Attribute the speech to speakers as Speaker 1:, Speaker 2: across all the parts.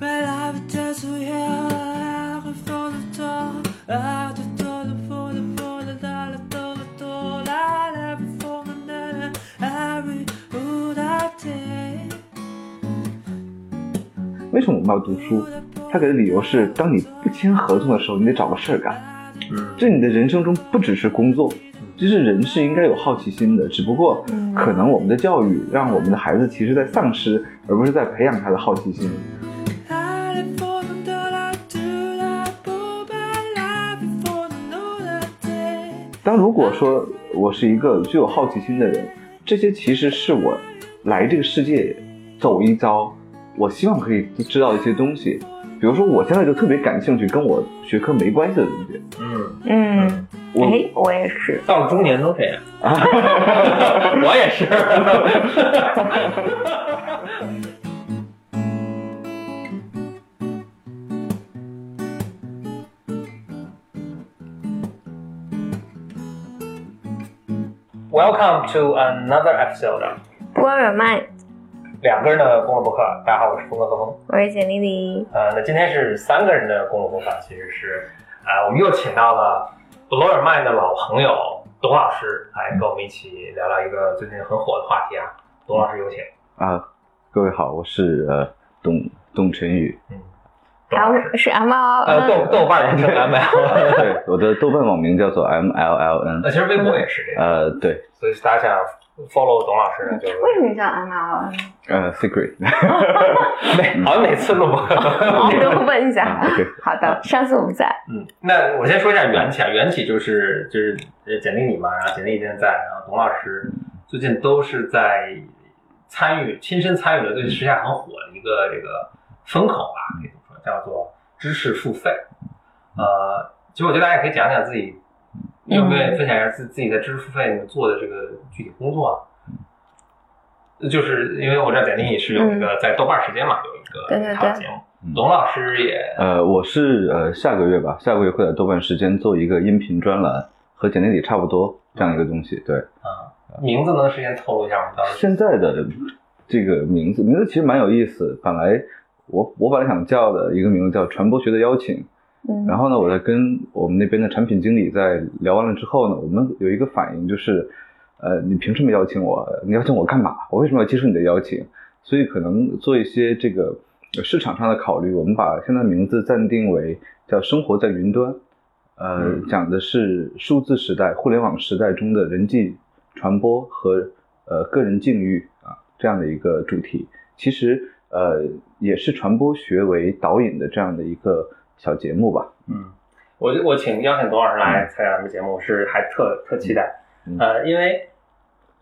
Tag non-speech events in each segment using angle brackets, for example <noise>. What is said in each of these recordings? Speaker 1: Weil habe das so her, vor der Tor, ah, du Tor, du vor der Tor, da, da, da, da, da, da, da, da, bevor man da, da, every, oh, da, day.
Speaker 2: 为什么我们要读书？他给的理由是，当你不签合同的时候，你得找个事儿干。
Speaker 3: 嗯，
Speaker 2: 就你的人生中不只是工作，就是人是应该有好奇心的，只不过可能我们的教育让我们的孩子其实在丧失，而不是在培养他的好奇心。
Speaker 1: I live for the dollar, I do that, boo, but I live for the know that day.
Speaker 2: 当如果说我是一个具有好奇心的人，这些其实是我来这个世界走一遭，我希望可以知道一些东西。比如说，我现在就特别感兴趣跟我学科没关系的东西。
Speaker 3: 嗯，
Speaker 4: 嗯，
Speaker 2: 我
Speaker 4: 哎，我也是，
Speaker 3: 到了中年都这样。 <laughs> 我也是。Welcome to another episode 的
Speaker 4: 波尔曼，
Speaker 3: 两个人的公路博客。大家好，我是峰哥和峰。
Speaker 4: 我是简丽丽，
Speaker 3: 呃，那今天是三个人的公路工坊，其实是，呃，我们又请到了 Blow Your Mind 的老朋友董老师来跟我们一起聊聊一个最近很火的话题啊。董老师有请。
Speaker 2: 啊，各位好，我是呃董董晨宇， <laughs>
Speaker 3: 董老师，
Speaker 4: M 是 M O，
Speaker 3: 呃，豆豆瓣儿也挺难买。 <laughs>
Speaker 2: 对，我的豆瓣网名叫做 M L L N，
Speaker 3: 呃，其实微博也是这样，
Speaker 2: 呃，对，
Speaker 3: 所以大家想 follow 董老师呢，就是
Speaker 4: 为什么叫 M O？
Speaker 2: 呃，secret，
Speaker 3: <laughs>
Speaker 2: <laughs>
Speaker 3: 每好像每 <laughs> 次录播客都
Speaker 4: 我
Speaker 3: 是这样
Speaker 4: 都问一下。
Speaker 2: 对，
Speaker 4: 好的，上次我们在，
Speaker 3: 嗯，那我先说一下缘起啊，缘起就是就是呃简历你嘛，然后简历现在在，然后董老师最近都是在参与亲身参与了最近时下很火的一个这个风口吧，可以这么说叫做知识付费。呃，其实我觉得大家也可以讲讲自己，愿不
Speaker 4: 嗯
Speaker 3: 愿意分享一下自自己在知识付费里面做的这个具体工作啊？就是因为我知道简历你是有一个在豆瓣时间嘛，有一
Speaker 4: 嗯对对
Speaker 3: 个
Speaker 4: 对
Speaker 3: 他的节目，
Speaker 2: 嗯
Speaker 3: 董老师也
Speaker 2: 呃，我是呃下个月吧，下个月会在豆瓣时间做一个音频专栏，和简历里差不多这样一个东西。对，
Speaker 3: 啊，名字能事先透露一下吗？到时候
Speaker 2: 现在的这个名字，名字其实蛮有意思。本来我我本来想叫的一个名字叫《传播学的邀请》，
Speaker 4: 嗯，
Speaker 2: 然后呢，我在跟我们那边的产品经理在聊完了之后呢，我们有一个反应就是，呃，你凭什么邀请我？你邀请我干嘛？我为什么要接受你的邀请？所以可能做一些这个呃市场上的考虑，我们把现在名字暂定为叫“生活在云端”，呃，
Speaker 3: 嗯
Speaker 2: 讲的是数字时代、互联网时代中的人际传播和呃个人境遇啊这样的一个主题。其实呃也是传播学为导引的这样的一个小节目吧。
Speaker 3: 嗯，我就我请邀请董老师来参加咱们节目，是还特特期待
Speaker 2: 嗯。
Speaker 3: 呃，因为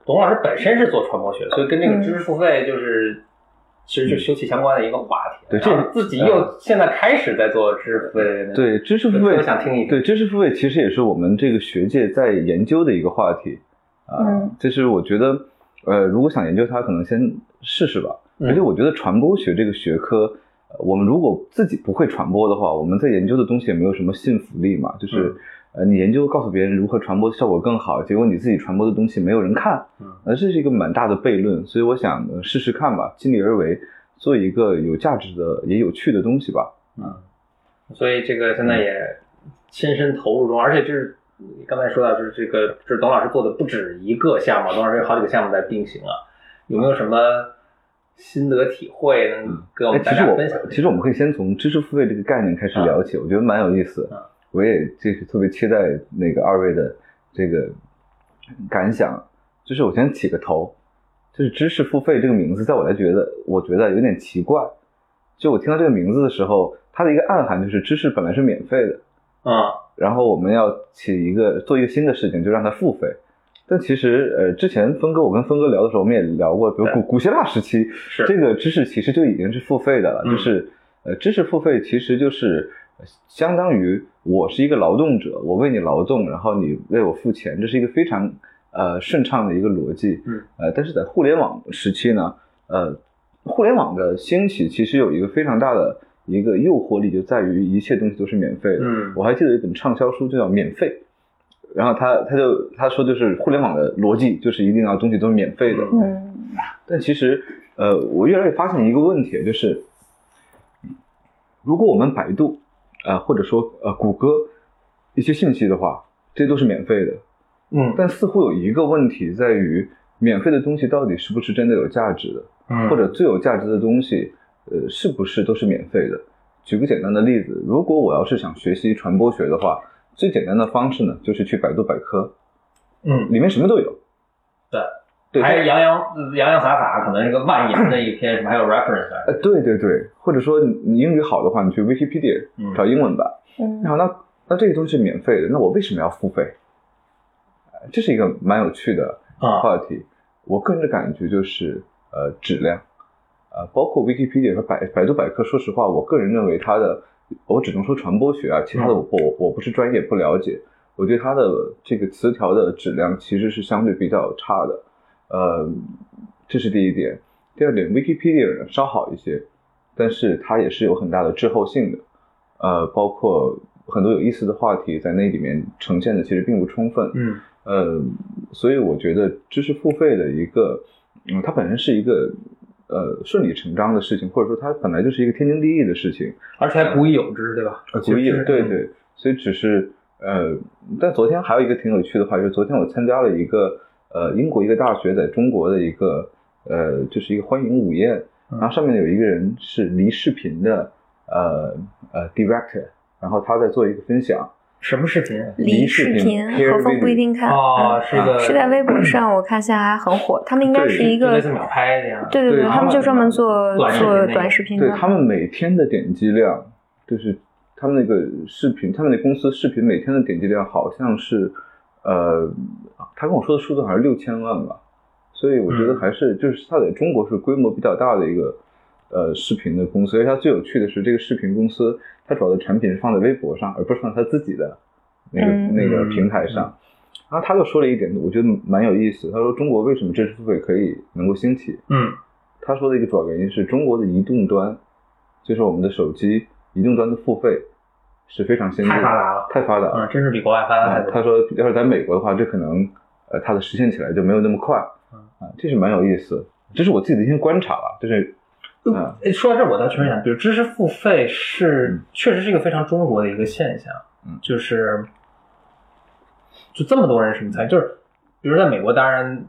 Speaker 3: 董老师本身是做传播学，所以跟这个知识付费就是其实就休戚相关的一个话题。
Speaker 2: 嗯对嗯
Speaker 3: 然后自己又现在开始在做知识付费。，
Speaker 2: 对知识付
Speaker 3: 对
Speaker 2: 费，
Speaker 3: 我想听一听
Speaker 2: 对知识付费其实也是我们这个学界在研究的一个话题啊。
Speaker 4: 嗯
Speaker 2: 这是我觉得，呃，如果想研究它，可能先试试吧。
Speaker 3: 嗯
Speaker 2: 而且我觉得传播学这个学科，呃我们如果自己不会传播的话，我们在研究的东西也没有什么信服力嘛。就是、
Speaker 3: 嗯
Speaker 2: 呃，你研究告诉别人如何传播效果更好，结果你自己传播的东西没有人看，
Speaker 3: 嗯
Speaker 2: 呃，这是一个蛮大的悖论。所以我想、呃试试看吧，尽力而为，做一个有价值的也有趣的东西吧。
Speaker 3: 嗯，所以这个现
Speaker 2: 嗯
Speaker 3: 在也亲身投入中，而且这是。你刚才说到，就是这个，就是董老师做的不止一个项目，董老师有好几个项目在并行啊，有没有什么心得体会能跟我
Speaker 2: 哎，
Speaker 3: 们
Speaker 2: 其
Speaker 3: 大
Speaker 2: 实
Speaker 3: 家
Speaker 2: 我
Speaker 3: 分享一下？啊
Speaker 2: 其实我们可以先从知识付费这个概念开始聊起，我觉得蛮有意思。
Speaker 3: 嗯
Speaker 2: 我也就是特别期待那个二位的这个感想。就是我先起个头，就是知识付费这个名字，在我来觉得，我觉得有点奇怪。就我听到这个名字的时候，它的一个暗含就是知识本来是免费的，
Speaker 3: 嗯，
Speaker 2: 然后我们要起一个做一个新的事情，就让它付费。但其实，呃，之前峰哥我跟峰哥聊的时候，我们也聊过，比如古古希腊时期，
Speaker 3: 是
Speaker 2: 这个知识其实就已经是付费的了，
Speaker 3: 嗯
Speaker 2: 就是呃，知识付费其实就是呃相当于我是一个劳动者，我为你劳动，然后你为我付钱，这是一个非常呃顺畅的一个逻辑。
Speaker 3: 嗯，
Speaker 2: 呃，但是在互联网时期呢，呃，互联网的兴起其实有一个非常大的一个诱惑力，就在于一切东西都是免费的。
Speaker 3: 嗯
Speaker 2: 我还记得有一本畅销书就叫《免费》，然后他他就他说就是互联网的逻辑就是一定要东西都是免费的。
Speaker 3: 嗯
Speaker 4: 嗯
Speaker 2: 但其实，呃，我越来越发现一个问题，就是如果我们百度，呃，或者说呃谷歌一些信息的话，这都是免费的。
Speaker 3: 嗯
Speaker 2: 但似乎有一个问题在于，免费的东西到底是不是真的有价值的？
Speaker 3: 嗯，
Speaker 2: 或者最有价值的东西，呃，是不是都是免费的？举个简单的例子，如果我要是想学习传播学的话，最简单的方式呢，就是去百度百科，
Speaker 3: 嗯，
Speaker 2: 里面什么都有。
Speaker 3: 对，
Speaker 2: 对，
Speaker 3: 还是洋洋洋洋洒洒，可能是个蔓延的一篇，什么还有 reference，啊
Speaker 2: 呃，对对对，或者说你英语好的话，你去 Wikipedia
Speaker 3: 嗯
Speaker 2: 找英文版。
Speaker 4: 嗯
Speaker 2: 然后那那这个东西是免费的，那我为什么要付费？呃这是一个蛮有趣的
Speaker 3: 啊，
Speaker 2: 话题。我个人的感觉就是，呃，质量，呃，包括 Wikipedia 和百百度百科，说实话，我个人认为它的，我只能说传播学啊，其他的我不我我不是专业不了解，我对它的这个词条的质量其实是相对比较差的，呃，这是第一点。第二点，Wikipedia 呢稍好一些，但是它也是有很大的滞后性的，呃，包括很多有意思的话题在那里面呈现的其实并不充分，
Speaker 3: 嗯
Speaker 2: 呃，所以我觉得知识付费的一个，嗯，它本身是一个呃顺理成章的事情，或者说它本来就是一个天经地义的事情，
Speaker 3: 而且还古已嗯有之，对吧？
Speaker 2: 所以
Speaker 3: 啊其实
Speaker 2: 对，对，所以只是呃，但昨天还有一个挺有趣的话，就是昨天我参加了一个呃英国一个大学在中国的一个呃就是一个欢迎午宴，
Speaker 3: 嗯
Speaker 2: 然后上面有一个人是离视频的呃呃 director，然后他在做一个分享，
Speaker 3: 什么视频？啊
Speaker 2: 离
Speaker 4: 离
Speaker 2: 视
Speaker 4: 视
Speaker 2: 频
Speaker 4: 频
Speaker 2: peer
Speaker 4: 何峰不一定看，
Speaker 3: 哦，是一个
Speaker 4: 嗯是在微博上我看现在还很火，他们应该
Speaker 2: 对
Speaker 4: 是一
Speaker 3: 就类
Speaker 4: 个
Speaker 3: 似秒拍这样。
Speaker 4: 对对
Speaker 2: 对
Speaker 4: 对，他们就专门做
Speaker 3: 短视频那
Speaker 4: 做
Speaker 3: 个
Speaker 4: 短视频
Speaker 2: 对
Speaker 4: 的，
Speaker 2: 他们每天的点击量，就是他们那个视频，他们那公司视频每天的点击量好像是，呃，他跟我说的数字好像是六千万吧，所以我觉得
Speaker 3: 嗯
Speaker 2: 还是、就是它在中国是规模比较大的一个呃视频的公司，而且它最有趣的是这个视频公司它主要的产品是放在微博上，而不是放在它自己的那个、
Speaker 4: 嗯
Speaker 2: 那个
Speaker 3: 嗯
Speaker 2: 平台上。然后他就说了一点，我觉得蛮有意思。他说中国为什么知识付费可以能够兴起？
Speaker 3: 嗯
Speaker 2: 他说的一个主要原因是中国的移动端，就是我们的手机移动端的付费是非常先进的，
Speaker 3: 太发达了
Speaker 2: 太发达
Speaker 3: 嗯
Speaker 2: 了，
Speaker 3: 真是比国外发达太
Speaker 2: 啊
Speaker 3: 多。
Speaker 2: 他说，要是在美国的话，这可能呃它的实现起来就没有那么快，
Speaker 3: 嗯
Speaker 2: 啊，这是蛮有意思，这是我自己的一些观察吧，就是嗯
Speaker 3: 诶呃说到这儿，我倒确实想，比如知识付费是确实是一个非常中国的一个现象，
Speaker 2: 嗯
Speaker 3: 就是就这么多人什么才就是，比如在美国，当然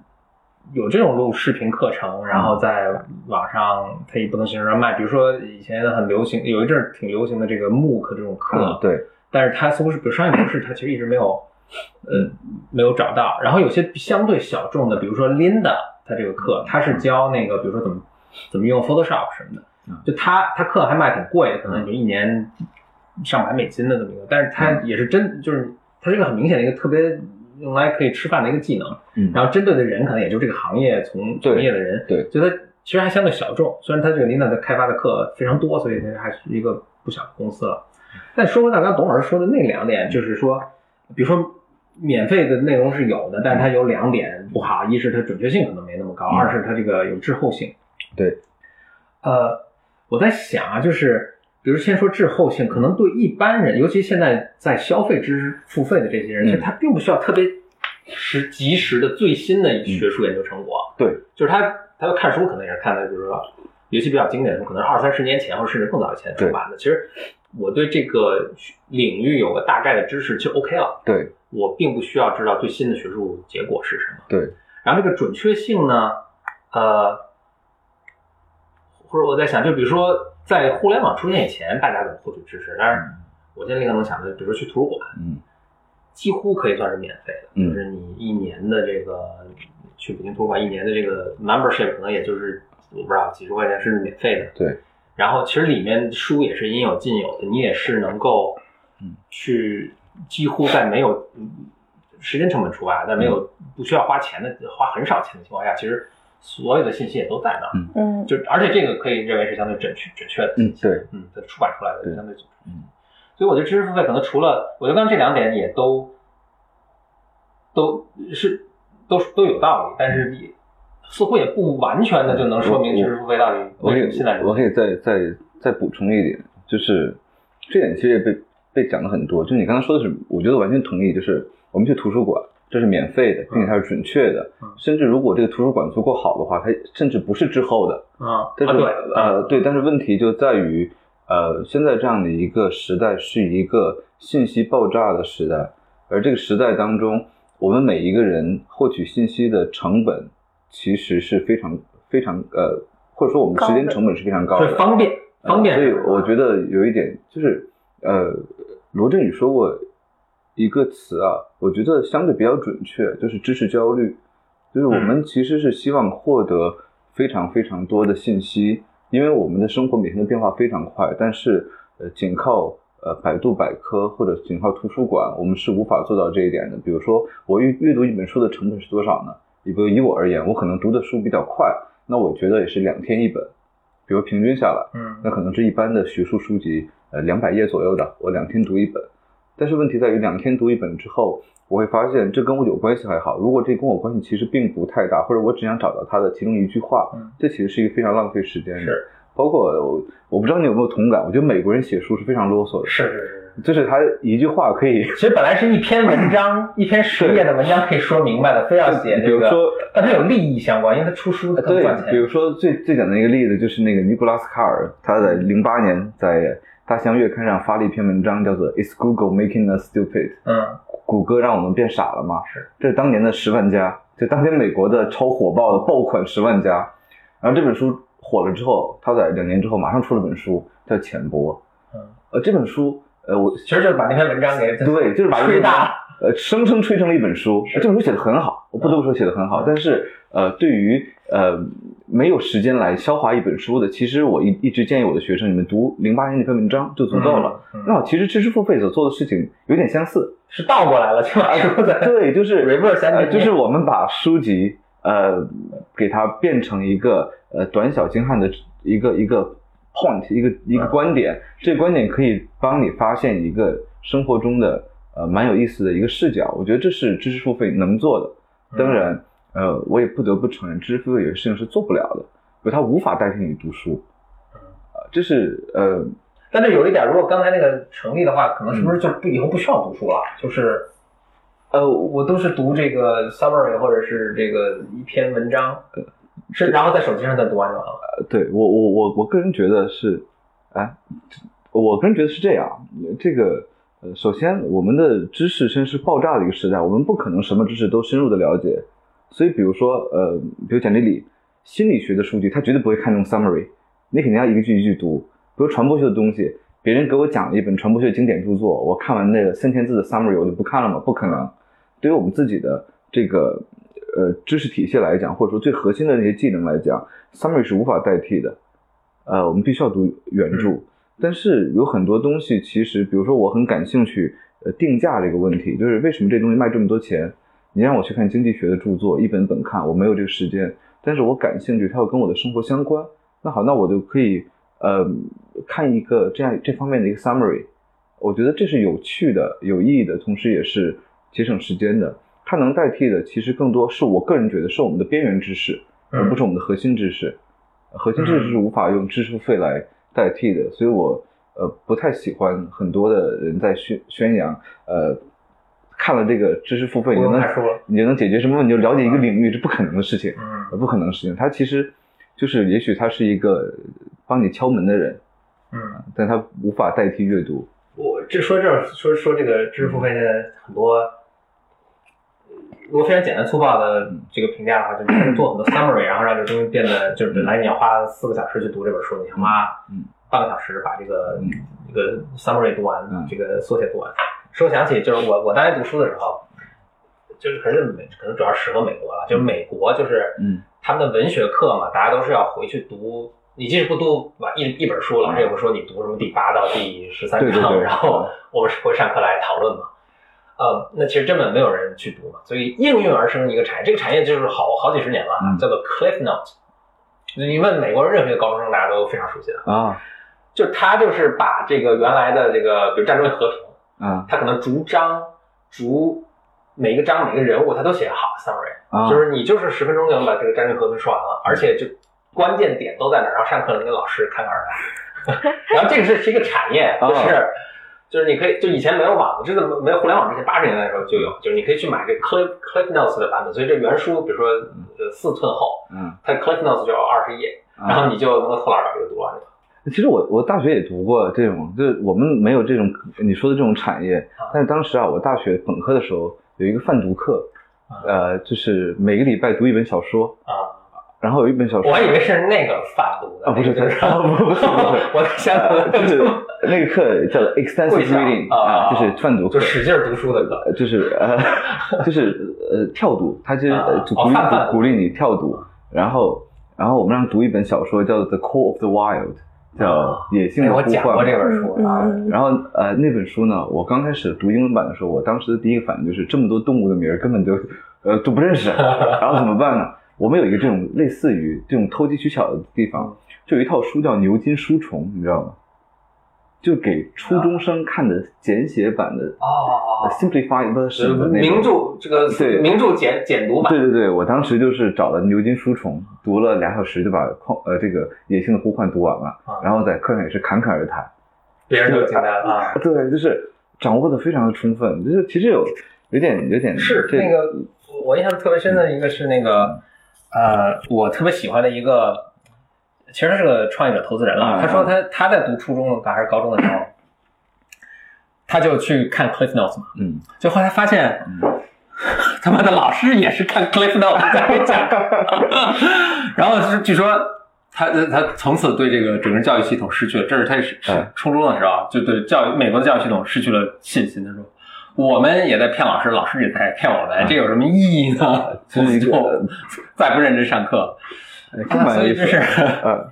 Speaker 3: 有这种录视频课程，然
Speaker 2: 嗯
Speaker 3: 后在网上它也不能形式上卖，比如说以前很流行，有一阵儿挺流行的这个 MOOC 这种课，
Speaker 2: 嗯对，
Speaker 3: 但是它似乎是，比如商业模式，它其实一直没有，呃，没有找到。然后有些相对小众的，比如说 Linda，它这个课，它是教那个，比如说怎么怎么用 Photoshop 什么的
Speaker 2: 嗯，
Speaker 3: 就它它课还卖挺贵的，可能就一年上百美金的这么一个，但是它也是真就是它是一个很明显的一个特别用来可以吃饭的一个技能。
Speaker 2: 嗯，
Speaker 3: 然后针对的人可能也就这个行业从
Speaker 2: 对
Speaker 3: 从业的人，
Speaker 2: 对
Speaker 3: 所以它其实还相对小众。虽然它这个琳娜的开发的课非常多，所以它还是一个不小的公司了。但说回到刚才董老师说的那两点，就是说，比如说免费的内容是有的，但是它有两点不好：一是它准确性可能没那么高，
Speaker 2: 嗯
Speaker 3: 二是它这个有滞后性。
Speaker 2: 对，
Speaker 3: 呃，我在想啊，就是比如先说滞后性，可能对一般人，尤其现在在消费知识付费的这些人，
Speaker 2: 嗯
Speaker 3: 其实他并不需要特别时及时的最新的学术研究成果，
Speaker 2: 嗯对，
Speaker 3: 就是他他要看书，可能也是看的，比如说，尤其比较经典的，可能是二三十年前或者甚至更早以前出版的。其实我对这个领域有个大概的知识就 OK 了，
Speaker 2: 对
Speaker 3: 我并不需要知道最新的学术结果是什么。
Speaker 2: 对，
Speaker 3: 然后这个准确性呢，呃，或者我在想，就比如说在互联网出现以前，大家怎么获取知识？但是我现在立刻能想到，比如说去图书馆，
Speaker 2: 嗯
Speaker 3: 几乎可以算是免费的，
Speaker 2: 嗯
Speaker 3: 就是你一年的这个去北京图书馆一年的这个 membership 可能也就是我不知道几十块钱，甚至免费的。
Speaker 2: 对。
Speaker 3: 然后其实里面书也是应有尽有的，你也是能够
Speaker 2: 嗯
Speaker 3: 去几乎在没有嗯时间成本除外，啊在没有
Speaker 2: 嗯
Speaker 3: 不需要花钱的花很少钱的情况下，其实所有的信息也都在那儿。
Speaker 4: 嗯，
Speaker 3: 就而且这个可以认为是相对准确准确的信
Speaker 2: 嗯
Speaker 3: 息，
Speaker 2: 对，
Speaker 3: 嗯，它出版出来的
Speaker 2: 对
Speaker 3: 相对准确。
Speaker 2: 嗯，
Speaker 3: 所以我觉得知识付费可能除了，我觉得刚刚这两点也都都是都都有道理，但是也似乎也不完全的就能说明
Speaker 2: 我
Speaker 3: 知识付费到底
Speaker 2: 我可
Speaker 3: 为什
Speaker 2: 以
Speaker 3: 么现在
Speaker 2: 我可以再再再补充一点，就是这点其实也被被讲的很多，就你刚才说的是，我觉得完全同意，就是我们去图书馆，这是免费的，并且它是准确的，
Speaker 3: 嗯
Speaker 2: 甚至如果这个图书馆足够好的话，它甚至不是滞后的，
Speaker 3: 啊啊
Speaker 2: 但是、
Speaker 3: 对
Speaker 2: 呃对，但是问题就在于呃，现在这样的一个时代是一个信息爆炸的时代，而这个时代当中，我们每一个人获取信息的成本其实是非常非常呃，或者说我们的时间成本是非常高的
Speaker 3: 是，方便方便。
Speaker 2: 呃所以我觉得有一点就是，呃，罗振宇说过一个词啊，我觉得相对比较准确，就是知识焦虑。就是我们其实是希望获得非常非常多的信息，因为我们的生活每天的变化非常快，但是呃，仅靠呃百度百科或者仅靠图书馆，我们是无法做到这一点的。比如说，我阅阅读一本书的成本是多少呢？比如以我而言，我可能读的书比较快，那我觉得也是两天一本，比如平均下来。
Speaker 3: 嗯
Speaker 2: 那可能是一般的学术书籍，呃，两百页左右的，我两天读一本。但是问题在于，两天读一本之后，我会发现这跟我有关系还好，如果这跟我关系其实并不太大，或者我只想找到它的其中一句话
Speaker 3: 嗯，
Speaker 2: 这其实是一个非常浪费时间的
Speaker 3: 是。
Speaker 2: 包括我，我不知道你有没有同感，我觉得美国人写书是非常啰嗦的，
Speaker 3: 是是是。
Speaker 2: 就是他一句话
Speaker 3: <laughs>
Speaker 2: 可以，
Speaker 3: 其实本来是一篇文章，一篇十页的文章可以说明白的，非要写
Speaker 2: 呃比
Speaker 3: 这
Speaker 2: 如
Speaker 3: 个，
Speaker 2: 说，
Speaker 3: 但它有利益相关，因为它出书它更赚
Speaker 2: 对，比
Speaker 3: 钱。
Speaker 2: 如说最最简单的一个例子就是那个尼古拉斯卡尔，他在零八年在《大西洋月刊》上发了一篇文章，叫做《Is Google Making Us Stupid》。
Speaker 3: 嗯，
Speaker 2: 谷歌让我们变傻了吗？
Speaker 3: 是，
Speaker 2: 这是当年的十万加，就当年美国的超火爆的爆款十万加。然后这本书火了之后，他在两年之后马上出了本书叫《浅薄》。
Speaker 3: 嗯，
Speaker 2: 呃，这本书，呃，我
Speaker 3: 其实就是把那篇文章给
Speaker 2: 对，就是把这
Speaker 3: 吹
Speaker 2: 个
Speaker 3: 大。
Speaker 2: 呃，生生吹成了一本书。
Speaker 3: 是嗯
Speaker 2: 呃这本书写的很好，我不得不说写的很好。但是，呃，对于呃没有时间来消化一本书的，其实我一一直建议我的学生，你们读零八年那篇文章就足够了。
Speaker 3: 嗯嗯
Speaker 2: 那我其实知识付费所做的事情有点相似，
Speaker 3: 是倒过来了，就把书在
Speaker 2: 啊 <laughs> 对，就是
Speaker 3: <laughs> reverse
Speaker 2: 呃
Speaker 3: engineer
Speaker 2: 就是我们把书籍呃给它变成一个呃短小精悍的一个一个 point，一个一个
Speaker 3: 嗯
Speaker 2: 观点，这个观点可以帮你发现一个生活中的呃蛮有意思的一个视角，我觉得这是知识付费能做的。
Speaker 3: 嗯
Speaker 2: 当然，呃，我也不得不承认，知识付费有些事情是做不了的，就它无法代替你读书。
Speaker 3: 嗯
Speaker 2: 呃这是呃，
Speaker 3: 但是有一点，如果刚才那个成立的话，可能是不是就不以后不需要读书了？就是
Speaker 2: 嗯呃，
Speaker 3: 我都是读这个 summary 或者是这个一篇文章，
Speaker 2: 呃
Speaker 3: 是然后在手机上再读完就完了。
Speaker 2: 对我我我我个人觉得是，哎，我个人觉得是这样，这个呃，首先我们的知识真是爆炸的一个时代，我们不可能什么知识都深入的了解，所以比如说呃，比如简历里心理学的数据，他绝对不会看重 summary，你肯定要一个句一句读，比如传播学的东西。别人给我讲了一本传播学经典著作，我看完那个三千字的 summary，我就不看了吗？不可能。对于我们自己的这个呃知识体系来讲，或者说最核心的那些技能来讲，summary 是无法代替的，呃，我们必须要读原著。但是有很多东西，其实比如说我很感兴趣，呃，定价这个问题，就是为什么这东西卖这么多钱？你让我去看经济学的著作，一本本看，我没有这个时间，但是我感兴趣，它又跟我的生活相关。那好，那我就可以呃看一个这样这方面的一个 summary，我觉得这是有趣的、有意义的，同时也是节省时间的。它能代替的，其实更多是我个人觉得是我们的边缘知识。而不
Speaker 3: 嗯
Speaker 2: 是我们的核心知识。核心知识是无法用知识付费来代替的，所以我呃不太喜欢很多的人在宣宣扬呃看了这个知识付费你
Speaker 3: 不
Speaker 2: 就
Speaker 3: 用嗯
Speaker 2: 能
Speaker 3: 看书了
Speaker 2: 你就能解决什么问题，你就了解一个领域，这不可能的事情，
Speaker 3: 嗯
Speaker 2: 呃不可能的事情。它其实就是也许他是一个帮你敲门的人，
Speaker 3: 嗯，
Speaker 2: 但他无法代替阅读。
Speaker 3: 我这说这说说这个知识付费现在很多，如果非常简单粗暴的这个评价的话，就是做很多 summary，然后让这个东西变得就是本来你要花四个小时去读这本书，你想花
Speaker 2: 嗯
Speaker 3: 半个小时把这个
Speaker 2: 嗯
Speaker 3: 这个 summary 读完
Speaker 2: 嗯，
Speaker 3: 这个缩写读完。说想起就是我我当年读书的时候，就是可是美可能主要适合美国了，就是美国就是
Speaker 2: 嗯
Speaker 3: 他们的文学课嘛，大家都是要回去读。你即使不读完一一本书，老师也会说你读什么第八到第十三章，
Speaker 2: 嗯对对对
Speaker 3: 然后我们是会上课来讨论嘛。呃，那其实根本没有人去读嘛，所以应运而生一个产业，这个产业就是好好几十年了，
Speaker 2: 嗯
Speaker 3: 叫做 Cliff Note。你问美国任何一个高中生，大家都非常熟悉的，
Speaker 2: 啊
Speaker 3: 就是他就是把这个原来的这个，比如战争与和平，
Speaker 2: 啊
Speaker 3: 他可能逐章逐每个章每个人物他都写好 summary，、
Speaker 2: 啊！嗯
Speaker 3: 就是你就是十分钟就能把这个战争与和平说完了，而且就关键点都在哪儿，然后上课能跟老师侃侃而
Speaker 2: <laughs>
Speaker 3: 谈。然后这个是是一个产业，
Speaker 2: 啊
Speaker 3: 就是、就是你可以就以前没有网，就是没有互联网之前，八十年代的时候就有，就是你可以去买这 Cliff Cliff Notes 的版本，所以这原书比如说呃四寸厚，
Speaker 2: 嗯
Speaker 3: 它 Cliff Notes 就有二十页，然
Speaker 2: 啊
Speaker 3: 后你就能够透懒把这个读完。
Speaker 2: 其实我我大学也读过这种，就是我们没有这种你说的这种产业
Speaker 3: 啊，
Speaker 2: 但是当时啊，我大学本科的时候有一个泛读课，呃，就是每个礼拜读一本小说，
Speaker 3: 啊，
Speaker 2: 然后有一本小说，呃
Speaker 3: 我还以为是那个贩毒的
Speaker 2: 啊不是
Speaker 3: 那个
Speaker 2: 他不不是不是
Speaker 3: <laughs> 我在想
Speaker 2: 呃
Speaker 3: <laughs>
Speaker 2: 就是那个课叫做 extensive
Speaker 3: 会想
Speaker 2: reading
Speaker 3: 啊
Speaker 2: 啊，就是泛读课
Speaker 3: 就，使劲儿读书的歌
Speaker 2: 呃就是呃就是呃跳读，它其实呃
Speaker 3: 啊
Speaker 2: 就
Speaker 3: 哦
Speaker 2: 鼓励
Speaker 3: 泛泛
Speaker 2: 鼓励你跳读，然后然后我们让读一本小说叫做 The Call of the Wild，叫
Speaker 3: 啊
Speaker 2: 野性
Speaker 3: 哎
Speaker 2: 的呼
Speaker 3: 我
Speaker 2: 唤
Speaker 3: 讲
Speaker 2: 嘛。
Speaker 3: 过这本书啊，
Speaker 4: 嗯嗯
Speaker 2: 然后呃，那本书呢，我刚开始读英文版的时候，我当时的第一个反应就是这么多动物的名儿根本就呃就不认
Speaker 3: <laughs>
Speaker 2: 识，然后怎么办呢？我们有一个这种类似于这种投机取巧的地方，就有一套书叫《牛津书虫》，你知道吗？就给初
Speaker 3: 啊
Speaker 2: 中生看的简写版的呃
Speaker 3: 哦，
Speaker 2: simplified version 的那种
Speaker 3: 名著这个
Speaker 2: 对
Speaker 3: 名著简简读版
Speaker 2: 对对对，我当时就是找了牛津书虫，读了俩小时就把矿呃这个《野性的呼唤》读完了
Speaker 3: 啊，
Speaker 2: 然后在课上也是侃侃而谈。
Speaker 3: 别人就简单了啊。
Speaker 2: 对，就是掌握的非常的充分，就是其实有有点有点
Speaker 3: 是
Speaker 2: 这
Speaker 3: 那个，我印象特别深的一个是那个，呃，我特别喜欢的一个，其实他是个创业者投资人了。
Speaker 2: 嗯
Speaker 3: 他说他他在读初中还是高中的时候，他就去看 Cliff Notes 嘛，
Speaker 2: 嗯
Speaker 3: 就后来发现
Speaker 2: 嗯，
Speaker 3: <laughs> 他妈的老师也是看 Cliff Notes 在讲， <laughs> 然后就是据说他呃他他从此对这个整个教育系统失去了，这是他是是
Speaker 2: 嗯
Speaker 3: 初中的时候啊就对教育美国的教育系统失去了信心。他说。我们也在骗老师，老师也在骗我们，这有什么意义呢？
Speaker 2: 嗯 <laughs> 这是一个
Speaker 3: 就
Speaker 2: <laughs>
Speaker 3: 再不认真上课，
Speaker 2: 哎这蛮
Speaker 3: 啊所
Speaker 2: 有意
Speaker 3: 以
Speaker 2: 思
Speaker 3: 这
Speaker 2: 的。
Speaker 3: 是
Speaker 2: <laughs> 呃，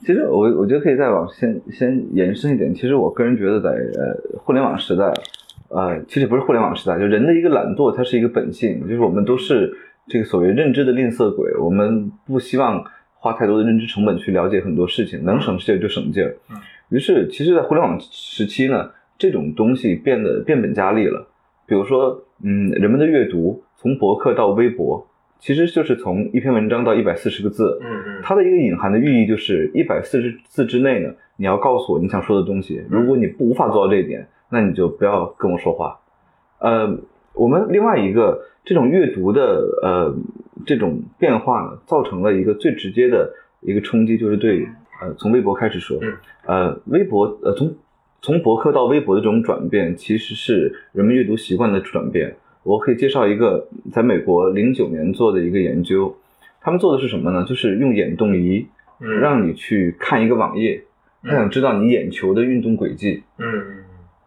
Speaker 2: 其实我我觉得可以再往先先延伸一点。其实我个人觉得在，呃互联网时代，呃，其实不是互联网时代，就人的一个懒惰，它是一个本性，就是我们都是这个所谓认知的吝啬鬼，我们不希望花太多的认知成本去了解很多事情，能省劲儿就省劲儿
Speaker 3: 嗯。
Speaker 2: 于是，其实，在互联网时期呢，这种东西变得变本加厉了。比如说，嗯，人们的阅读从博客到微博，其实就是从一篇文章到一百四十个字，
Speaker 3: 嗯嗯，
Speaker 2: 它的一个隐含的寓意就是一百四十字之内呢，你要告诉我你想说的东
Speaker 3: 嗯
Speaker 2: 西。如果你不无法做到这一点，那你就不要跟我说话。呃，我们另外一个这种阅读的呃这种变化呢，造成了一个最直接的一个冲击，就是对呃从微博开始说
Speaker 3: 嗯，
Speaker 2: 呃微博呃从从博客到微博的这种转变，其实是人们阅读习惯的转变。我可以介绍一个在美国零九年做的一个研究，他们做的是什么呢？就是用眼动仪
Speaker 3: 嗯
Speaker 2: 让你去看一个网页，他想知道你眼球的运动轨迹。
Speaker 3: 嗯嗯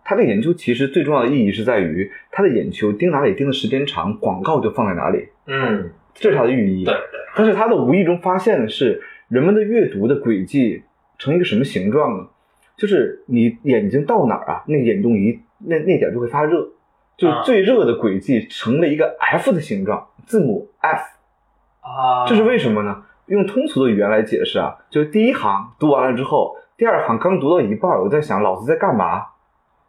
Speaker 2: 它的研究其实最重要的意义是在于，他的眼球盯哪里盯的时间长，广告就放在哪里，
Speaker 3: 嗯，
Speaker 2: 这是它的寓意。
Speaker 3: 对对，
Speaker 2: 但是他的无意中发现的是，人们的阅读的轨迹呈一个什么形状呢？就是你眼睛到哪儿啊，那个眼动仪那那点儿就会发热，就是
Speaker 3: 啊
Speaker 2: 最热的轨迹成了一个 F 的形状，字母 F。
Speaker 3: 啊，
Speaker 2: 这是为什么呢？用通俗的语言来解释啊，就是第一行读完了之后，第二行刚读到一半儿，我在想老子在干嘛？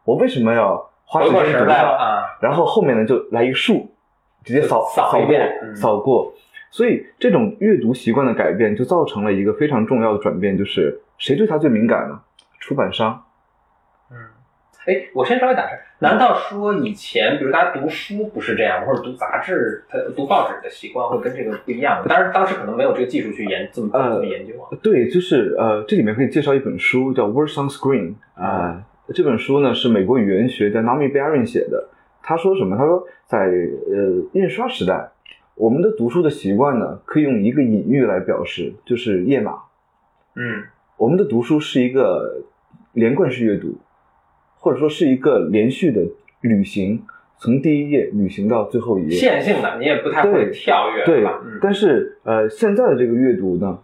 Speaker 2: 我为什么要花
Speaker 3: 回
Speaker 2: 时
Speaker 3: 过
Speaker 2: 间
Speaker 3: 神
Speaker 2: 读
Speaker 3: 来
Speaker 2: 它
Speaker 3: 了啊。
Speaker 2: 然后后面呢就来一竖，直接扫
Speaker 3: 扫一
Speaker 2: 过
Speaker 3: 遍嗯
Speaker 2: 扫过。所以这种阅读习惯的改变，就造成了一个非常重要的转变，就是谁对它最敏感呢？出版商。
Speaker 3: 嗯，哎，我先稍微打岔，难道说以前，比如大家读书不是这样，或者读杂志、它读报纸的习惯会跟这个不一样吗？当然，当时可能没有这个技术去研这么
Speaker 2: 呃
Speaker 3: 这么研究啊。
Speaker 2: 对，就是呃，这里面可以介绍一本书叫《Words on Screen》啊、这本书呢是美国语言学家 Nami Barin 写的。他说什么？他说在呃印刷时代，我们的读书的习惯呢，可以用一个隐喻来表示，就是页码。
Speaker 3: 嗯
Speaker 2: 我们的读书是一个连贯式阅读，或者说是一个连续的旅行，从第一页旅行到最后一页。
Speaker 3: 线性的，你也不太会
Speaker 2: 对
Speaker 3: 跳跃，
Speaker 2: 对
Speaker 3: 吧？嗯，
Speaker 2: 但是呃，现在的这个阅读呢，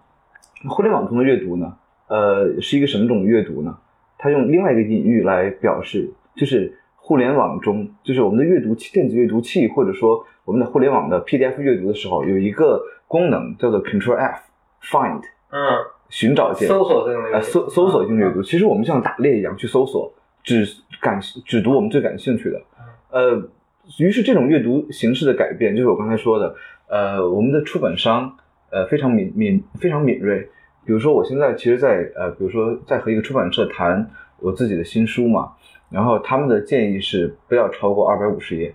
Speaker 2: 互联网中的阅读呢，呃，是一个什么种阅读呢？它用另外一个隐喻来表示，就是互联网中，就是我们的阅读器、电子阅读器，或者说我们的互联网的 PDF 阅读的时候，有一个功能叫做 Control F Find
Speaker 3: 嗯，
Speaker 2: 寻找键，
Speaker 3: 搜索性的那
Speaker 2: 呃
Speaker 3: 个
Speaker 2: 搜搜索性阅读，其实我们就像打猎一样去搜索，只感只读我们最感兴趣的。呃，于是这种阅读形式的改变，就是我刚才说的，呃，我们的出版商呃非常敏敏非常敏锐。比如说我现在其实在，呃，比如说在和一个出版社谈我自己的新书嘛，然后他们的建议是不要超过二百五十页。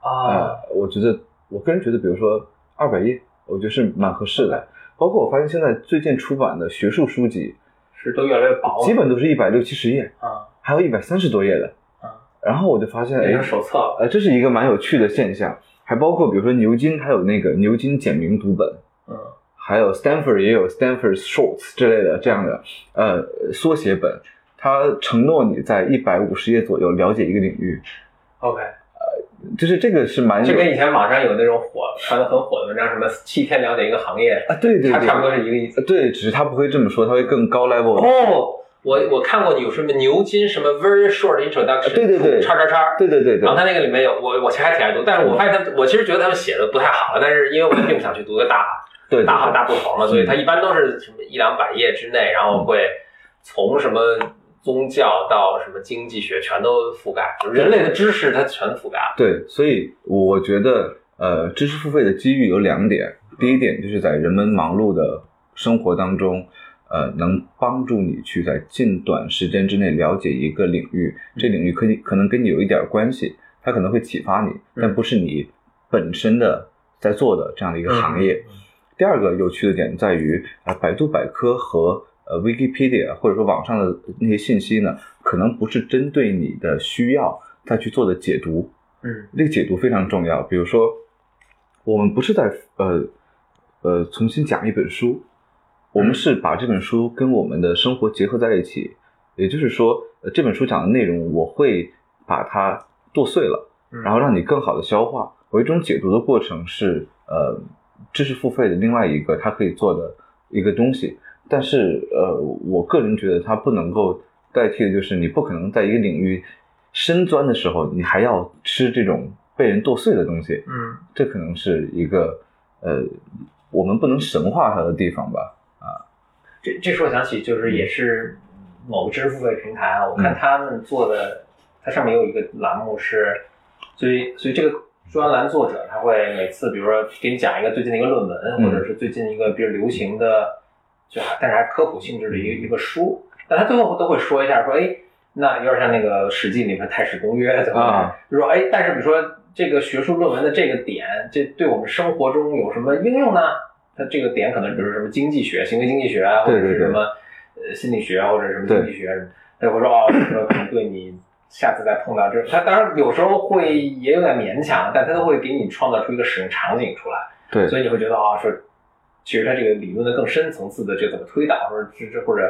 Speaker 3: 啊，
Speaker 2: 呃，我觉得我个人觉得，比如说二百页，我觉得是蛮合适的。包括我发现现在最近出版的学术书籍，
Speaker 3: 是都越来越薄了，
Speaker 2: 基本都是一百六七十页，
Speaker 3: 啊，
Speaker 2: 还有一百三十多页的
Speaker 3: 嗯。
Speaker 2: 然后我就发现，哎
Speaker 3: 变成，手册了，
Speaker 2: 呃，这是一个蛮有趣的现象，还包括比如说牛津，它有那个牛津简明读本，
Speaker 3: 嗯
Speaker 2: 还有 Stanford 也有 Stanford Shorts 之类的这样的呃缩写本，它承诺你在一百五十页左右了解一个领域，
Speaker 3: ，OK，
Speaker 2: 就是这个是蛮
Speaker 3: 这
Speaker 2: 有
Speaker 3: 跟以前网上有那种火传的很火的文章，什么七天了解一个行业，
Speaker 2: 啊，对对
Speaker 3: 它
Speaker 2: 对，
Speaker 3: 差不多是一个意思。
Speaker 2: 呃对，只是他不会这么说，他会更高 level 的。
Speaker 3: 哦，我我看过有什么牛津什么 very short introduction，
Speaker 2: 啊对对对
Speaker 3: 叉叉叉，
Speaker 2: 对对对对
Speaker 3: 然后，他那个里面有我，我其实还挺爱读，但是我发现他们，我其实觉得他们写的不太好了，但是因为我并不想去读个大
Speaker 2: 对嗯
Speaker 3: 大好
Speaker 2: 大
Speaker 3: 大不同了，所以他一般都是什么一两百页之内，然
Speaker 2: 嗯
Speaker 3: 后会从什么宗教到什么经济学全都覆盖，就是人类的知识它全覆盖了。
Speaker 2: 对，所以我觉得呃，知识付费的机遇有两点，第一点就是在人们忙碌的生活当中。呃，能帮助你去在近短时间之内了解一个领域，这领域可以可能跟你有一点关系，它可能会启发你，但不是你本身的在做的这样的一个行业。第二个有趣的点在于，啊、百度百科和呃 Wikipedia 或者说网上的那些信息呢，可能不是针对你的需要再去做的解读，
Speaker 3: 嗯
Speaker 2: 那个解读非常重要。比如说，我们不是在呃呃重新讲一本书，我们是把这本书跟我们的生活结合在一起。也就是说，呃这本书讲的内容，我会把它剁碎了。
Speaker 3: 嗯，
Speaker 2: 然后让你更好的消化。我一种解读的过程是，呃，知识付费的另外一个它可以做的一个东西，但是呃，我个人觉得它不能够代替的就是你不可能在一个领域深钻的时候，你还要吃这种被人剁碎的东西，
Speaker 3: 嗯，
Speaker 2: 这可能是一个呃，我们不能神化它的地方吧。
Speaker 3: 这这时候想起
Speaker 2: 嗯
Speaker 3: 就是也是某个知识付费平台啊，我看他们做的，它上面有一个栏目是，所以所以这个专栏作者他会每次比如说给你讲一个最近的一个论文，
Speaker 2: 嗯
Speaker 3: 或者是最近一个比如流行的，就还但是还是科普性质的一个一个书，但他最后都会说一下说哎。那有点像那个《史记》里面《太史公约》怎么样？
Speaker 2: 啊
Speaker 3: 就说哎，但是比如说这个学术论文的这个点，这对我们生活中有什么应用呢？它这个点可能比如什么经济学、行为经济学啊，或
Speaker 2: 对
Speaker 3: 者
Speaker 2: 对
Speaker 3: 是
Speaker 2: 对
Speaker 3: 什么呃心理学啊或者什么经济学什么，他就会说哦，这个可能对你下次再碰到这，他当然有时候会也有点勉强，但他都会给你创造出一个使用场景出来。
Speaker 2: 对
Speaker 3: 所以你会觉得啊，说其实它这个理论的更深层次的这个怎么推导，或者这这或者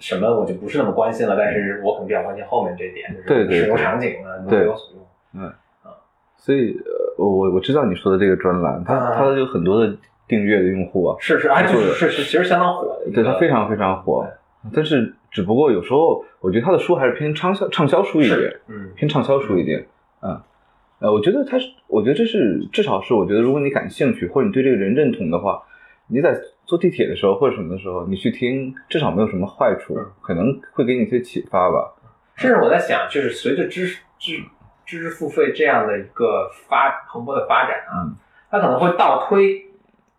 Speaker 3: 什么，我就不是那么关心了。但是我可能比较关心后面这一点，就
Speaker 2: 嗯对
Speaker 3: 是
Speaker 2: 对
Speaker 3: 使用场景呢，能
Speaker 2: 对
Speaker 3: 为我所用。
Speaker 2: 所以呃，我我知道你说的这个专栏，它
Speaker 3: 啊
Speaker 2: 它有很多的订阅的用户啊，
Speaker 3: 是是，啊，
Speaker 2: 对
Speaker 3: 就是是是，其实相当火的一个。
Speaker 2: 对，它非常非常火。但是，只不过有时候我觉得它的书还是偏畅销畅销书一点
Speaker 3: 是，，嗯
Speaker 2: 偏畅销书一点。嗯，呃，我觉得它是，我觉得这是至少是我觉得，如果你感兴趣或者你对这个人认同的话，你在坐地铁的时候或者什么的时候，你去听，至少没有什么坏处
Speaker 3: 嗯，
Speaker 2: 可能会给你一些启发吧。
Speaker 3: 甚至我在想，就是随着知识知知识付费这样的一个发蓬勃的发展啊
Speaker 2: 嗯，
Speaker 3: 它可能会倒推。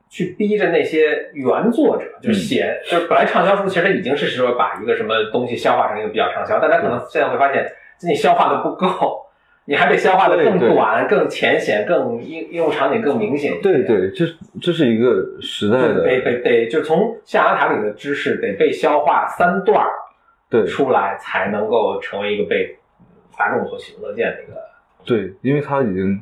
Speaker 3: 去逼着那些原作者，
Speaker 2: 嗯
Speaker 3: 就写，就是本来畅销书其实已经是说把一个什么东西消化成一个比较畅销，但他可
Speaker 2: 嗯
Speaker 3: 能现在会发现自己消化的不够，你还得消化的更
Speaker 2: 对对
Speaker 3: 短、更浅显、更应应用场景更明显一些。
Speaker 2: 对对，这这是一个时代
Speaker 3: 就
Speaker 2: 的
Speaker 3: 得得得，就从象牙塔里的知识得被消化三段儿，
Speaker 2: 对
Speaker 3: 出来才能够成为一个被嗯大众所喜闻乐见的一个。
Speaker 2: 对，因为它已经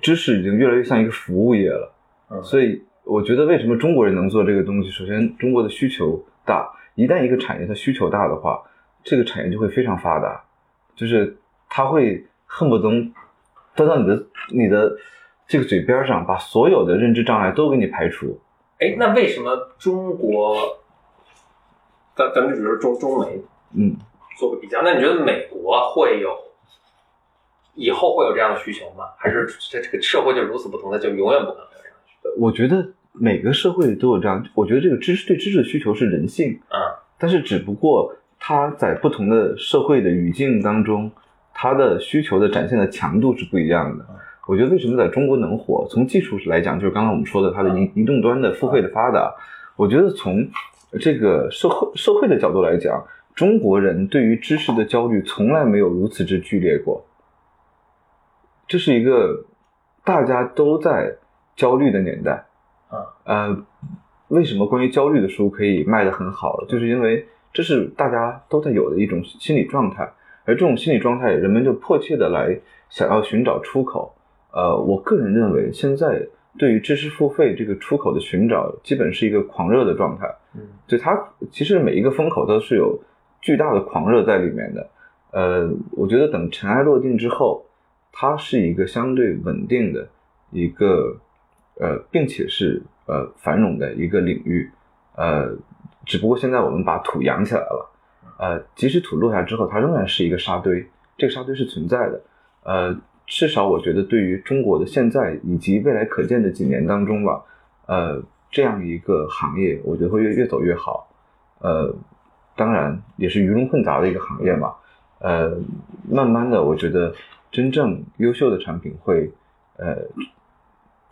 Speaker 2: 知识已经越来越像一个服务业了。
Speaker 3: 嗯，
Speaker 2: 所以我觉得为什么中国人能做这个东西，首先中国的需求大，一旦一个产业它需求大的话，这个产业就会非常发达，就是它会恨不得端到你的你的这个嘴边上，把所有的认知障碍都给你排除。
Speaker 3: 哎，那为什么中国，咱咱们就比如说中中美
Speaker 2: 嗯，
Speaker 3: 做个比较，那你觉得美国会有以后会有这样的需求吗？还是这这个社会就如此不同，它就永远不可能有这样的需
Speaker 2: 呃我觉得每个社会都有这样，我觉得这个知识对知识的需求是人性，
Speaker 3: 嗯，
Speaker 2: 但是只不过它在不同的社会的语境当中，它的需求的展现的强度是不一样的。我觉得为什么在中国能火，从技术来讲，就是刚才我们说的它的移移动端的付费的发达，我觉得从这个社会社会的角度来讲，中国人对于知识的焦虑从来没有如此之剧烈过。这是一个大家都在焦虑的年代。
Speaker 3: 嗯
Speaker 2: 呃，为什么关于焦虑的书可以卖得很好？就是因为这是大家都在有的一种心理状态。而这种心理状态，人们就迫切的来想要寻找出口。呃，我个人认为，现在对于知识付费这个出口的寻找，基本是一个狂热的状态。
Speaker 3: 嗯，
Speaker 2: 就它其实每一个风口都是有巨大的狂热在里面的。呃，我觉得等尘埃落定之后，它是一个相对稳定的一个呃，并且是呃繁荣的一个领域。呃，只不过现在我们把土扬起来了，呃，即使土落下之后，它仍然是一个沙堆，这个沙堆是存在的。呃，至少我觉得对于中国的现在以及未来可见的几年当中吧，呃，这样一个行业，我觉得会越越走越好。呃，当然也是鱼龙混杂的一个行业嘛。呃，慢慢的，我觉得真正优秀的产品会呃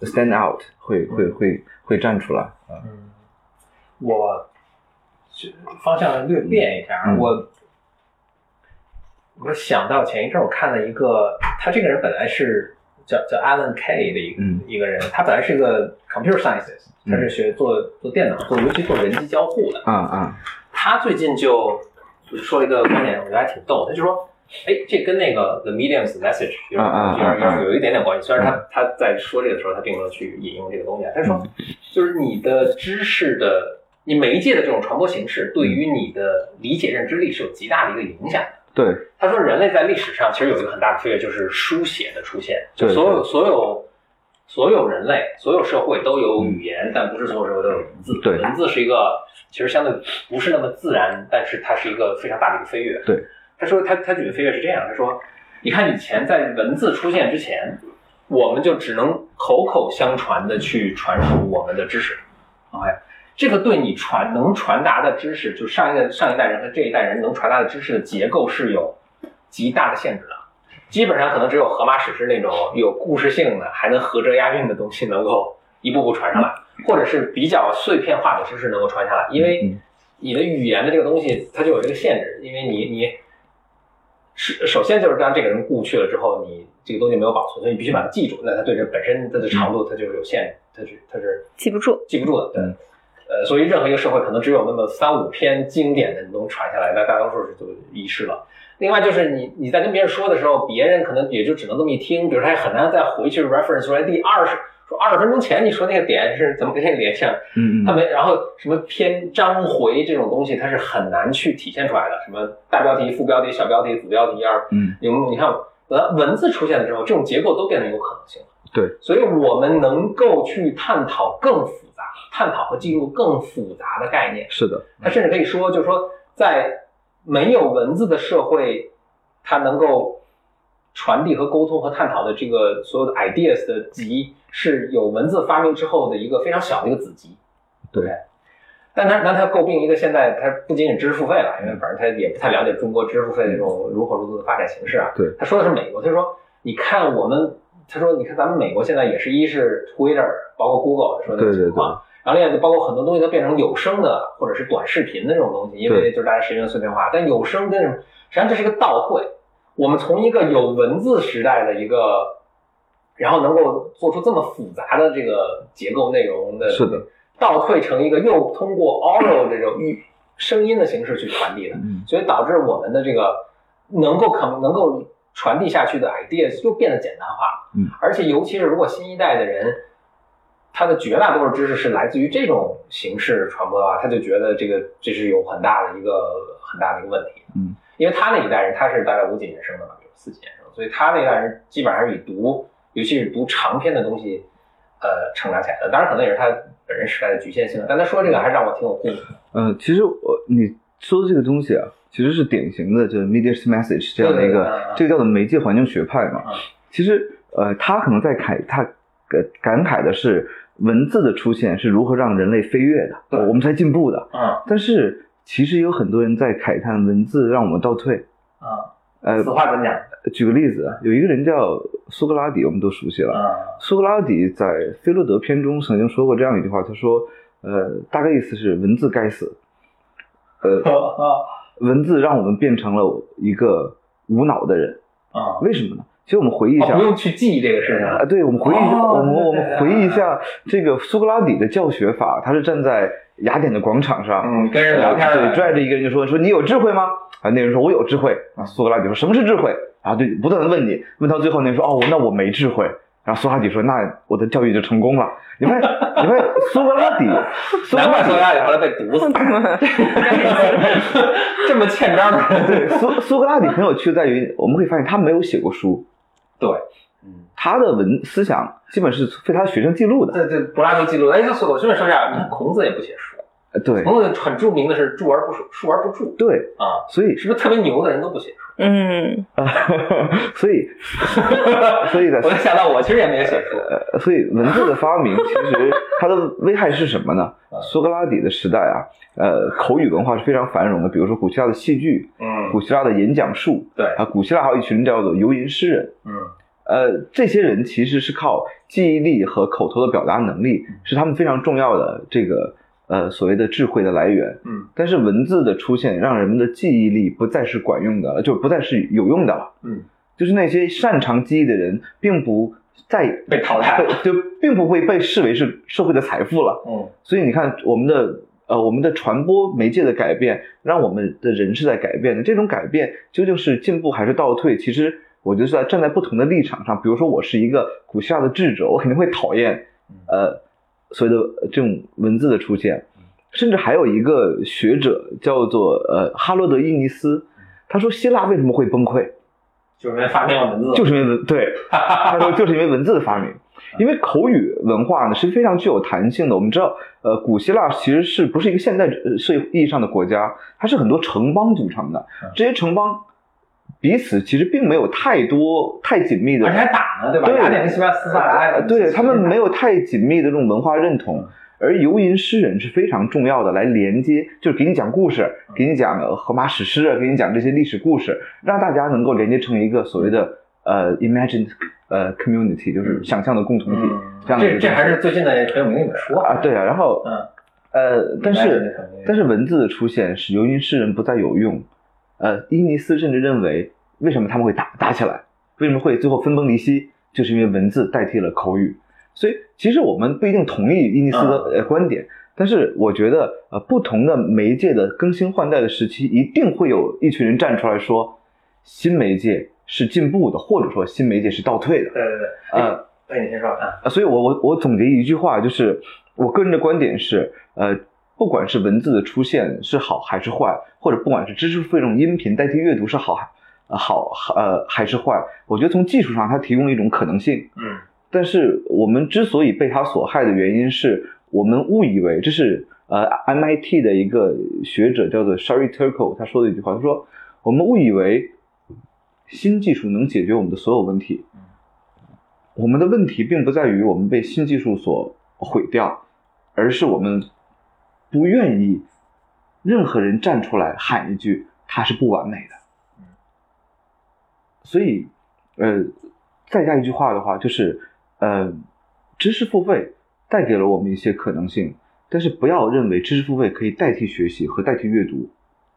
Speaker 2: stand out，会会会会站出来啊、
Speaker 3: 嗯，我是方向略变一下，啊
Speaker 2: 嗯
Speaker 3: 我我想到前一阵我看了一个，他这个人本来是叫叫 Alan Kay 的一个、
Speaker 2: 嗯
Speaker 3: 一个人，他本来是个 computer scientist，
Speaker 2: 嗯
Speaker 3: 他是学做做电脑，做尤其做人机交互的。
Speaker 2: 啊啊，
Speaker 3: 他最近就就说了一个观点，我觉得还挺逗，他就说。哎，这跟那个 The Medium's Message 有点
Speaker 2: 啊啊
Speaker 3: 有
Speaker 2: 啊啊
Speaker 3: 点有一点点关系。虽然他他在说这个的时候，他并没有去引用这个东西啊。他说，
Speaker 2: 嗯
Speaker 3: 就是你的知识的，你媒介的这种传播形式，对于你的理解认知力是有极大的一个影响的。
Speaker 2: 对，
Speaker 3: 他说，人类在历史上其实有一个很大的飞跃，就是书写的出现。就
Speaker 2: 对
Speaker 3: 所有所有所有人类，所有社会都有语言，但不是所有社会都有文字。
Speaker 2: 嗯对
Speaker 3: 文字是一个其实相对不是那么自然，但是它是一个非常大的一个飞跃。
Speaker 2: 对，
Speaker 3: 他说他他举的飞跃是这样，他说，你看以前在文字出现之前，我们就只能口口相传的去传输我们的知识。OK，这个对你传能传达的知识，就上一代上一代人和这一代人能传达的知识的结构是有极大的限制的。基本上可能只有荷马史诗那种有故事性的，还能合辙押韵的东西能够一步步传上来，或者是比较碎片化的知识能够传下来。因为
Speaker 2: 嗯
Speaker 3: 你的语言的这个东西，它就有这个限制，因为你你是首先就是当这个人故去了之后，你这个东西没有保存，所以你必须把它记住。那它对这本身它的长度，它就是有限制，它是它是
Speaker 4: 记不住。
Speaker 3: 记不住的。对
Speaker 2: 嗯，
Speaker 3: 呃，所以任何一个社会可能只有那么三五篇经典的能传下来，那大多数是就遗失了。另外就是你你在跟别人说的时候，别人可能也就只能这么一听，比如他也很难再回去 reference 出来第二十说二十分钟前你说那个点是怎么跟这个联想，
Speaker 2: 嗯
Speaker 3: 他
Speaker 2: 嗯，
Speaker 3: 没，然后什么篇章回这种东西，它是很难去体现出来的。什么大标题、副标题、小标题、子标题啊，
Speaker 2: 嗯，
Speaker 3: 你们你看文文字出现的时候，这种结构都变得有可能性了。
Speaker 2: 对，
Speaker 3: 所以我们能够去探讨更复杂、探讨和记录更复杂的概念。
Speaker 2: 是的，
Speaker 3: 它甚至可以说，就是说，在没有文字的社会，它能够传递和沟通和探讨的这个所有的 ideas 的集，是有文字发明之后的一个非常小的一个子集。
Speaker 2: 对
Speaker 3: 但他那他诟病一个现在他不仅仅知识付费了，因为反正他也不太了解中国知识付费的这种如火如荼的发展形势啊。
Speaker 2: 对
Speaker 3: 他说的是美国，他说你看我们，他说你看咱们美国现在也是一是 Twitter，包括 Google 说那
Speaker 2: 对
Speaker 3: 个
Speaker 2: 对
Speaker 3: 情况，然后另外就包括很多东西都变成有声的或者是短视频的这种东西，因为
Speaker 2: 对
Speaker 3: 就是大家时间碎片化，但有声跟实际上这是一个倒退，我们从一个有文字时代的一个，然后能够做出这么复杂的这个结构内容的，
Speaker 2: 是的，
Speaker 3: 倒退成一个又通过 oral 这种语声音的形式去传递的，
Speaker 2: 嗯
Speaker 3: 所以导致我们的这个能够可能够传递下去的 ideas 又变得简单化了。
Speaker 2: 嗯，
Speaker 3: 而且尤其是如果新一代的人，他的绝大多数知识是来自于这种形式传播的啊话，他就觉得这个这是有很大的一个很大的一个问题。
Speaker 2: 嗯，
Speaker 3: 因为他那一代人他是大概五几年生的吧，比如四几年生的，所以他那一代人基本上是以读，尤其是读长篇的东西，呃，成长起来的。当然，可能也是他本人时代的局限性了，但他说这个还让我挺有共鸣的。
Speaker 2: 呃，其实我你说的这个东西啊，其实是典型的就是 media's message 这样的一
Speaker 3: 对对对
Speaker 2: 个
Speaker 3: 嗯，
Speaker 2: 这个叫做媒介环境学派嘛
Speaker 3: 嗯。
Speaker 2: 其实呃，他可能在慨他呃感慨的是文字的出现是如何让人类飞跃的，
Speaker 3: 对
Speaker 2: 我们才进步的。
Speaker 3: 嗯
Speaker 2: 但是其实有很多人在慨叹文字让我们倒退。
Speaker 3: 嗯，
Speaker 2: 呃，
Speaker 3: 此话怎讲？
Speaker 2: 举个例子，啊有一个人叫苏格拉底，我们都熟悉了。
Speaker 3: 嗯
Speaker 2: 苏格拉底在《菲洛德》篇中曾经说过这样一句话，他说：“呃，大概意思是文字该死，
Speaker 3: 啊
Speaker 2: 文字让我们变成了一个无脑的人。
Speaker 3: 啊
Speaker 2: 为什么呢？其实我们
Speaker 3: <laughs>
Speaker 2: 回忆一
Speaker 3: 哦，
Speaker 2: 下
Speaker 3: 不，用去记忆这个事情
Speaker 2: 啊，
Speaker 3: 了。
Speaker 2: 对，我们回忆一下，
Speaker 3: 哦
Speaker 2: 我们
Speaker 3: 对对
Speaker 2: 我们
Speaker 3: 对
Speaker 2: 回忆一
Speaker 3: 啊
Speaker 2: 下这个苏格拉底的教学法，他是站在雅典的广场上，
Speaker 3: 嗯，跟人聊天
Speaker 2: 对，
Speaker 3: 儿 <laughs>
Speaker 2: 拽着一个人就说说你有智慧吗？啊，那人说我有智慧。啊，苏格拉底说什么是智慧？啊，对，不断的问你，问到最后那人说哦，那我没智慧。然后苏格拉底说那我的教育就成功了。你发现你发现苏格拉
Speaker 3: <laughs>
Speaker 2: 底，苏格
Speaker 3: 难
Speaker 2: 拉
Speaker 3: 怪
Speaker 2: 底
Speaker 3: 说亚里后来被毒死， <laughs> 这么欠招的人。
Speaker 2: 对苏苏格拉底很有趣在于，我们可以发现他没有写过书，
Speaker 3: 对，
Speaker 2: 他的文思想基本是被他的学生记录的。
Speaker 3: 这这柏拉图记录，哎，就是我顺便说一下，你看孔子也不写书，
Speaker 2: 呃对
Speaker 3: 孔子很著名的是著而不述，述而不著
Speaker 2: 对，
Speaker 3: 啊，
Speaker 2: 所以
Speaker 3: 是不是特别牛的人都不写书？
Speaker 4: 嗯，
Speaker 2: <laughs> 所以，所以在
Speaker 3: 我就想到我其实也没有写书，
Speaker 2: 呃，所以文字的发明其实它的危害是什么呢
Speaker 3: 嗯？
Speaker 2: 苏格拉底的时代啊，呃，口语文化是非常繁荣的，比如说古希腊的戏剧、
Speaker 3: 嗯
Speaker 2: 古希腊的演讲术
Speaker 3: 对，
Speaker 2: 啊，古希腊还有一群叫做游吟诗人。
Speaker 3: 嗯
Speaker 2: 呃，这些人其实是靠记忆力和口头的表达能力，是他们非常重要的这个呃所谓的智慧的来源。
Speaker 3: 嗯
Speaker 2: 但是文字的出现，让人们的记忆力不再是管用的了，就不再是有用的了。
Speaker 3: 嗯，
Speaker 2: 就是那些擅长记忆的人，并不再
Speaker 3: 被淘汰了
Speaker 2: 被就并不会被视为是社会的财富了。
Speaker 3: 嗯
Speaker 2: 所以你看，我们的呃，我们的传播媒介的改变，让我们的人是在改变的。这种改变究竟是进步还是倒退？其实我就是在站在不同的立场上。比如说，我是一个古希腊的智者，我肯定会讨厌呃所谓的呃这种文字的出现。甚至还有一个学者叫做呃哈罗德·伊尼斯，他说希腊为什么会崩溃，
Speaker 3: 就是因为发明了文字，
Speaker 2: 就是因为文
Speaker 3: <laughs>
Speaker 2: 对他说就是因为文字的发明，
Speaker 3: 嗯
Speaker 2: 因为口语文化呢是非常具有弹性的。我们知道，呃，古希腊其实是不是一个现代呃社会意义上的国家，它是很多城邦组成的
Speaker 3: 嗯。
Speaker 2: 这些城邦彼此其实并没有太多太紧密的，
Speaker 3: 而且还打呢，对吧？
Speaker 2: 对
Speaker 3: 雅典跟西班牙斯巴达，
Speaker 2: 呃对他们没有太紧密的这种文化认同。而游吟诗人是非常重要的，来连接，就是给你讲故事，给你讲呃荷马史诗啊，给你讲这些历史故事，让大家能够连接成一个所谓的呃 imagined 呃 community，就是
Speaker 3: 嗯
Speaker 2: 想象的共同体。
Speaker 3: 嗯，
Speaker 2: 这样的一
Speaker 3: 这
Speaker 2: 个
Speaker 3: 这还是最近的很有名的一本书
Speaker 2: 啊，对啊，然后
Speaker 3: 嗯，
Speaker 2: 呃，但
Speaker 3: 明白
Speaker 2: 是
Speaker 3: 明白
Speaker 2: 但是文字的出现使游吟诗人不再有用。呃，伊尼斯甚至认为，为什么他们会打打起来？为什么会最后分崩离析？就是因为文字代替了口语。所以，其实我们不一定同意伊尼斯的
Speaker 3: 嗯
Speaker 2: 呃观点，但是我觉得，呃，不同的媒介的更新换代的时期，一定会有一群人站出来说，新媒介是进步的，或者说新媒介是倒退的。
Speaker 3: 对对对，
Speaker 2: 呃，
Speaker 3: 哎，你先说啊，
Speaker 2: 啊，所以我我我总结一句话，就是我个人的观点是，呃，不管是文字的出现是好还是坏，或者不管是知识付费这种音频代替阅读是好还呃好呃还是坏，我觉得从技术上它提供了一种可能性，
Speaker 3: 嗯
Speaker 2: 但是我们之所以被它所害的原因是我们误以为这是呃 MIT 的一个学者叫做 Sherry Turkle 他说的一句话，他说我们误以为新技术能解决我们的所有问题，我们的问题并不在于我们被新技术所毁掉，而是我们不愿意任何人站出来喊一句它是不完美的。所以，呃，再加一句话的话，就是，呃，知识付费带给了我们一些可能性，但是不要认为知识付费可以代替学习和代替阅读，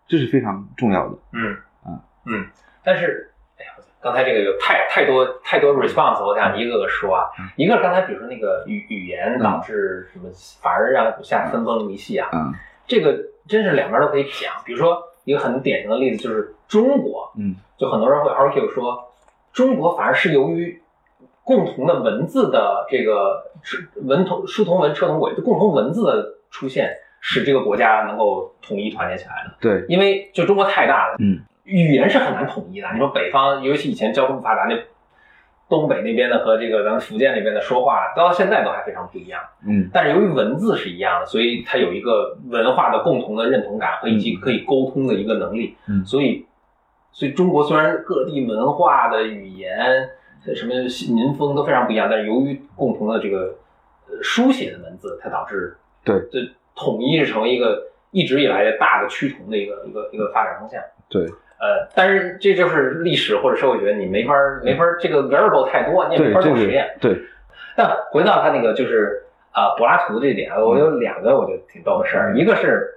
Speaker 2: 这是非常重要的。
Speaker 3: 嗯
Speaker 2: 啊
Speaker 3: 嗯，但是，哎呀，刚才这个有太太多太多 response，我想一个个说啊，一个是刚才比如说那个语语言导致什么，反而让股价分崩离析啊，
Speaker 2: 嗯
Speaker 3: 这个真是两边都可以讲，比如说一个很典型的例子就是中国，
Speaker 2: 嗯
Speaker 3: 就很多人会 argue 说，中国反而是由于共同的文字的这个文同书同文车同轨，就共同文字的出现，使这个国家能够统一团结起来的。
Speaker 2: 对，
Speaker 3: 因为就中国太大了，
Speaker 2: 嗯
Speaker 3: 语言是很难统一的。你说北方，尤其以前交通不发达那东北那边的和这个咱们福建那边的说话，到现在都还非常不一样。
Speaker 2: 嗯
Speaker 3: 但是由于文字是一样的，所以它有一个文化的共同的认同感和以及可以沟通的一个能力。
Speaker 2: 嗯
Speaker 3: 所以，所以中国虽然各地文化的语言、什么民风都非常不一样，但是由于共同的这个呃书写的文字，它导致
Speaker 2: 对
Speaker 3: 这统一成为一个一直以来的大的趋同的一个一个一个发展方向。
Speaker 2: 对，
Speaker 3: 呃，但是这就是历史或者社会学，你没法儿没法儿这个 variable 太多，你也没
Speaker 2: 对，
Speaker 3: 法儿
Speaker 2: 这
Speaker 3: 做
Speaker 2: 个
Speaker 3: 实验。
Speaker 2: 对，
Speaker 3: 但 <laughs> 回到他那个就是啊、呃柏拉图这点，我有两个我觉得挺逗的事儿，一个是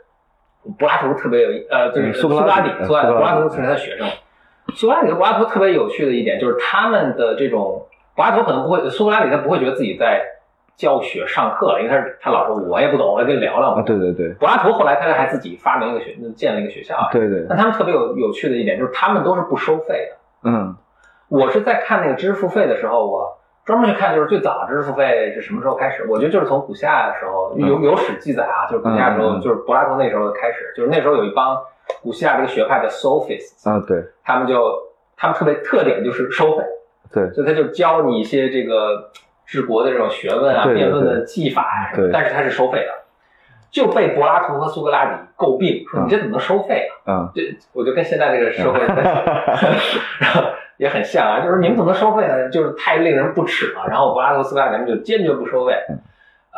Speaker 3: 柏拉图特别有意呃，就是
Speaker 2: 嗯苏
Speaker 3: 苏
Speaker 2: 格
Speaker 3: 格拉
Speaker 2: 拉
Speaker 3: 底
Speaker 2: 底，嗯
Speaker 3: 苏格拉
Speaker 2: 苏格拉底
Speaker 3: 柏拉图是他的学生，苏格拉底和柏拉图特别有趣的一点就是他们的这种，柏拉图可能不会，苏格拉底他不会觉得自己在教学上课了，因为他是他老说我也不懂，我跟你聊聊
Speaker 2: 啊，
Speaker 3: 嘛。
Speaker 2: 对对对
Speaker 3: 柏拉图后来他还自己发明一个学，建了一个学校啊。
Speaker 2: 对对，
Speaker 3: 但他们特别有有趣的一点就是他们都是不收费的。
Speaker 2: 嗯
Speaker 3: 我是在看那个知识付费的时候，我专门去看，就是最早知识付费是什么时候开始？我觉得就是从古希腊的时候有
Speaker 2: 嗯
Speaker 3: 有史记载啊，就是古希腊的时
Speaker 2: 嗯
Speaker 3: 候，
Speaker 2: 嗯
Speaker 3: 就是柏拉图那时候开始，就是那时候有一帮古希腊这个学派的 sophists，
Speaker 2: 啊，对
Speaker 3: 他们就他们特别特点就是收费，
Speaker 2: 对
Speaker 3: 所以他就教你一些这个治国的这种学问啊、
Speaker 2: 对对
Speaker 3: 辩论的技法啊什么
Speaker 2: 对，
Speaker 3: 但是它是收费的，就被柏拉图和苏格拉底诟病，说
Speaker 2: 嗯
Speaker 3: 你这怎么能收费啊？
Speaker 2: 啊，
Speaker 3: 这我就跟现在这个社会， <laughs> 然后也很像啊，就是你们怎么能收费呢？就是太令人不齿了。然后柏拉图、苏格拉底他们就坚决不收费，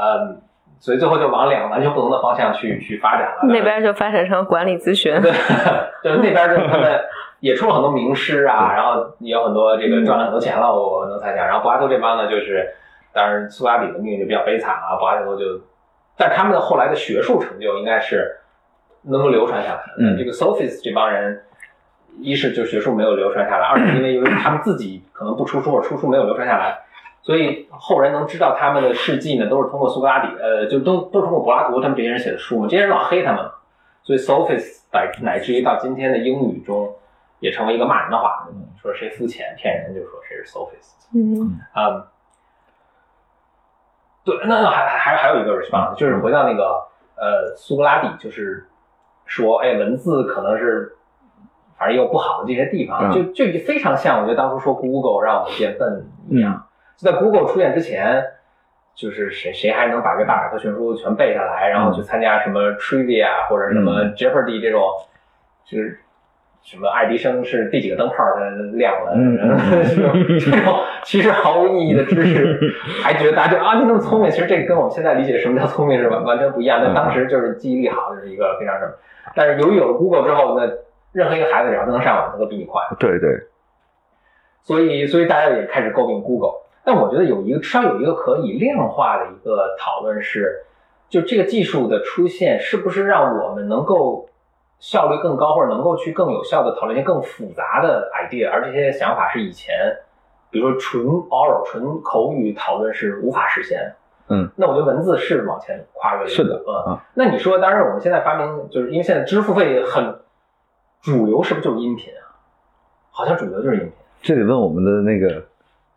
Speaker 3: 嗯，所以最后就往两个完全不同的方向去去发展了。
Speaker 4: 那边就发展成管理咨
Speaker 3: <laughs>
Speaker 4: 询，
Speaker 3: 对，就是那边就是他们也出了很多名师啊，然后也有很多这个赚了很多钱了，我我能猜想。然后柏拉图这帮呢，就是当然苏格拉底的命运就比较悲惨啊，柏拉图就，但他们的后来的学术成就应该是能够流传下来的。
Speaker 2: 嗯
Speaker 3: 这个 Sophist 这帮人。一是就学术没有流传下来，二是因为由于他们自己可能不出书或者出书没有流传下来，所以后人能知道他们的事迹呢，都是通过苏格拉底，呃，就都都是通过柏拉图他们这些人写的书嘛，这些人老黑他们嘛，所以 sophist 乃乃至于到今天的英语中，也成为一个骂人的话，说谁肤浅骗人就说谁是 sophist。
Speaker 4: 嗯，
Speaker 3: 嗯，对，那那还还还有一个
Speaker 2: 嗯
Speaker 3: response 就是回到那个呃苏格拉底，就是说，哎，文字可能是反正也有不好的这些地方，
Speaker 2: 嗯
Speaker 3: 就就非常像我觉得当初说 Google 让我们变笨一
Speaker 2: 嗯
Speaker 3: 样，就在 Google 出现之前。就是谁谁还能把这大百科全书全背下来，然
Speaker 2: 嗯
Speaker 3: 后去参加什么 trivia 啊或者什么 Jeopardy 这种，就是什么爱迪生是第几个灯泡儿它亮了，
Speaker 2: 嗯嗯
Speaker 3: <laughs>
Speaker 2: 嗯
Speaker 3: 这种这种其实毫无意义的知识，还觉得大家就啊你那么聪明，其实这跟我们现在理解什么叫聪明是完完全不一样。那
Speaker 2: 嗯
Speaker 3: 当时就是记忆力好，是一个非常什么，但是由于有了 Google 之后，那任何一个孩子只要他能上网，他都比你快。
Speaker 2: 对对，
Speaker 3: 所以所以大家也开始诟病 Google。但我觉得有一个至少有一个可以量化的一个讨论是，就这个技术的出现是不是让我们能够效率更高，或者能够去更有效的讨论一些更复杂的 idea，而这些想法是以前。比如说纯 oral 纯口语讨论是无法实现的，
Speaker 2: 嗯，
Speaker 3: 那我觉得文字是往前跨越了一步
Speaker 2: 是的
Speaker 3: 嗯，
Speaker 2: 啊
Speaker 3: 那你说，当然我们现在发明，就是因为现在支付费很主流，是不是就是音频啊？好像主流就是音频。
Speaker 2: 这得问我们的那个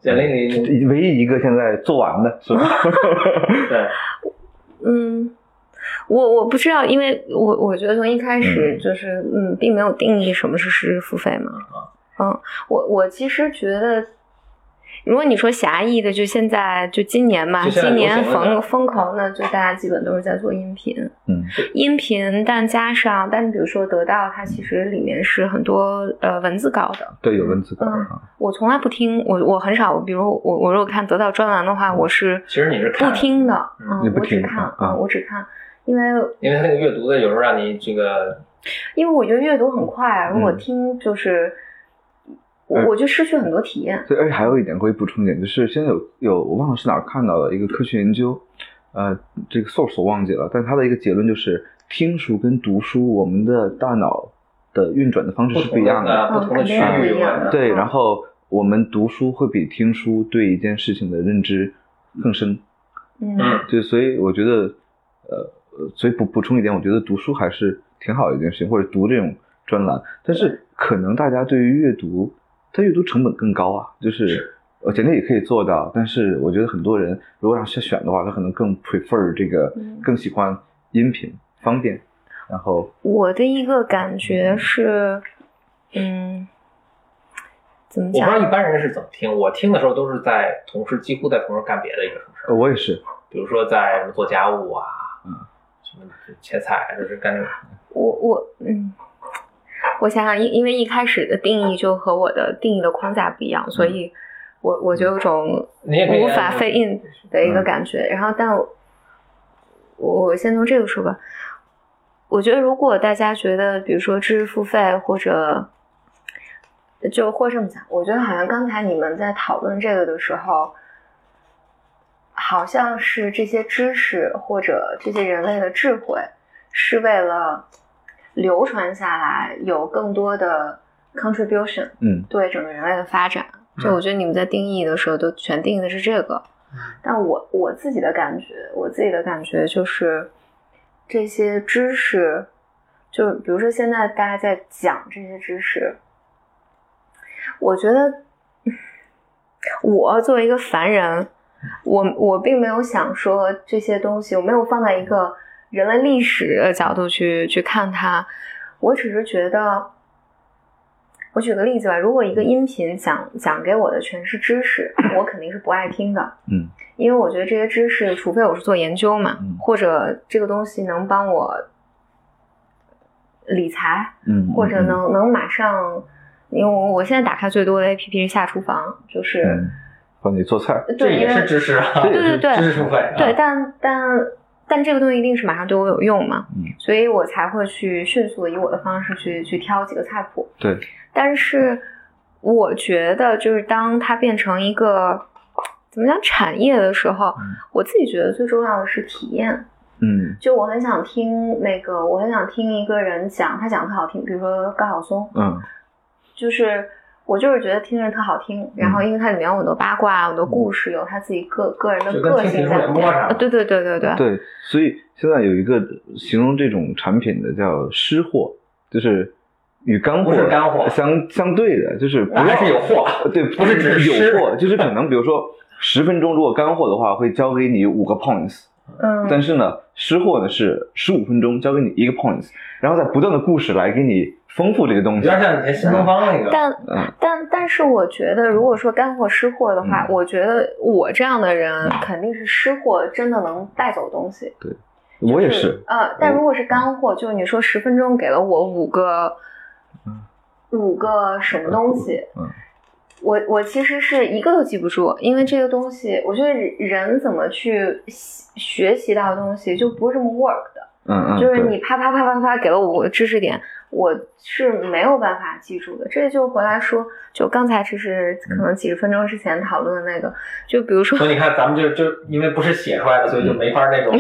Speaker 2: 呃
Speaker 3: 简历里
Speaker 2: 唯一一个现在做完的
Speaker 3: <laughs>
Speaker 2: 是吧？ <laughs>
Speaker 3: 对，
Speaker 4: 嗯，我我不知道，因为我我觉得从一开始就是嗯并没有定义什么是实时付费嘛。
Speaker 3: 啊
Speaker 4: 嗯，我我其实觉得，如果你说狭义的，就现在就今年嘛，
Speaker 3: 就现在
Speaker 4: 今年
Speaker 3: 流行的
Speaker 4: 疯疯狂的，就大家基本都是在做音频，
Speaker 2: 嗯，
Speaker 4: 音频，但加上，但比如说得到，它其实里面是很多呃文字稿的，
Speaker 2: 对，有文字稿
Speaker 4: 嗯
Speaker 2: 啊，
Speaker 4: 我从来不听，我我很少，比如我我如果看得到专栏的话，我是
Speaker 3: 嗯其实你是看
Speaker 4: 不听的，
Speaker 3: 嗯
Speaker 4: 嗯，
Speaker 2: 你不
Speaker 4: 我只
Speaker 2: 听
Speaker 4: 看，
Speaker 2: 嗯
Speaker 4: 嗯，我只看，因为
Speaker 3: 因为他那个阅读的有时候让你这个，
Speaker 4: 因为我觉得阅读很快，如果听就是，我
Speaker 2: 嗯
Speaker 4: 我就失去很多体验。
Speaker 2: 对，而且还有一点可以补充一点，就是现在有有我忘了是哪儿看到的一个科学研究，呃，这个 source 我忘记了，但它的一个结论就是，听书跟读书，我们的大脑的运转的方式
Speaker 3: 不
Speaker 2: 是不
Speaker 3: 同
Speaker 2: 一样的。
Speaker 3: 的不
Speaker 4: 嗯，
Speaker 3: 同的
Speaker 4: 肯
Speaker 3: 区
Speaker 4: 定不
Speaker 3: 域
Speaker 4: 一样的。
Speaker 2: 对，
Speaker 4: 嗯
Speaker 2: 然后我们读书会比听书对一件事情的认知更深，
Speaker 4: 嗯
Speaker 3: 嗯，
Speaker 2: 就所以我觉得，呃，所以补补充一点，我觉得读书还是挺好的一件事情，或者读这种专栏，但是可能大家对于阅读，它阅读成本更高啊，就是
Speaker 3: 是
Speaker 2: 我简历也可以做到，但是我觉得很多人如果让他选的话，他可能更 prefer 这个
Speaker 4: 嗯，
Speaker 2: 更喜欢音频方便，然后
Speaker 4: 我的一个感觉是，嗯，怎么
Speaker 3: 我不知道
Speaker 4: 讲？
Speaker 3: 一般人是怎么听，我听的时候都是在同时几乎在同时干别的一个什么事
Speaker 2: 呃
Speaker 3: 儿，
Speaker 2: 我也是，
Speaker 3: 比如说在什么做家务啊，
Speaker 2: 嗯，
Speaker 3: 什么切菜，啊就是干这个，
Speaker 4: 我我嗯，我想想，因因为一开始的定义就和我的定义的框架不一样，
Speaker 3: 嗯
Speaker 4: 所以我我就有种
Speaker 3: 你也可以啊
Speaker 4: 无法 fit in 的
Speaker 3: 嗯
Speaker 4: 一个感觉。然后，但我我我先从这个说吧。我觉得，如果大家觉得，比如说知识付费或者就或这么讲，我觉得好像刚才你们在讨论这个的时候，好像是这些知识或者这些人类的智慧，是为了流传下来，有更多的 contribution
Speaker 2: 嗯
Speaker 4: 对整个人类的发展。这
Speaker 3: 嗯
Speaker 4: 我觉得你们在定义的时候都全定义的是这个，但我我自己的感觉，我自己的感觉就是这些知识，就是比如说现在大家在讲这些知识，我觉得我作为一个凡人，我我并没有想说这些东西，我没有放在一个人类历史的角度去去看它，我只是觉得。我举个例子吧，如果一个音频讲讲给我的全是知识，我肯定是不爱听的。
Speaker 2: 嗯
Speaker 4: 因为我觉得这些知识，除非我是做研究嘛，
Speaker 2: 嗯
Speaker 4: 或者这个东西能帮我理财，
Speaker 2: 嗯，
Speaker 4: 或者能能马上，因为我我现在打开最多的 APP 是下厨房，就是、
Speaker 2: 嗯，帮你做菜，
Speaker 3: 这
Speaker 4: 对，
Speaker 3: 也
Speaker 4: 因为
Speaker 3: 是知识啊，
Speaker 2: 对
Speaker 4: 对对对
Speaker 3: <laughs> 知识付费啊，
Speaker 4: 对，但但但这个东西一定是马上对我有用嘛，
Speaker 2: 嗯
Speaker 4: 所以我才会去迅速的以我的方式去去挑几个菜谱，
Speaker 2: 对，
Speaker 4: 但是我觉得，就是当它变成一个怎么讲产业的时候，
Speaker 2: 嗯
Speaker 4: 我自己觉得最重要的是体验。
Speaker 2: 嗯
Speaker 4: 就我很想听那个，我很想听一个人讲，他讲得特好听，比如说高晓松，
Speaker 2: 嗯
Speaker 4: 就是我就是觉得听着特好听，然
Speaker 2: 嗯
Speaker 4: 后因为它里面有很多八卦、很多故事，有他自己个个人的
Speaker 3: 就跟
Speaker 4: 个
Speaker 3: 听评
Speaker 4: 性
Speaker 3: 书
Speaker 4: 在
Speaker 3: 联
Speaker 4: 里
Speaker 3: 播
Speaker 4: 面。
Speaker 3: 啥
Speaker 4: 啊
Speaker 3: 的
Speaker 4: 对对对对对，
Speaker 2: 对，所以现在有一个形容这种产品的叫湿货，就是与干
Speaker 3: 不
Speaker 2: 货
Speaker 3: 是干货
Speaker 2: 相相对的，就是不
Speaker 3: 那还
Speaker 2: 要呃
Speaker 3: 是有货，
Speaker 2: 对，
Speaker 3: 不是只是湿
Speaker 2: 有货，就是可能比如说十分钟如果干货的话，会交给你五个 points，
Speaker 4: 嗯，
Speaker 2: 但是呢，湿货呢是十五分钟交给你一个 points，然后再不断的故事来给你丰富这个东
Speaker 3: 有
Speaker 2: 西。
Speaker 3: 点像以前新东方那个，
Speaker 4: 但
Speaker 2: 嗯
Speaker 4: 但但是我觉得，如果说干货湿货的话，
Speaker 2: 嗯
Speaker 4: 我觉得我这样的人肯定是湿货真的能带走东西。
Speaker 2: 我也，
Speaker 4: 就是呃，但如果是干货，就是你说十分钟给了我五个，五个什么东西，
Speaker 2: 嗯
Speaker 4: 我我其实是一个都记不住，因为这个东西，我觉得人怎么去习学习到的东西，就不是这么 work 的。
Speaker 2: 嗯嗯，
Speaker 4: <laughs> 就是
Speaker 2: 对
Speaker 4: 你啪啪啪啪啪给了我个知识点，我是没有办法记住的。这就回来说，就刚才这是
Speaker 2: 嗯
Speaker 4: 可能几十分钟之前讨论的那个，就比如说
Speaker 3: 所以你看咱们就就因为不是写出来的，所以就没法那
Speaker 4: <laughs>
Speaker 3: 种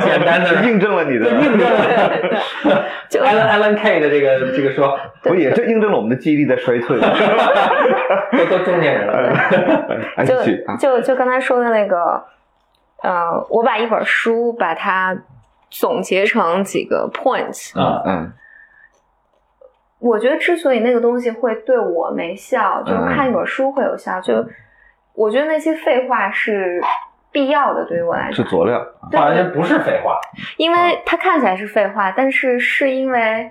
Speaker 3: 简单的
Speaker 2: 印证了你的
Speaker 3: 对，印证了
Speaker 4: <laughs> 就
Speaker 3: Alan Alan K 的这个这个说，
Speaker 2: 不也就印证了我们的记忆力在衰
Speaker 4: <laughs>
Speaker 2: 退。
Speaker 3: 都都中年人了，
Speaker 2: 哎， <laughs> 继续
Speaker 4: 就
Speaker 2: 啊，
Speaker 4: 就就刚才说的那个，呃，我把一本书把它总结成几个 points，
Speaker 3: <laughs> 啊，
Speaker 2: 嗯
Speaker 4: 我觉得之所以那个东西会对我没效，就是看一本书会有效，就我觉得那些废话是必要的，对于我来
Speaker 2: 是
Speaker 4: 说，
Speaker 2: 佐料。
Speaker 3: 完全不是废话，
Speaker 4: 因为它看起来是废话，但是是因为，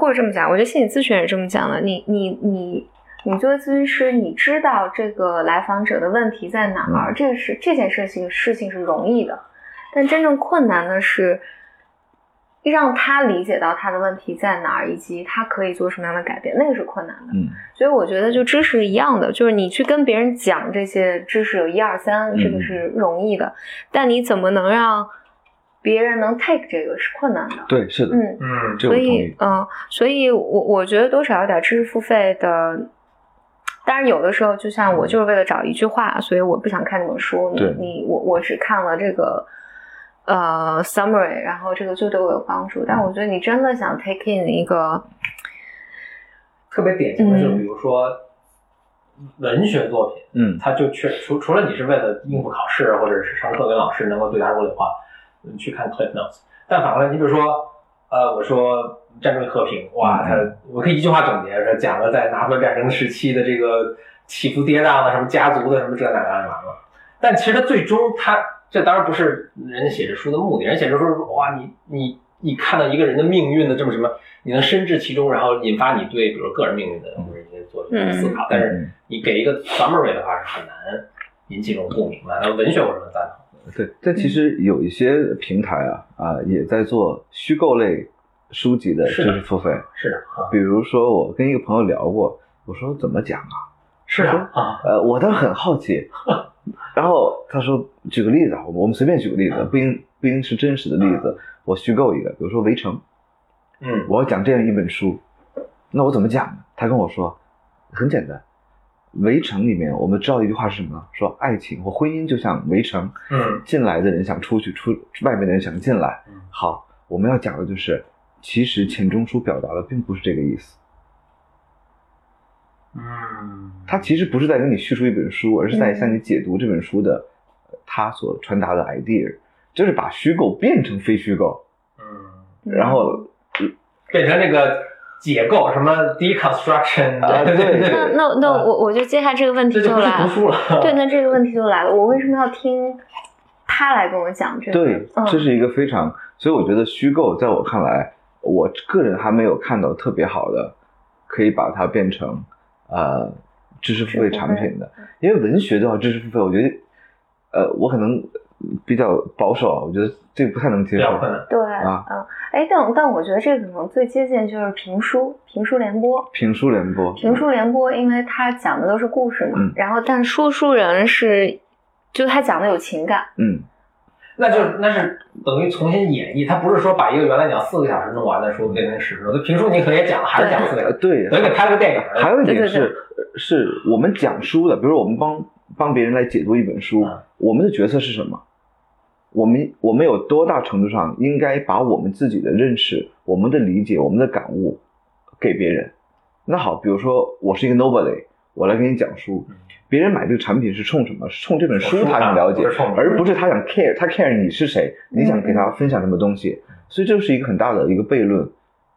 Speaker 4: 或者这么讲，我觉得心理咨询也是这么讲的，你你你。你作为咨询师，你知道这个来访者的问题在哪儿，这个是这件事情事情是容易的，但真正困难的是让他理解到他的问题在哪儿，以及他可以做什么样的改变，那个是困难的。
Speaker 2: 嗯
Speaker 4: 所以我觉得就知识一样的，就是你去跟别人讲这些知识有一二三，这
Speaker 2: 嗯
Speaker 4: 个是容易的，但你怎么能让别人能 take 这个是困难的。
Speaker 2: 对，是的，
Speaker 4: 嗯，
Speaker 3: 嗯，
Speaker 2: 这我
Speaker 4: 所
Speaker 2: 同
Speaker 4: 以
Speaker 2: 意。
Speaker 4: 嗯，所以我我觉得多少有点知识付费的。当然，有的时候就像我就是为了找一句话，所以我不想看这本书。
Speaker 2: 嗯
Speaker 4: 你
Speaker 2: 对
Speaker 4: 你我我只看了这个呃 summary，然后这个就对我有帮助。但我觉得你真的想 take in 一个
Speaker 3: 特别典型的就是
Speaker 4: 嗯
Speaker 3: 比如说文学作品，
Speaker 2: 嗯
Speaker 3: 它就确除除了你是为了应付考试或者是上课跟老师能够对答如流的话，你去看 Cliff Notes。但反过来，你比如说，呃，我说战争与和平，哇，他我可以一句话总结，说讲了在拿破仑战争时期的这个起伏跌宕的啊什么家族的什么这那那那那。但其实它最终它这当然不是人家写这书的目的，人家写这书是说哇，你你你看到一个人的命运的这么什么，你能深置其中，然后引发你对比如个人命运的或者一些做
Speaker 4: 嗯
Speaker 3: 思考。但是你给一个 summary 的话是很难引起这种共鸣的。那文学我是能赞同
Speaker 2: 嗯对，但其实有一些平台啊啊也在做虚构类书籍的知
Speaker 3: 是的
Speaker 2: 识付费，
Speaker 3: 的，是的啊，
Speaker 2: 比如说我跟一个朋友聊过，我说怎么讲啊？
Speaker 3: 是的啊，
Speaker 2: 呃，我倒是很好奇。然后他说举个例子啊，我们随便举个例子，不一定不一定是真实的例子，我虚构一个，比如说《围城》，
Speaker 3: 嗯，
Speaker 2: 我要讲这样一本书，那我怎么讲呢？他跟我说，很简单，《围城》里面我们知道的一句话是什么呢？说爱情或婚姻就像围城，
Speaker 3: 嗯，
Speaker 2: 进来的人想出去，出外面的人想进来
Speaker 3: 嗯。
Speaker 2: 好，我们要讲的就是，其实钱钟书表达的并不是这个意思。
Speaker 3: 嗯，
Speaker 2: 他其实不是在跟你叙述一本书，而是在
Speaker 4: 嗯
Speaker 2: 向你解读这本书的呃他所传达的 idea，就是把虚构变成非虚构，
Speaker 3: 嗯，
Speaker 2: 然后
Speaker 3: 变成这个解构什么 deconstruction
Speaker 2: 啊对对
Speaker 4: 那那那
Speaker 3: 啊
Speaker 4: 我我就接下这个问题
Speaker 3: 这就
Speaker 4: 就
Speaker 3: 不是
Speaker 4: 来
Speaker 3: 读
Speaker 4: 了，
Speaker 3: 书了。啊
Speaker 4: 对，那这个问题就来了，我为什么要听他来跟我讲这个？
Speaker 2: 对，这
Speaker 4: 嗯
Speaker 2: 是一个非常，所以我觉得虚构在我看来，我个人还没有看到特别好的，可以把它变成呃知识付费嗯产品的，因为文学都要知识付费，我觉得呃我可能比较保守，啊，我觉得这个不太能接
Speaker 3: 比
Speaker 2: 受
Speaker 3: 较困难。
Speaker 4: 对，
Speaker 2: 啊
Speaker 4: 嗯，哎，但但我觉得这个可能最接近就是评书，评书联播，
Speaker 2: 评书联播，
Speaker 4: 评书联播，因为他讲的都是故事嘛，
Speaker 2: 嗯
Speaker 4: 然后但说书人是，就他讲的有情感，
Speaker 2: 嗯，
Speaker 3: 那就是那是等于重新演绎，它不是说把一个原来讲四个小时弄完的书变成十分钟。评书你可能也讲了，还是讲四个小
Speaker 2: 呃
Speaker 3: 时，
Speaker 2: 对，
Speaker 3: 等于给拍个电影。
Speaker 2: 还有一点
Speaker 4: 对对
Speaker 2: 是，呃是我们讲书的，比如我们帮帮别人来解读一本书，
Speaker 3: 嗯
Speaker 2: 我们的角色是什么？我们我们有多大程度上应该把我们自己的认识、我们的理解、我们的感悟给别人？那好，比如说我是一个 nobody，我来给你讲书
Speaker 3: 嗯，
Speaker 2: 别人买这个产品是冲什么？是冲这本书
Speaker 3: 冲书
Speaker 2: 他想
Speaker 3: 看
Speaker 2: 了解
Speaker 3: 啊不是冲，你
Speaker 2: 而不是他想 care，他 care 你是谁，你想给他分享什么东西，所以这是一个很大的一个悖论，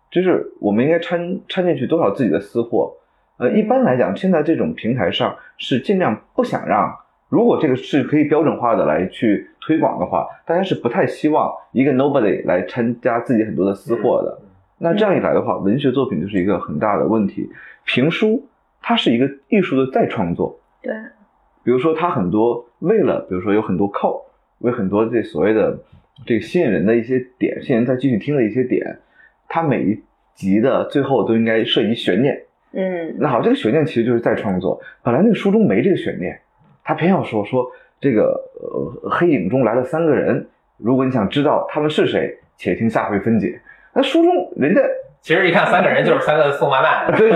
Speaker 2: 就是我们应该掺掺进去多少自己的私货。呃，一般来讲，现在这种平台上是尽量不想让，如果这个是可以标准化的来去推广的话，大家是不太希望一个 nobody 来参加自己很多的私货的。那这样一来的话，文学作品就是一个很大的问题。评书它是一个艺术的再创作，
Speaker 4: 对，
Speaker 2: 比如说他很多为了，比如说有很多扣，为很多这所谓的这个吸引人的一些点，吸引人再继续听的一些点，他每一集的最后都应该设一悬念。
Speaker 4: 嗯
Speaker 2: 那好，这个悬念其实就是再创作。本来那个书中没这个悬念，他偏要说说这个呃黑影中来了三个人，如果你想知道他们是谁，且听下回分解。那书中人家 <laughs>
Speaker 3: 其实一看三个人就是三个宋妈蛋，
Speaker 2: 对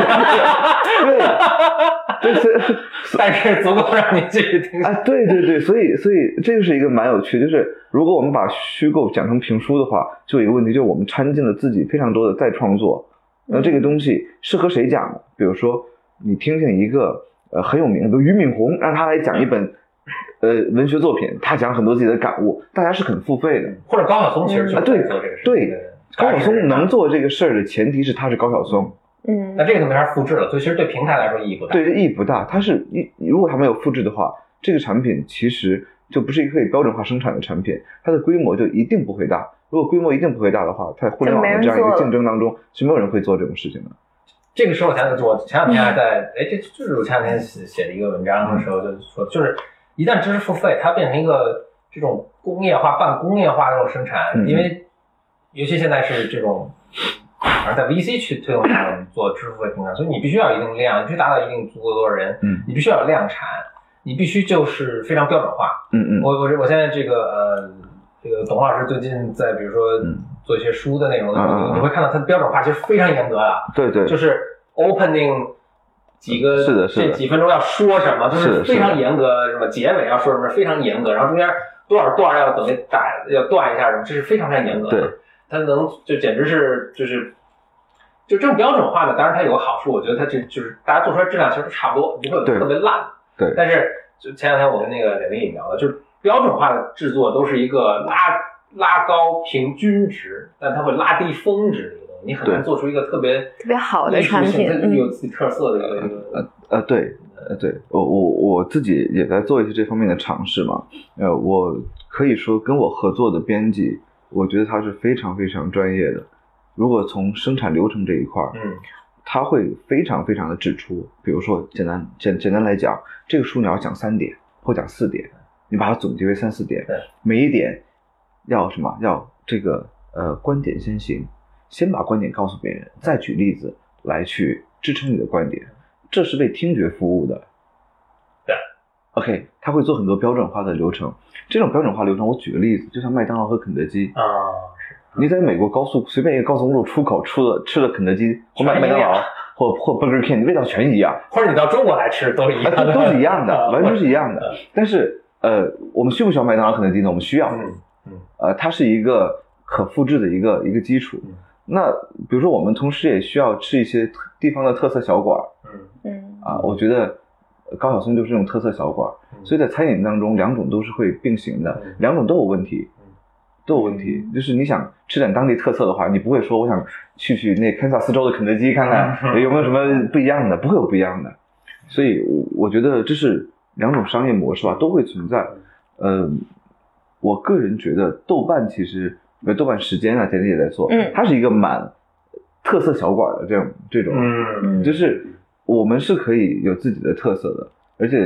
Speaker 2: 对对对，是
Speaker 3: 但是足够让你继续
Speaker 2: <laughs>
Speaker 3: 听。
Speaker 2: 啊，对对对，所以所以这就是一个蛮有趣，就是如果我们把虚构讲成评书的话，就有一个问题，就是我们掺进了自己非常多的再创作。那这个东西是和谁讲的？比如说，你听听一个呃很有名的，比如俞敏洪，让他来讲一本呃文学作品，他讲很多自己的感悟，大家是很付费的。
Speaker 3: 或者高晓松其实就
Speaker 2: 啊
Speaker 3: 是
Speaker 2: 对
Speaker 3: 在做这个事。
Speaker 2: 对高晓松能
Speaker 3: 做。
Speaker 2: 做这个事儿的前提是他是高晓松，
Speaker 4: 嗯
Speaker 3: 那，这个就没法复制了，所以其实对平台来说意义不大。
Speaker 2: 对，这意义不大。它是一，如果它没有复制的话，这个产品其实就不是一个可以标准化生产的产品，它的规模就一定不会大。如果规模一定不会大的话，在互联网
Speaker 4: 就没
Speaker 2: 的
Speaker 4: 人
Speaker 2: 这样一
Speaker 4: 做
Speaker 2: 个
Speaker 4: 了
Speaker 2: 竞争当中，是没有人会做这种事情的。
Speaker 3: 这个时候我前两我前两天还
Speaker 2: 嗯
Speaker 3: 在，哎，这就是我前两天写写的一个文章的时候，就是说，就是一旦知识付费，它变成一个这种工业化、半工业化的这种生产，
Speaker 2: 嗯
Speaker 3: 因为尤其现在是这种，反正在 VC 去推动下做支付费平台，所以你必须要有一定量，你必须达到一定足够多的人，
Speaker 2: 嗯
Speaker 3: 你必须要有量产，你必须就是非常标准化，
Speaker 2: 嗯嗯
Speaker 3: 我我我现在这个呃，这个董老师最近在比如说
Speaker 2: 嗯
Speaker 3: 做一些书的内容的时候，
Speaker 2: 嗯嗯嗯
Speaker 3: 你会看到它的标准化其实非常严格的，
Speaker 2: 对对，
Speaker 3: 就是 opening 几个
Speaker 2: 是的是的
Speaker 3: 这几分钟要说什么，就是
Speaker 2: 的是的
Speaker 3: 非常严格，什么结尾要说什么非常严格，然后中间多少段要等于打要断一下什么，这是非常非常严格的。
Speaker 2: 对，
Speaker 3: 它能就简直是就是。就这种标准化呢，当然它有个好处，我觉得它这就是大家做出来质量其实差不多，不会有
Speaker 2: 对
Speaker 3: 特别烂的。
Speaker 2: 对
Speaker 3: 但是就前两天我跟那个简历也聊了，就是标准化的制作都是一个拉拉高平均值，但它会拉低峰值的一个东西，你很难
Speaker 2: 对
Speaker 3: 做出一个特别
Speaker 4: 特别好的产品
Speaker 3: 艺术性它
Speaker 4: 嗯
Speaker 3: 有自己特色的一个一个。
Speaker 2: 呃对呃对，我我我自己也在做一些这方面的尝试嘛。呃，我可以说跟我合作的编辑，我觉得他是非常非常专业的。如果从生产流程这一块儿，
Speaker 3: 嗯
Speaker 2: 他会非常非常的指出，比如说简单简简单来讲，这个书你要讲三点或讲四点，你把它总结为三四点
Speaker 3: 对，
Speaker 2: 每一点要什么？要这个呃观点先行，先把观点告诉别人，再举例子来去支撑你的观点，这是为听觉服务的。
Speaker 3: 对
Speaker 2: ，OK，他会做很多标准化的流程，这种标准化流程，我举个例子，就像麦当劳和肯德基，
Speaker 3: 啊，
Speaker 2: 你在美国高速随便一个高速公路出口出的吃的肯德基或麦
Speaker 3: 全一
Speaker 2: 麦
Speaker 3: 样
Speaker 2: 当
Speaker 3: <laughs>
Speaker 2: 劳或或 Burger King，味道全一样，
Speaker 3: 或者你到中国来吃都是
Speaker 2: 啊
Speaker 3: 一样的，
Speaker 2: <laughs> 都是一样的，
Speaker 3: 啊
Speaker 2: 完全都是一样的。但是呃，我们需不需要麦当劳、肯德基呢？我们需要，
Speaker 3: 嗯
Speaker 2: 呃，它是一个可复制的一个一个基础
Speaker 3: 嗯。
Speaker 2: 那比如说，我们同时也需要吃一些特地方的特色小馆儿
Speaker 3: 嗯，
Speaker 4: 嗯
Speaker 2: 啊，我觉得高晓松就是这种特色小馆儿，所以在餐饮当中，两种都是会并行的
Speaker 3: 嗯，
Speaker 2: 两种都有问题
Speaker 3: 嗯，
Speaker 2: 都有问题。就是你想吃点当地特色的话，你不会说我想去去那堪萨斯州的肯德基看
Speaker 3: 嗯
Speaker 2: 看有没有什么不一样的，不会有不一样的。所以我，我觉得这是两种商业模式吧，都会存在。嗯，我个人觉得豆瓣其实，呃豆瓣时间啊，简历也在做，
Speaker 4: 嗯
Speaker 2: 它是一个蛮特色小馆儿的这种这种，
Speaker 3: 嗯
Speaker 4: 嗯
Speaker 2: 就是我们是可以有自己的特色的，而且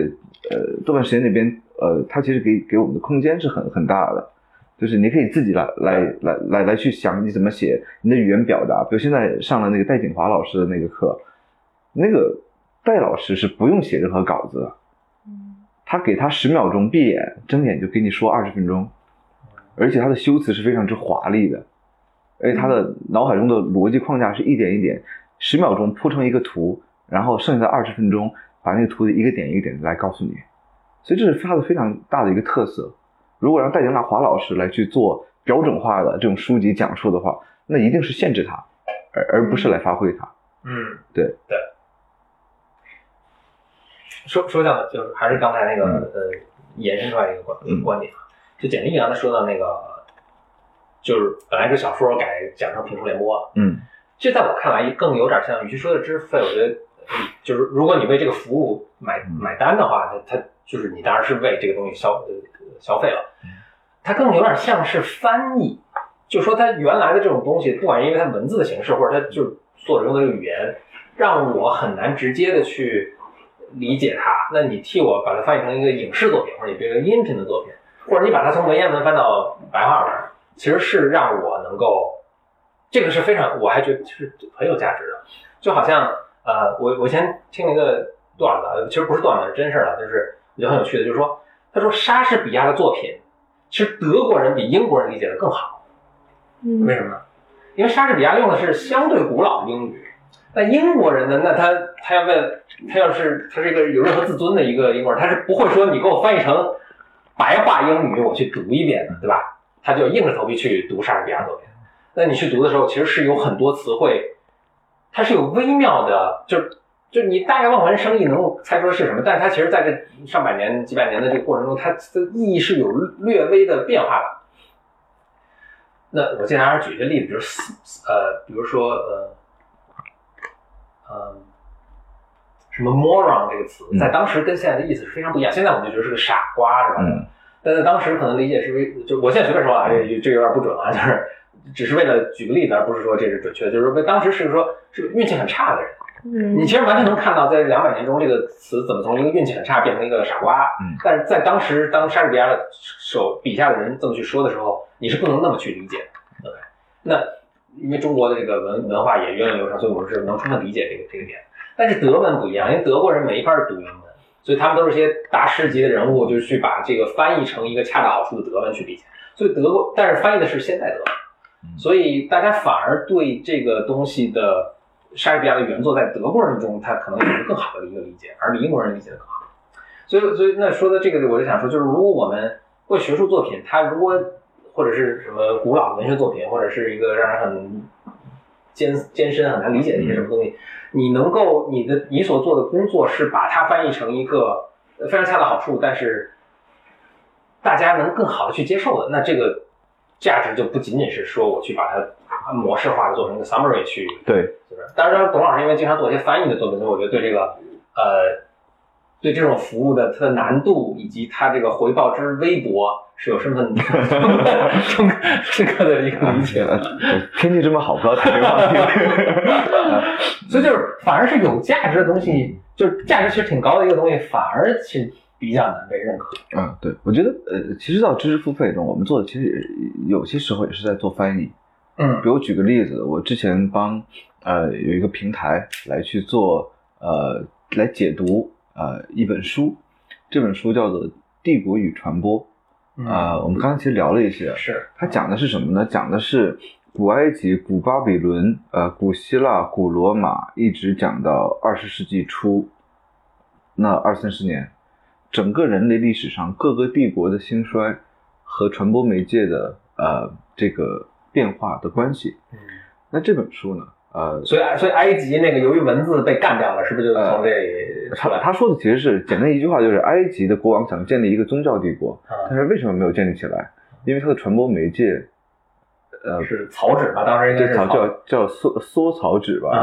Speaker 2: 呃，豆瓣时间那边呃，它其实给给我们的空间是很很大的，就是你可以自己来来来来来去想你怎么写，你的语言表达，比如现在上了那个戴景华老师的那个课，那个戴老师是不用写任何稿子的，他给他十秒钟闭眼睁眼就给你说二十分钟，而且他的修辞是非常之华丽的，而且他的脑海中的逻辑框架是一点一点，十秒钟铺成一个图，然后剩下的二十分钟把那个图的一个点一个点地来告诉你，所以这是他的非常大的一个特色。如果让戴景娜华老师来去做标准化的这种书籍讲述的话，那一定是限制他，而而不是来发挥他。
Speaker 3: 嗯，
Speaker 2: 对
Speaker 3: 对。说说到就是还是刚才那个、
Speaker 2: 嗯
Speaker 3: 呃延伸出来一个观
Speaker 2: 嗯
Speaker 3: 观点，啊就简历刚才说到那个，就是本来是小说改讲成评书联播，啊
Speaker 2: 嗯
Speaker 3: 这在我看来更有点像，与其说的知识付费，我觉得嗯就是如果你为这个服务买
Speaker 2: 嗯
Speaker 3: 买单的话，它它就是你当然是为这个东西消呃消费了，它更有点像是翻译，就说它原来的这种东西，不管是因为它文字的形式，或者它就是作者用的这个语言，让我很难直接的去理解它。那你替我把它翻译成一个影视作品，或者你变成音频的作品，或者你把它从文言文翻到白话文，其实是让我能够，这个是非常，我还觉得是很有价值的。就好像呃，我我以前听了一个段子啊，其实不是段子，是真事儿啊，就是我觉得很有趣的，就是说，他说莎士比亚的作品，其实德国人比英国人理解的更好，
Speaker 4: 嗯
Speaker 3: 为什么呢？因为莎士比亚用的是相对古老的英语，那英国人呢，那他他要问他要是他是一个有任何自尊的一个英国人，他是不会说你给我翻译成白话英语，我去读一遍的，对吧？他就硬着头皮去读莎士比亚作品。那你去读的时候，其实是有很多词汇，它是有微妙的，就是就你大概望文生义能够猜出是什么，但是它其实在这上百年、几百年的这个过程中，它的意义是有略微的变化的。那我经常举一些例子，比如呃，比如说呃，呃，什么 moron 这个词，在当时跟现在的意思是非常不一样。现在我们就觉得是个傻瓜，是吧？
Speaker 2: 嗯
Speaker 3: 但在当时可能理解是为，就我现在随便说啊，这这有点不准啊，就是只是为了举个例子，而不是说这是准确的，就是为当时是说是运气很差的人。你
Speaker 4: 嗯
Speaker 3: 其实完全能看到，在两百年中，这个词怎么从一个运气很差变成一个傻瓜。
Speaker 2: 嗯
Speaker 3: 但是在当时，当莎士比亚的手笔下的人这么去说的时候，你是不能那么去理解的。对，那因为中国的这个文文化也源远流长，所以我们是能充分理解这个这个点。但是德文不一样，因为德国人没法读英文，所以他们都是些大师级的人物，就是去把这个翻译成一个恰到好处的德文去理解。所以德国，但是翻译的是现代德文。所以大家反而对这个东西的莎士比亚的原作在德国人中，他可能有一个更好的一个理解，而比英国人理解的更好。所以，所以那说到这个，我就想说，就是如果我们为学术作品，它如果或者是什么古老的文学作品，或者是一个让人很艰艰深、很难理解的一些什么东西，你能够你的你所做的工作是把它翻译成一个呃非常恰到好处，但是大家能更好的去接受的，那这个价值就不仅仅是说我去把它模式化的做成一个 summary 去，
Speaker 2: 对，
Speaker 3: 就是当然，董老师因为经常做一些翻译的作品，所以我觉得对这个呃对这种服务的它的难度以及它这个回报之微薄是有身份 <laughs> 深刻深刻的一个理
Speaker 2: <laughs>
Speaker 3: 解的。
Speaker 2: 呃天气这么好，不要谈这个话题。
Speaker 3: 所以就是反而是有价值的东西，就是价值其实挺高的一个东西，反而是比较难被认可。
Speaker 2: 嗯，对，我觉得呃，其实到知识付费中，我们做的其实有些时候也是在做翻译。
Speaker 3: 嗯
Speaker 2: 比如举个例子，我之前帮呃有一个平台来去做呃来解读呃一本书，这本书叫做《帝国与传播》啊、我们刚才其实聊了一些，
Speaker 3: 嗯是
Speaker 2: 它讲的是什么呢？讲的是古埃及、古巴比伦、呃古希腊、古罗马，一直讲到二十世纪初，那二三十年，整个人类历史上各个帝国的兴衰和传播媒介的呃这个变化的关系。
Speaker 3: 嗯
Speaker 2: 那这本书呢，呃，
Speaker 3: 所以所以埃及那个由于文字被干掉了，是不是就从这里出
Speaker 2: 他
Speaker 3: 来？
Speaker 2: 嗯他说的其实是简单一句话，就是埃及的国王想建立一个宗教帝国，但
Speaker 3: 嗯
Speaker 2: 是为什么没有建立起来？因为它的传播媒介，呃，
Speaker 3: 是草纸吧？当时应该
Speaker 2: 这
Speaker 3: 是
Speaker 2: 草
Speaker 3: 草
Speaker 2: 叫叫缩缩草纸吧，
Speaker 3: 啊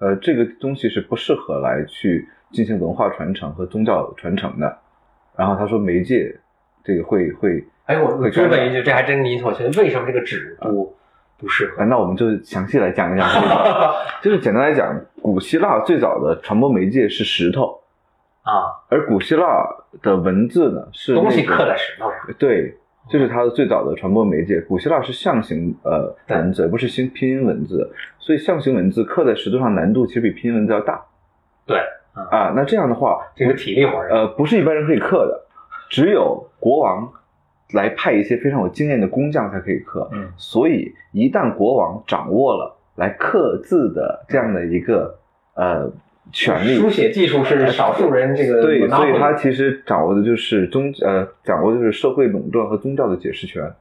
Speaker 2: 叫呃，这个东西是不适合来去进行文化传承和宗教传承的。然后他说媒介这个会会，
Speaker 3: 哎，我我
Speaker 2: 会
Speaker 3: 追
Speaker 2: 干
Speaker 3: 问一句，这还真你一头悬，为什么这个纸不不适合
Speaker 2: <laughs>
Speaker 3: 啊
Speaker 2: 呃？那我们就详细来
Speaker 3: <laughs>
Speaker 2: 讲一讲这个。就是简单来讲，古希腊最早的传播媒介是石头，
Speaker 3: 啊，
Speaker 2: 而古希腊的文字呢是
Speaker 3: 东西
Speaker 2: 那个
Speaker 3: 刻在石头上。
Speaker 2: 对，这是它的最早的传播媒介。古希腊是象形呃
Speaker 3: 对
Speaker 2: 文字，而不是新拼音文字，所以象形文字刻在石头上难度其实比拼音文字要大。
Speaker 3: 对嗯
Speaker 2: 啊，那这样的话，
Speaker 3: 这个体力活儿，
Speaker 2: 呃，不是一般人可以刻的，只有国王来派一些非常有经验的工匠才可以刻。
Speaker 3: 嗯
Speaker 2: 所以一旦国王掌握了来刻字的这样的一个呃权利，
Speaker 3: 书写技术是少数人这个
Speaker 2: 对，所以
Speaker 3: monopoly
Speaker 2: 他其实掌握的就是宗呃，掌握的就是社会垄断和宗教的解释权。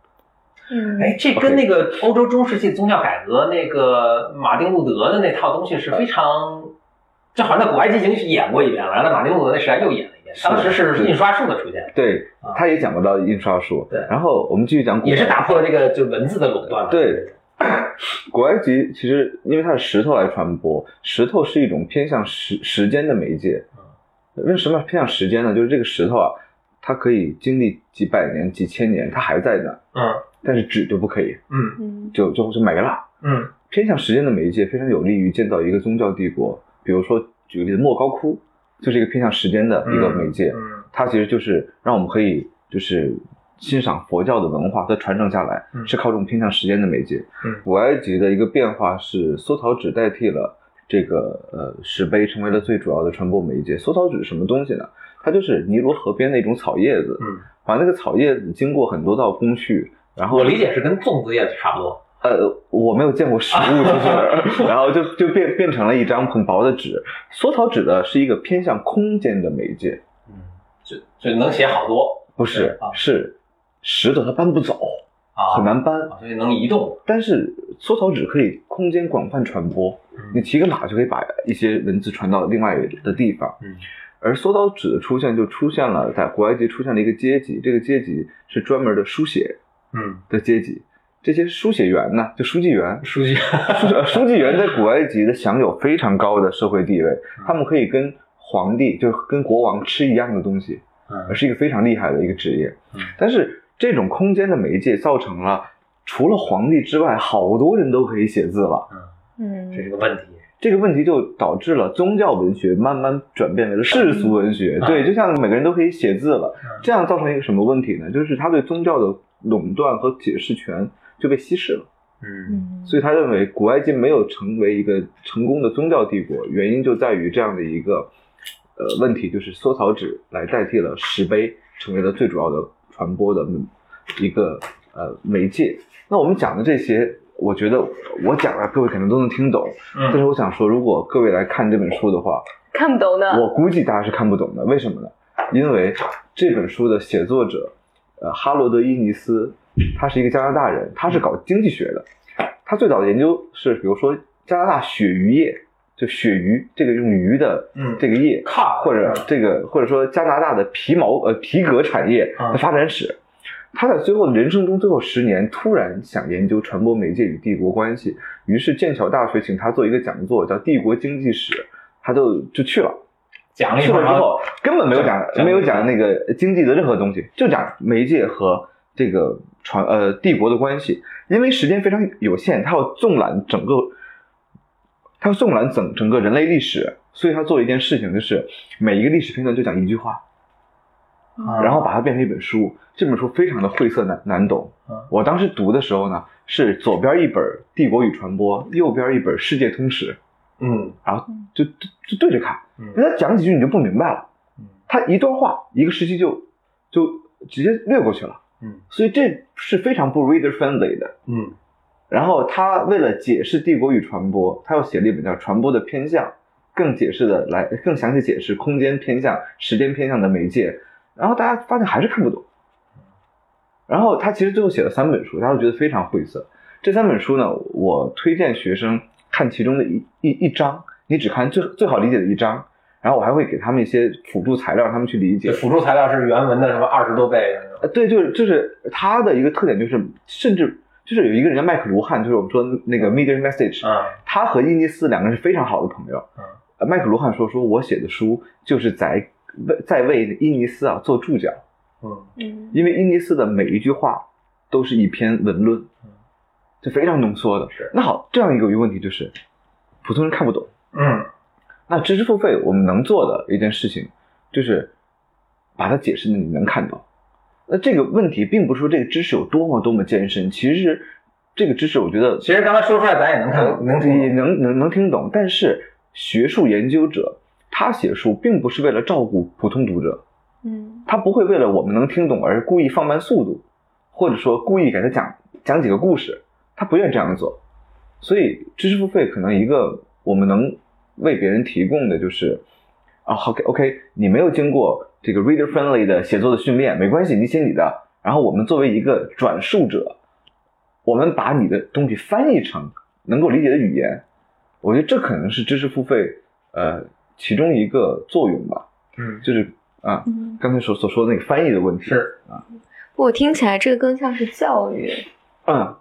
Speaker 4: 嗯，
Speaker 3: 哎，这跟那个欧洲中世纪宗教改革那个马丁路德的那套东西
Speaker 2: 呃
Speaker 3: 是非常，这好像在古埃及已经演过一遍了，然后在马丁路德那时代又演了一遍。
Speaker 2: 是
Speaker 3: 当时是
Speaker 2: 是
Speaker 3: 印刷术的出现，
Speaker 2: 对
Speaker 3: 啊，
Speaker 2: 他也讲不到印刷术。
Speaker 3: 对
Speaker 2: 然后我们继续讲古
Speaker 3: 也是打破了这个就文字的垄断嘛。
Speaker 2: 对，古埃及其实因为它是石头来传播，石头是一种偏向时时间的媒介。
Speaker 3: 嗯
Speaker 2: 为什么偏向时间呢？就是这个石头啊，它可以经历几百年、几千年，它还在那儿，
Speaker 3: 嗯
Speaker 2: 但是纸就不可以，
Speaker 3: 嗯
Speaker 4: 嗯
Speaker 2: 就就就没了。
Speaker 3: 嗯
Speaker 2: 偏向时间的媒介非常有利于建造一个宗教帝国。比如说，举个例子，莫高窟就是一个偏向时间的一个媒介，
Speaker 3: 嗯
Speaker 2: 它其实就是让我们可以就是欣赏佛教的文化，它传承下来
Speaker 3: 嗯
Speaker 2: 是靠这种偏向时间的媒介。
Speaker 3: 嗯
Speaker 2: 古埃及的一个变化是缩草纸代替了这个呃石碑，成为了最主要的传播媒介。缩草纸是什么东西呢？它就是尼罗河边的一种草叶子，
Speaker 3: 嗯，
Speaker 2: 把那个草叶子经过很多道工序，然后
Speaker 3: 我理解是跟粽子叶差不多。
Speaker 2: 呃，我没有见过实物，就是，
Speaker 3: <laughs>
Speaker 2: 然后就就变变成了一张很薄的纸。缩草纸呢是一个偏向空间的媒介，
Speaker 3: 嗯，就就能写好多
Speaker 2: 不
Speaker 3: 是
Speaker 2: 是
Speaker 3: 啊
Speaker 2: 是石头它搬不走，
Speaker 3: 啊，
Speaker 2: 很难搬。
Speaker 3: 啊，所以能移动。
Speaker 2: 但是缩草纸可以空间广泛传播，你骑个马就可以把一些文字传到另外的地方。
Speaker 3: 嗯
Speaker 2: 而缩草纸的出现，就出现了在古埃及出现了一个阶级，这个阶级是专门的书写
Speaker 3: 嗯，
Speaker 2: 的阶级。这些书写员呢，就书记员，
Speaker 3: 书记
Speaker 2: 书呃 <laughs> 书记员在古埃及的享有非常高的社会地位，他们可以跟皇帝，就是跟国王吃一样的东西，
Speaker 3: 嗯
Speaker 2: 而是一个非常厉害的一个职业
Speaker 3: 嗯。
Speaker 2: 但是这种空间的媒介造成了，除了皇帝之外，好多人都可以写字了。
Speaker 4: 嗯，
Speaker 3: <laughs> 这是个问题。
Speaker 2: 这个问题就导致了宗教文学慢慢转变为了世俗文学，
Speaker 3: 嗯
Speaker 2: 对，就像每个人都可以写字了
Speaker 3: 嗯，
Speaker 2: 这样造成一个什么问题呢？就是他对宗教的垄断和解释权就被稀释了。
Speaker 3: 嗯
Speaker 4: 嗯，
Speaker 2: 所以他认为古埃及没有成为一个成功的宗教帝国，原因就在于这样的一个呃问题，就是缩草纸来代替了石碑，成为了最主要的传播的一个呃媒介。那我们讲的这些，我觉得我讲了，各位可能都能听懂。但是
Speaker 3: 嗯，
Speaker 2: 我想说，如果各位来看这本书的话，
Speaker 4: 看不懂的，
Speaker 3: 嗯
Speaker 2: 我估计大家是看不懂的。为什么呢？因为这本书的写作者，呃，哈罗德·伊尼斯，他是一个加拿大人，他是搞经济学的。他最早的研究是，比如说加拿大鳕鱼业，就鳕鱼这个用鱼的
Speaker 3: 嗯
Speaker 2: 这个业，
Speaker 3: 靠
Speaker 2: 或者这个或者说加拿大的皮毛呃皮革产业
Speaker 3: 嗯
Speaker 2: 的发展史。他在最后人生中最后十年突然想研究传播媒介与帝国关系，于是剑桥大学请他做一个讲座，叫《帝国经济史》，他就就去了。
Speaker 3: 讲了一
Speaker 2: 去
Speaker 3: 会
Speaker 2: 了
Speaker 3: 儿
Speaker 2: 之后，根本没有讲
Speaker 3: 讲
Speaker 2: 没有讲那个经济的任何东西，就讲媒介和这个传呃帝国的关系。因为时间非常有限，他要纵览整个，他要纵览整整个人类历史，所以他做了一件事情，就是每一个历史片段就讲一句话，
Speaker 3: 啊
Speaker 2: 然后把它变成一本书。这本书非常的晦涩难难懂
Speaker 3: 嗯。
Speaker 2: 我当时读的时候呢，是左边一本《帝国与传播》，右边一本《世界通史》，
Speaker 3: 嗯
Speaker 2: 就就就对着看。
Speaker 3: 嗯
Speaker 2: 人家讲几句你就不明白了
Speaker 3: 嗯，
Speaker 2: 他一段话一个时期就就直接略过去了，
Speaker 3: 嗯
Speaker 2: 所以这是非常不 reader friendly 的。
Speaker 3: 嗯
Speaker 2: 然后他为了解释帝国与传播，他又写了一本叫《传播的偏向》，更解释的来更详细解释空间偏向、时间偏向的媒介。然后大家发现还是看不懂。然后他其实最后写了三本书，大家都觉得非常晦涩。这三本书呢，我推荐学生看其中的一一一章，你只看最最好理解的一章，然后我还会给他们一些辅助材料，让他们去理解
Speaker 3: 就。辅助材料是原文的什么二十多倍，
Speaker 2: 呃，对，就是就是他的一个特点就是，甚至就是有一个人叫麦克卢汉，就是我们说那个 Medium Message，、
Speaker 3: 嗯
Speaker 2: 他和伊尼斯两个人是非常好的朋友。
Speaker 3: 嗯
Speaker 2: 呃麦克卢汉说：“说我写的书就是在为在为伊尼斯啊做注脚，
Speaker 3: 嗯，
Speaker 4: 嗯
Speaker 2: 因为伊尼斯的每一句话都是一篇文论
Speaker 3: 嗯，
Speaker 2: 就非常浓缩的。
Speaker 3: 是
Speaker 2: 那好，这样一个问题就是，普通人看不懂。
Speaker 3: 嗯
Speaker 2: 那知识付费我们能做的一件事情，就是把它解释的你能看懂。那这个问题并不是说这个知识有多么多么艰深，其实这个知识我觉得
Speaker 3: 其实刚才说出来咱也能看
Speaker 2: 呃
Speaker 3: 能
Speaker 2: 也
Speaker 3: 听懂，
Speaker 2: 能能能听懂，但是学术研究者他写书并不是为了照顾普通读者，
Speaker 4: 嗯
Speaker 2: 他不会为了我们能听懂而故意放慢速度，或者说故意给他讲讲几个故事，他不愿意这样做。所以知识付费可能一个我们能为别人提供的就是啊，OK OK，你没有经过这个 reader friendly 的写作的训练，没关系，你写你的，然后我们作为一个转述者，我们把你的东西翻译成能够理解的语言，我觉得这可能是知识付费呃其中一个作用吧，
Speaker 3: 嗯，
Speaker 2: 就是啊。
Speaker 3: Mm.
Speaker 4: 嗯，
Speaker 2: 刚才所所说的那个翻译的问题
Speaker 3: 是，
Speaker 4: 我听起来这个更像是教育，
Speaker 2: 嗯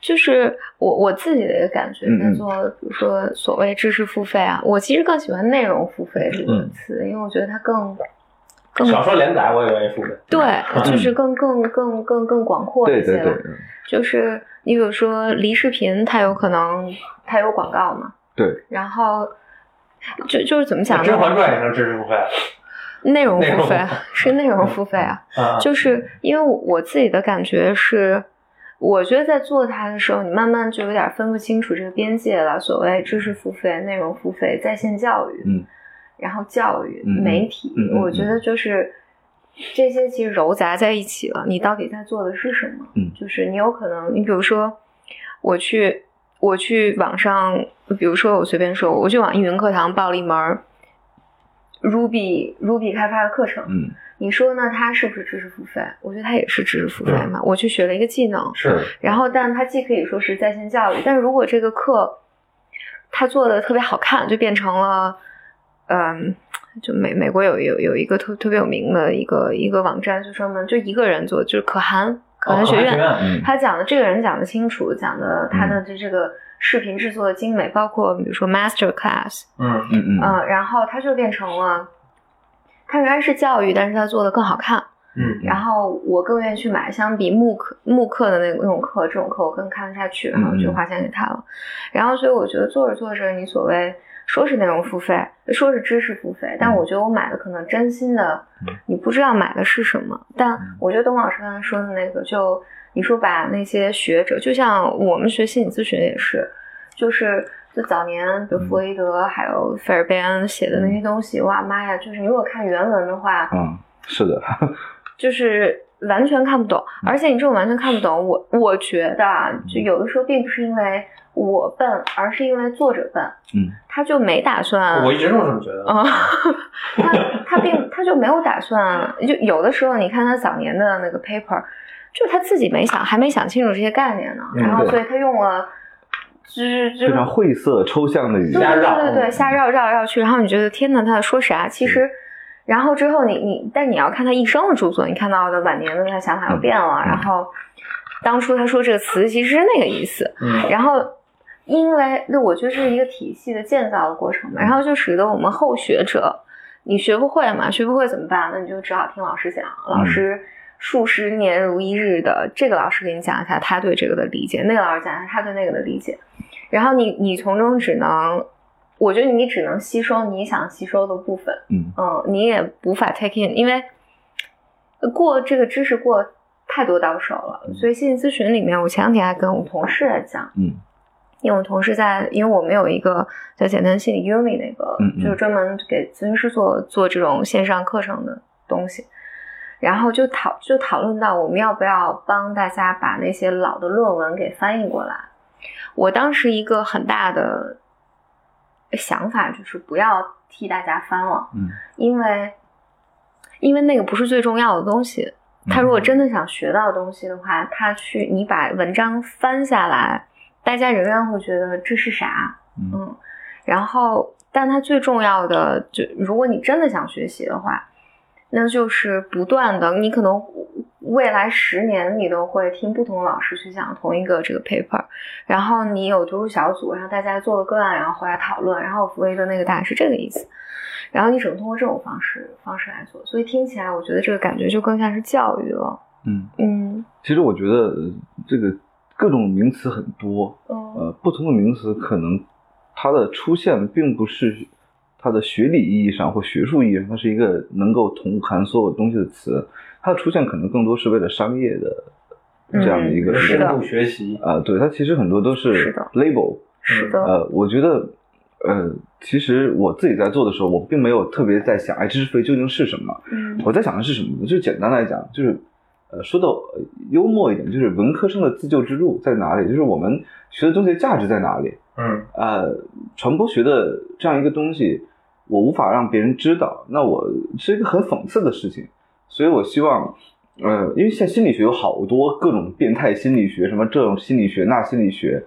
Speaker 4: 就是我我自己的一个感觉，
Speaker 2: 嗯嗯
Speaker 4: 在做比如说所谓知识付费啊，我其实更喜欢内容付费这个
Speaker 2: 嗯
Speaker 4: 词，因为我觉得它更更
Speaker 3: 小说连载我也愿意付费，
Speaker 4: 对，就是更更更更更广阔
Speaker 2: 嗯对
Speaker 4: 一些
Speaker 2: 对
Speaker 4: 吧。
Speaker 2: 对，嗯
Speaker 4: 就是你比如说离视频，它有可能它有广告嘛，
Speaker 2: 对，
Speaker 4: 然后就就是怎么
Speaker 3: 那
Speaker 4: 讲
Speaker 3: 《
Speaker 4: 呢
Speaker 3: 甄？嬛传》也能知识付费
Speaker 4: 内容
Speaker 3: 内容
Speaker 4: 付费啊 <laughs> 是内容付费啊，
Speaker 3: 啊，
Speaker 4: 就是因为我自己的感觉是，我觉得在做它的时候，你慢慢就有点分不清楚这个边界了。所谓知识付费、内容付费、在线教育，
Speaker 2: 嗯，
Speaker 4: 然后教育、
Speaker 2: 嗯嗯
Speaker 4: 媒体，
Speaker 2: 嗯嗯
Speaker 4: 我觉得就是这些其实糅杂在一起了。你到底在做的是什么？
Speaker 2: 嗯
Speaker 4: 就是你有可能，你比如说，我去我去网上，比如说我随便说，我去网易云课堂报了一门儿 Ruby Ruby 开发的课程，
Speaker 2: 嗯
Speaker 4: 你说呢？它是不是知识付费？我觉得它也是知识付费嘛。我去学了一个技能，
Speaker 3: 是
Speaker 4: 然后但它既可以说是在线教育，但如果这个课它做的特别好看，就变成了，嗯，就美美国有有有一个特特别有名的一个一个网站，就专门就一个人做，就是可汗哦可汗学院，
Speaker 3: 哦
Speaker 4: 嗯
Speaker 3: 院
Speaker 2: 嗯
Speaker 4: 他讲的这个人讲的清楚，讲的他的这这个视频制作的精美，包括比如说 master class，
Speaker 3: 嗯
Speaker 2: 嗯嗯
Speaker 4: 嗯，然后它就变成了，它仍然是教育，但是它做的更好看。
Speaker 3: 嗯
Speaker 4: 然后我更愿意去买，相比慕课慕课的那那种课，这种课我更看得下去，然后就
Speaker 2: 嗯
Speaker 4: 花钱给他了。然后所以我觉得做着做着，你所谓说是内容付费，说是知识付费，但
Speaker 2: 嗯
Speaker 4: 我觉得我买的可能真心的
Speaker 2: 嗯，
Speaker 4: 你不知道买的是什么。但我觉得董老师刚才说的那个，就你说把那些学者，就像我们学心理咨询也是，就是。就早年，
Speaker 2: 嗯
Speaker 4: 比如弗洛伊德还有费尔贝恩写的那些东西，哇妈呀！就是你如果看原文的话，
Speaker 2: 嗯，是的，
Speaker 4: 就是完全看不懂，而且你这种完全看不懂，我我觉得啊，就有的时候并不是因为我笨，而是因为作者笨，
Speaker 2: 嗯，
Speaker 4: 他就没打算，
Speaker 3: 我一直都这么觉得，
Speaker 4: 啊、他他并他就没有打算， <laughs> 就有的时候你看他早年的那个 paper，就是他自己没想，还没想清楚这些概念呢，
Speaker 3: 嗯
Speaker 4: 然后
Speaker 2: 对
Speaker 4: 所以他用了，就是就
Speaker 2: 非
Speaker 4: 是
Speaker 2: 常晦涩抽象的语
Speaker 4: 对
Speaker 2: 言，
Speaker 3: 瞎绕嗯
Speaker 4: 对对对，瞎绕绕来绕去，然后你觉得天呐，他在说啥？其实，然后之后你你，但你要看他一生的著作，你看到的晚年的他想法
Speaker 3: 嗯
Speaker 4: 又变了，然后当初他说这个词其实是那个意思，
Speaker 3: 嗯
Speaker 4: 然后因为那我觉得这是一个体系的建造的过程嘛，然后就使得我们后学者，你学不会嘛，学不会怎么办？那你就只好听老师讲，老师。数十年如一日的这个老师给你讲一下他对这个的理解，那个老师讲一下他对那个的理解，然后你你从中只能，我觉得你只能吸收你想吸收的部分，
Speaker 2: 嗯
Speaker 4: 嗯，你也无法 take in，因为呃过这个知识过太多到手了，所以心理咨询里面，我前两天还跟我同事在讲，
Speaker 2: 嗯，
Speaker 4: 因为我同事在，因为我们有一个叫简单心理 Uni 那个，
Speaker 2: 嗯嗯
Speaker 4: 就是专门给咨询师做做这种线上课程的东西，然后就讨就讨论到我们要不要帮大家把那些老的论文给翻译过来。我当时一个很大的想法就是不要替大家翻了，
Speaker 2: 嗯，
Speaker 4: 因为因为那个不是最重要的东西。
Speaker 2: 嗯
Speaker 4: 他如果真的想学到东西的话，他去你把文章翻下来，大家仍然会觉得这是啥，
Speaker 2: 嗯
Speaker 4: 嗯，然后，但它最重要的，就如果你真的想学习的话，那就是不断的，你可能未来十年你都会听不同的老师去讲同一个这个 paper，然后你有读书小组，然后大家做个个案，然后回来讨论，然后弗雷德那个大是这个意思，然后你只能通过这种方式方式来做，所以听起来我觉得这个感觉就更像是教育了，
Speaker 2: 嗯，
Speaker 4: 嗯
Speaker 2: 其实我觉得呃这个各种名词很多，
Speaker 4: 嗯
Speaker 2: 呃，不同的名词可能它的出现并不是它的学理意义上或学术意义上，它是一个能够统含所有东西的词，它的出现可能更多是为了商业的这样的一个、
Speaker 4: 嗯是
Speaker 3: 深
Speaker 4: 的
Speaker 3: 度学习，嗯
Speaker 2: 啊、对，它其实很多都
Speaker 4: 是
Speaker 2: 是
Speaker 4: 的
Speaker 2: label，
Speaker 4: 是的，
Speaker 2: 呃，我觉得，呃，其实我自己在做的时候，我并没有特别在想，哎，知识付费究竟是什么？
Speaker 4: 嗯
Speaker 2: 我在想的是什么呢？就简单来讲，就是，呃，说的幽默一点，就是文科生的自救之路在哪里？就是我们学的东西的价值在哪里？
Speaker 3: 嗯
Speaker 2: 呃，传播学的这样一个东西，我无法让别人知道，那我是一个很讽刺的事情，所以我希望。呃，因为现在心理学有好多各种变态心理学，什么这种心理学、那心理学，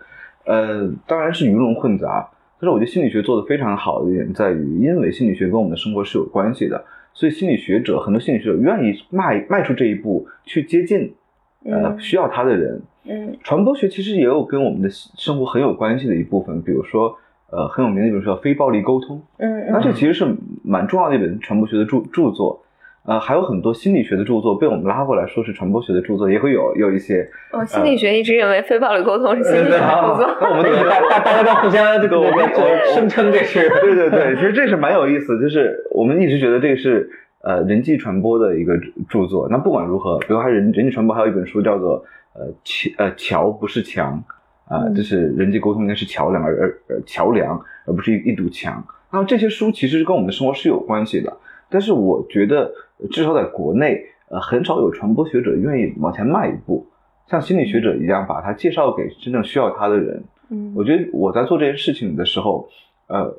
Speaker 2: 呃，当然是鱼龙混杂。但是我觉得心理学做的非常好的一点在于，因为心理学跟我们的生活是有关系的，所以心理学者很多心理学者愿意迈迈出这一步去接近呃
Speaker 4: 嗯
Speaker 2: 需要他的人。
Speaker 4: 嗯
Speaker 2: 传播学其实也有跟我们的生活很有关系的一部分，比如说呃很有名的一本书叫《非暴力沟通》，
Speaker 4: 嗯
Speaker 2: 那
Speaker 4: 嗯
Speaker 2: 这其实是蛮重要的一本传播学的著著作。呃，还有很多心理学的著作被我们拉过来说是传播学的著作，也会有有一些。
Speaker 4: 我心理学一直认为非暴力沟通是心理学的工作。
Speaker 2: 呃那我们这
Speaker 4: <laughs>
Speaker 2: 个
Speaker 3: 大大大家都互相这
Speaker 2: 对
Speaker 3: 个
Speaker 2: 我们我
Speaker 3: 声称这是
Speaker 2: 对对对，其实这是蛮有意思，就是我们一直觉得这个是呃人际传播的一个著作。那不管如何，比如还人人际传播还有一本书叫做呃桥呃桥不是墙啊、呃
Speaker 4: 嗯
Speaker 2: 就是人际沟通应该是桥梁而而而桥梁，而不是一一堵墙。那这些书其实跟我们的生活是有关系的，但是我觉得呃至少在国内，呃很少有传播学者愿意往前迈一步。像心理学者一样，把它介绍给真正需要它的人，
Speaker 4: 嗯
Speaker 2: 我觉得我在做这件事情的时候，呃，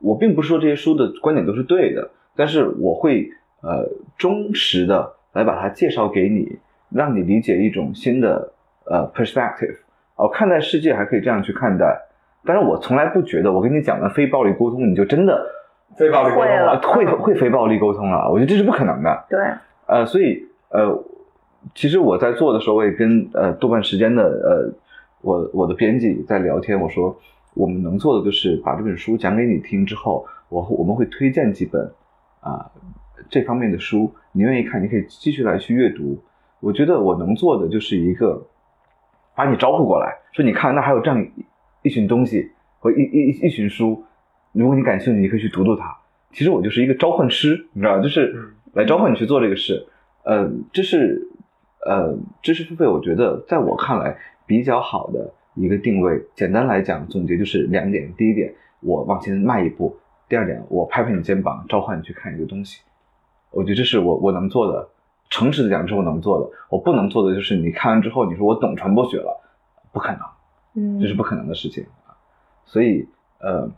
Speaker 2: 我并不是说这些书的观点都是对的，但是我会呃忠实的来把它介绍给你，让你理解一种新的呃 perspective，哦、看待世界还可以这样去看待。但是我从来不觉得我跟你讲的非暴力沟通，你就真的
Speaker 3: 非暴力沟通啊
Speaker 4: 会
Speaker 2: 呃
Speaker 4: 了
Speaker 3: 了，
Speaker 2: 会会非暴力沟通了，我觉得这是不可能的。
Speaker 4: 对，
Speaker 2: 呃，所以呃，其实我在做的时候，我也跟呃豆瓣时间的呃我我的编辑在聊天，我说我们能做的就是把这本书讲给你听之后，我会我们会推荐几本啊、这方面的书，你愿意看，你可以继续来去阅读。我觉得我能做的就是一个把你招呼过来，说你看那还有这样一一群东西和一一一一群书，如果你感兴趣，你可以去读读它。其实我就是一个召唤师，你知道吧，就是
Speaker 3: 嗯
Speaker 2: 来召唤你去做这个事。呃，这是呃知识付费，我觉得在我看来比较好的一个定位。简单来讲，总结就是两点：第一点，我往前迈一步；第二点，我拍拍你肩膀，召唤你去看一个东西。我觉得这是我我能做的，诚实的讲，这是我能做的。我不能做的就是你看完之后，你说我懂传播学了，不可能。
Speaker 4: 嗯
Speaker 2: 这是不可能的事情啊。所以，呃，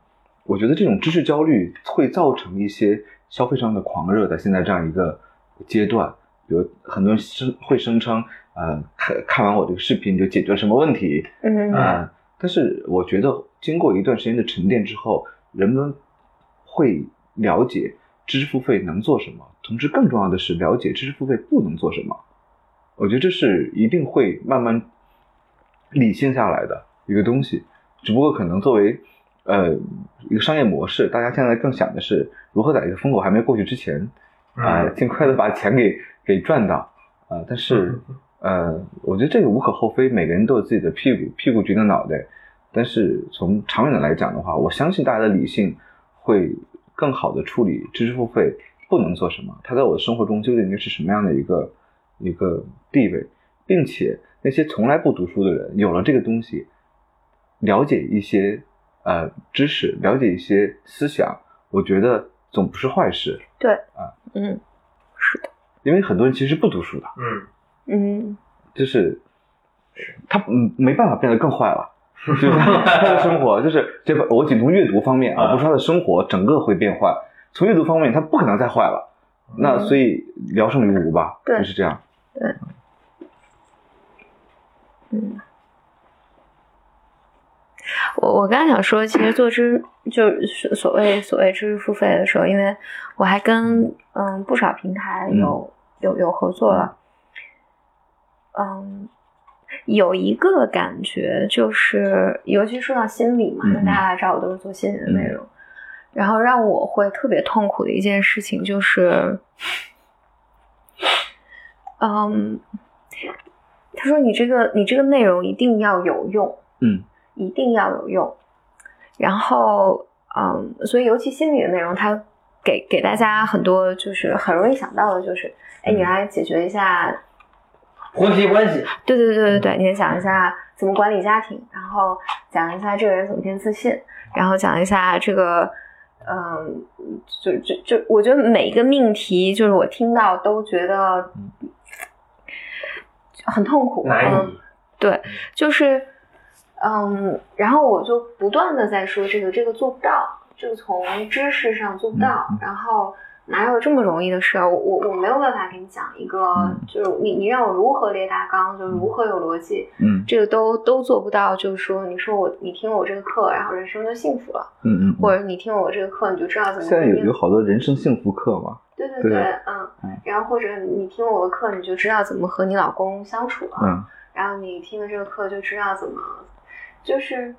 Speaker 2: 我觉得这种知识焦虑会造成一些消费上的狂热，在现在这样一个阶段，比如很多人声会声称，呃，看看完我这个视频就解决了什么问题
Speaker 4: 嗯
Speaker 2: 啊、呃但是我觉得，经过一段时间的沉淀之后，人们会了解知识付费能做什么，同时更重要的是了解知识付费不能做什么。我觉得这是一定会慢慢理性下来的一个东西，只不过可能作为呃一个商业模式，大家现在更想的是如何在一个风口还没过去之前，啊、
Speaker 3: 嗯
Speaker 2: 尽快的把钱给给赚到啊、但是呃，我觉得这个无可厚非，每个人都有自己的屁股，屁股决定脑袋。但是从长远的来讲的话，我相信大家的理性会更好的处理知识付费不能做什么，它在我的生活中究竟应该是什么样的一个一个地位，并且那些从来不读书的人有了这个东西，了解一些呃知识，了解一些思想，我觉得总不是坏事，
Speaker 4: 嗯
Speaker 2: 因为很多人其实不读书的，
Speaker 3: 嗯，
Speaker 4: 嗯
Speaker 2: 就是他嗯没办法变得更坏 <laughs> 了。就是他他的生活，就是这我仅从阅读方面啊，
Speaker 3: 啊
Speaker 2: 不是他的生活整个会变坏。从阅读方面，他不可能再坏了。那
Speaker 4: 嗯
Speaker 2: 所以聊胜于无吧，
Speaker 4: 对
Speaker 2: 就是这样。
Speaker 4: 嗯，我我刚想说，其实做知就是所谓所谓知识付费的时候，因为我还跟嗯不少平台有、有有合作了，嗯，有一个感觉就是，尤其说到心理嘛，
Speaker 2: 嗯
Speaker 4: 那大家知道我都是做心理的内容，然后让我会特别痛苦的一件事情就是，嗯，他说你这个你这个内容一定要有用。
Speaker 2: 嗯
Speaker 4: 一定要有用。然后，嗯，所以尤其心理的内容，它给给大家很多就是很容易想到的，就是，哎，
Speaker 3: 嗯
Speaker 4: 你来解决一下，
Speaker 3: 婆媳关系，
Speaker 4: 对对对对对，你来讲一下怎么管理家庭，然后讲一下这个人怎么变自信，然后讲一下这个。嗯，就就就，我觉得每一个命题，就是我听到都觉得很痛苦，
Speaker 3: 嗯难
Speaker 4: 嗯，
Speaker 3: 以
Speaker 4: 就是，嗯，然后我就不断的在说这个这个做不到，这个从知识上做不到，
Speaker 2: 嗯嗯
Speaker 4: 然后哪有这么容易的事啊儿？我我我没有办法给你讲一个，
Speaker 2: 嗯
Speaker 4: 就是你你让我如何列大纲，就如何有逻辑，
Speaker 2: 嗯
Speaker 4: 这个都都做不到。就是说，你说我你听我这个课，然后人生就幸福了，
Speaker 2: 嗯嗯嗯。
Speaker 4: 或者你听我这个课，你就知道怎么
Speaker 2: 现在有
Speaker 4: 改变
Speaker 2: 有好多人生幸福课嘛，
Speaker 4: 对对
Speaker 2: 对
Speaker 4: 嗯
Speaker 2: 嗯，
Speaker 4: 然后或者你听我的课，你就知道怎么和你老公相处了，
Speaker 2: 嗯，
Speaker 4: 然后你听了这个课就知道怎么，就是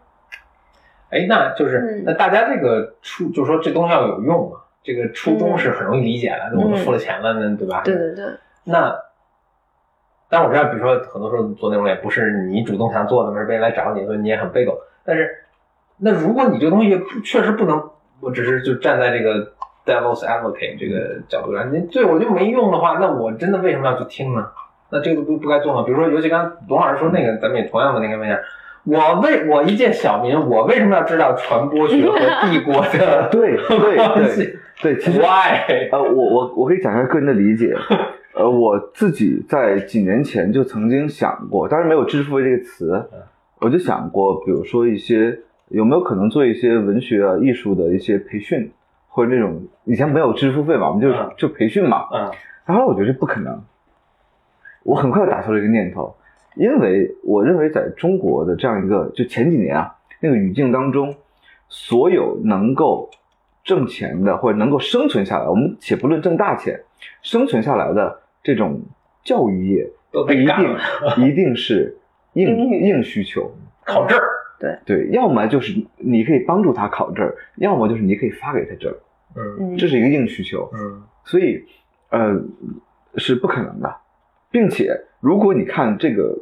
Speaker 3: 哎，那就是
Speaker 4: 嗯
Speaker 3: 那大家这个初就说这东西要有用嘛，这个初衷是很容易理解的，那我们付了钱了，那对吧？
Speaker 4: 嗯对对对，
Speaker 3: 那，但我知道，比如说很多时候做内容也不是你主动想做的，而是别人来找你，所以你也很被动。但是，那如果你这个东西不确实不能，我只是就站在这个 devil's advocate 这个角度上，你对我就没用的话，那我真的为什么要去听呢？那这个不不该做吗？比如说，尤其刚才董老师说那个，咱们也同样的那个问题，啊我为我一介小民，我为什么要知道传播学和帝国的
Speaker 2: 呃对 <laughs> 对
Speaker 3: 关
Speaker 2: 对
Speaker 3: 系
Speaker 2: 对，其实
Speaker 3: ？Why？
Speaker 2: 呃，我我我可以讲一下个人的理解。呃，我自己在几年前就曾经想过，当然没有知识付费这个词，我就想过，比如说一些有没有可能做一些文学啊、艺术的一些培训，或者那种以前没有知识付费嘛，我们就
Speaker 3: 嗯
Speaker 2: 就培训嘛。
Speaker 3: 嗯
Speaker 2: 然后我觉得不可能，我很快就打消了这个念头，因为我认为在中国的这样一个就前几年啊那个语境当中，所有能够挣钱的或者能够生存下来，我们且不论挣大钱，生存下来的这种教育业
Speaker 3: 都被
Speaker 2: 一
Speaker 3: 干
Speaker 2: 定
Speaker 3: 了
Speaker 2: 一定是
Speaker 4: <laughs> 英
Speaker 2: 硬
Speaker 4: 语
Speaker 2: 硬需求，
Speaker 3: 考证儿，
Speaker 2: 对，要么就是你可以帮助他考证儿，要么就是你可以发给他证儿，
Speaker 3: 嗯
Speaker 4: 嗯，
Speaker 2: 这是一个硬需求。
Speaker 3: 嗯。
Speaker 2: 所以，呃，是不可能的，并且如果你看这个，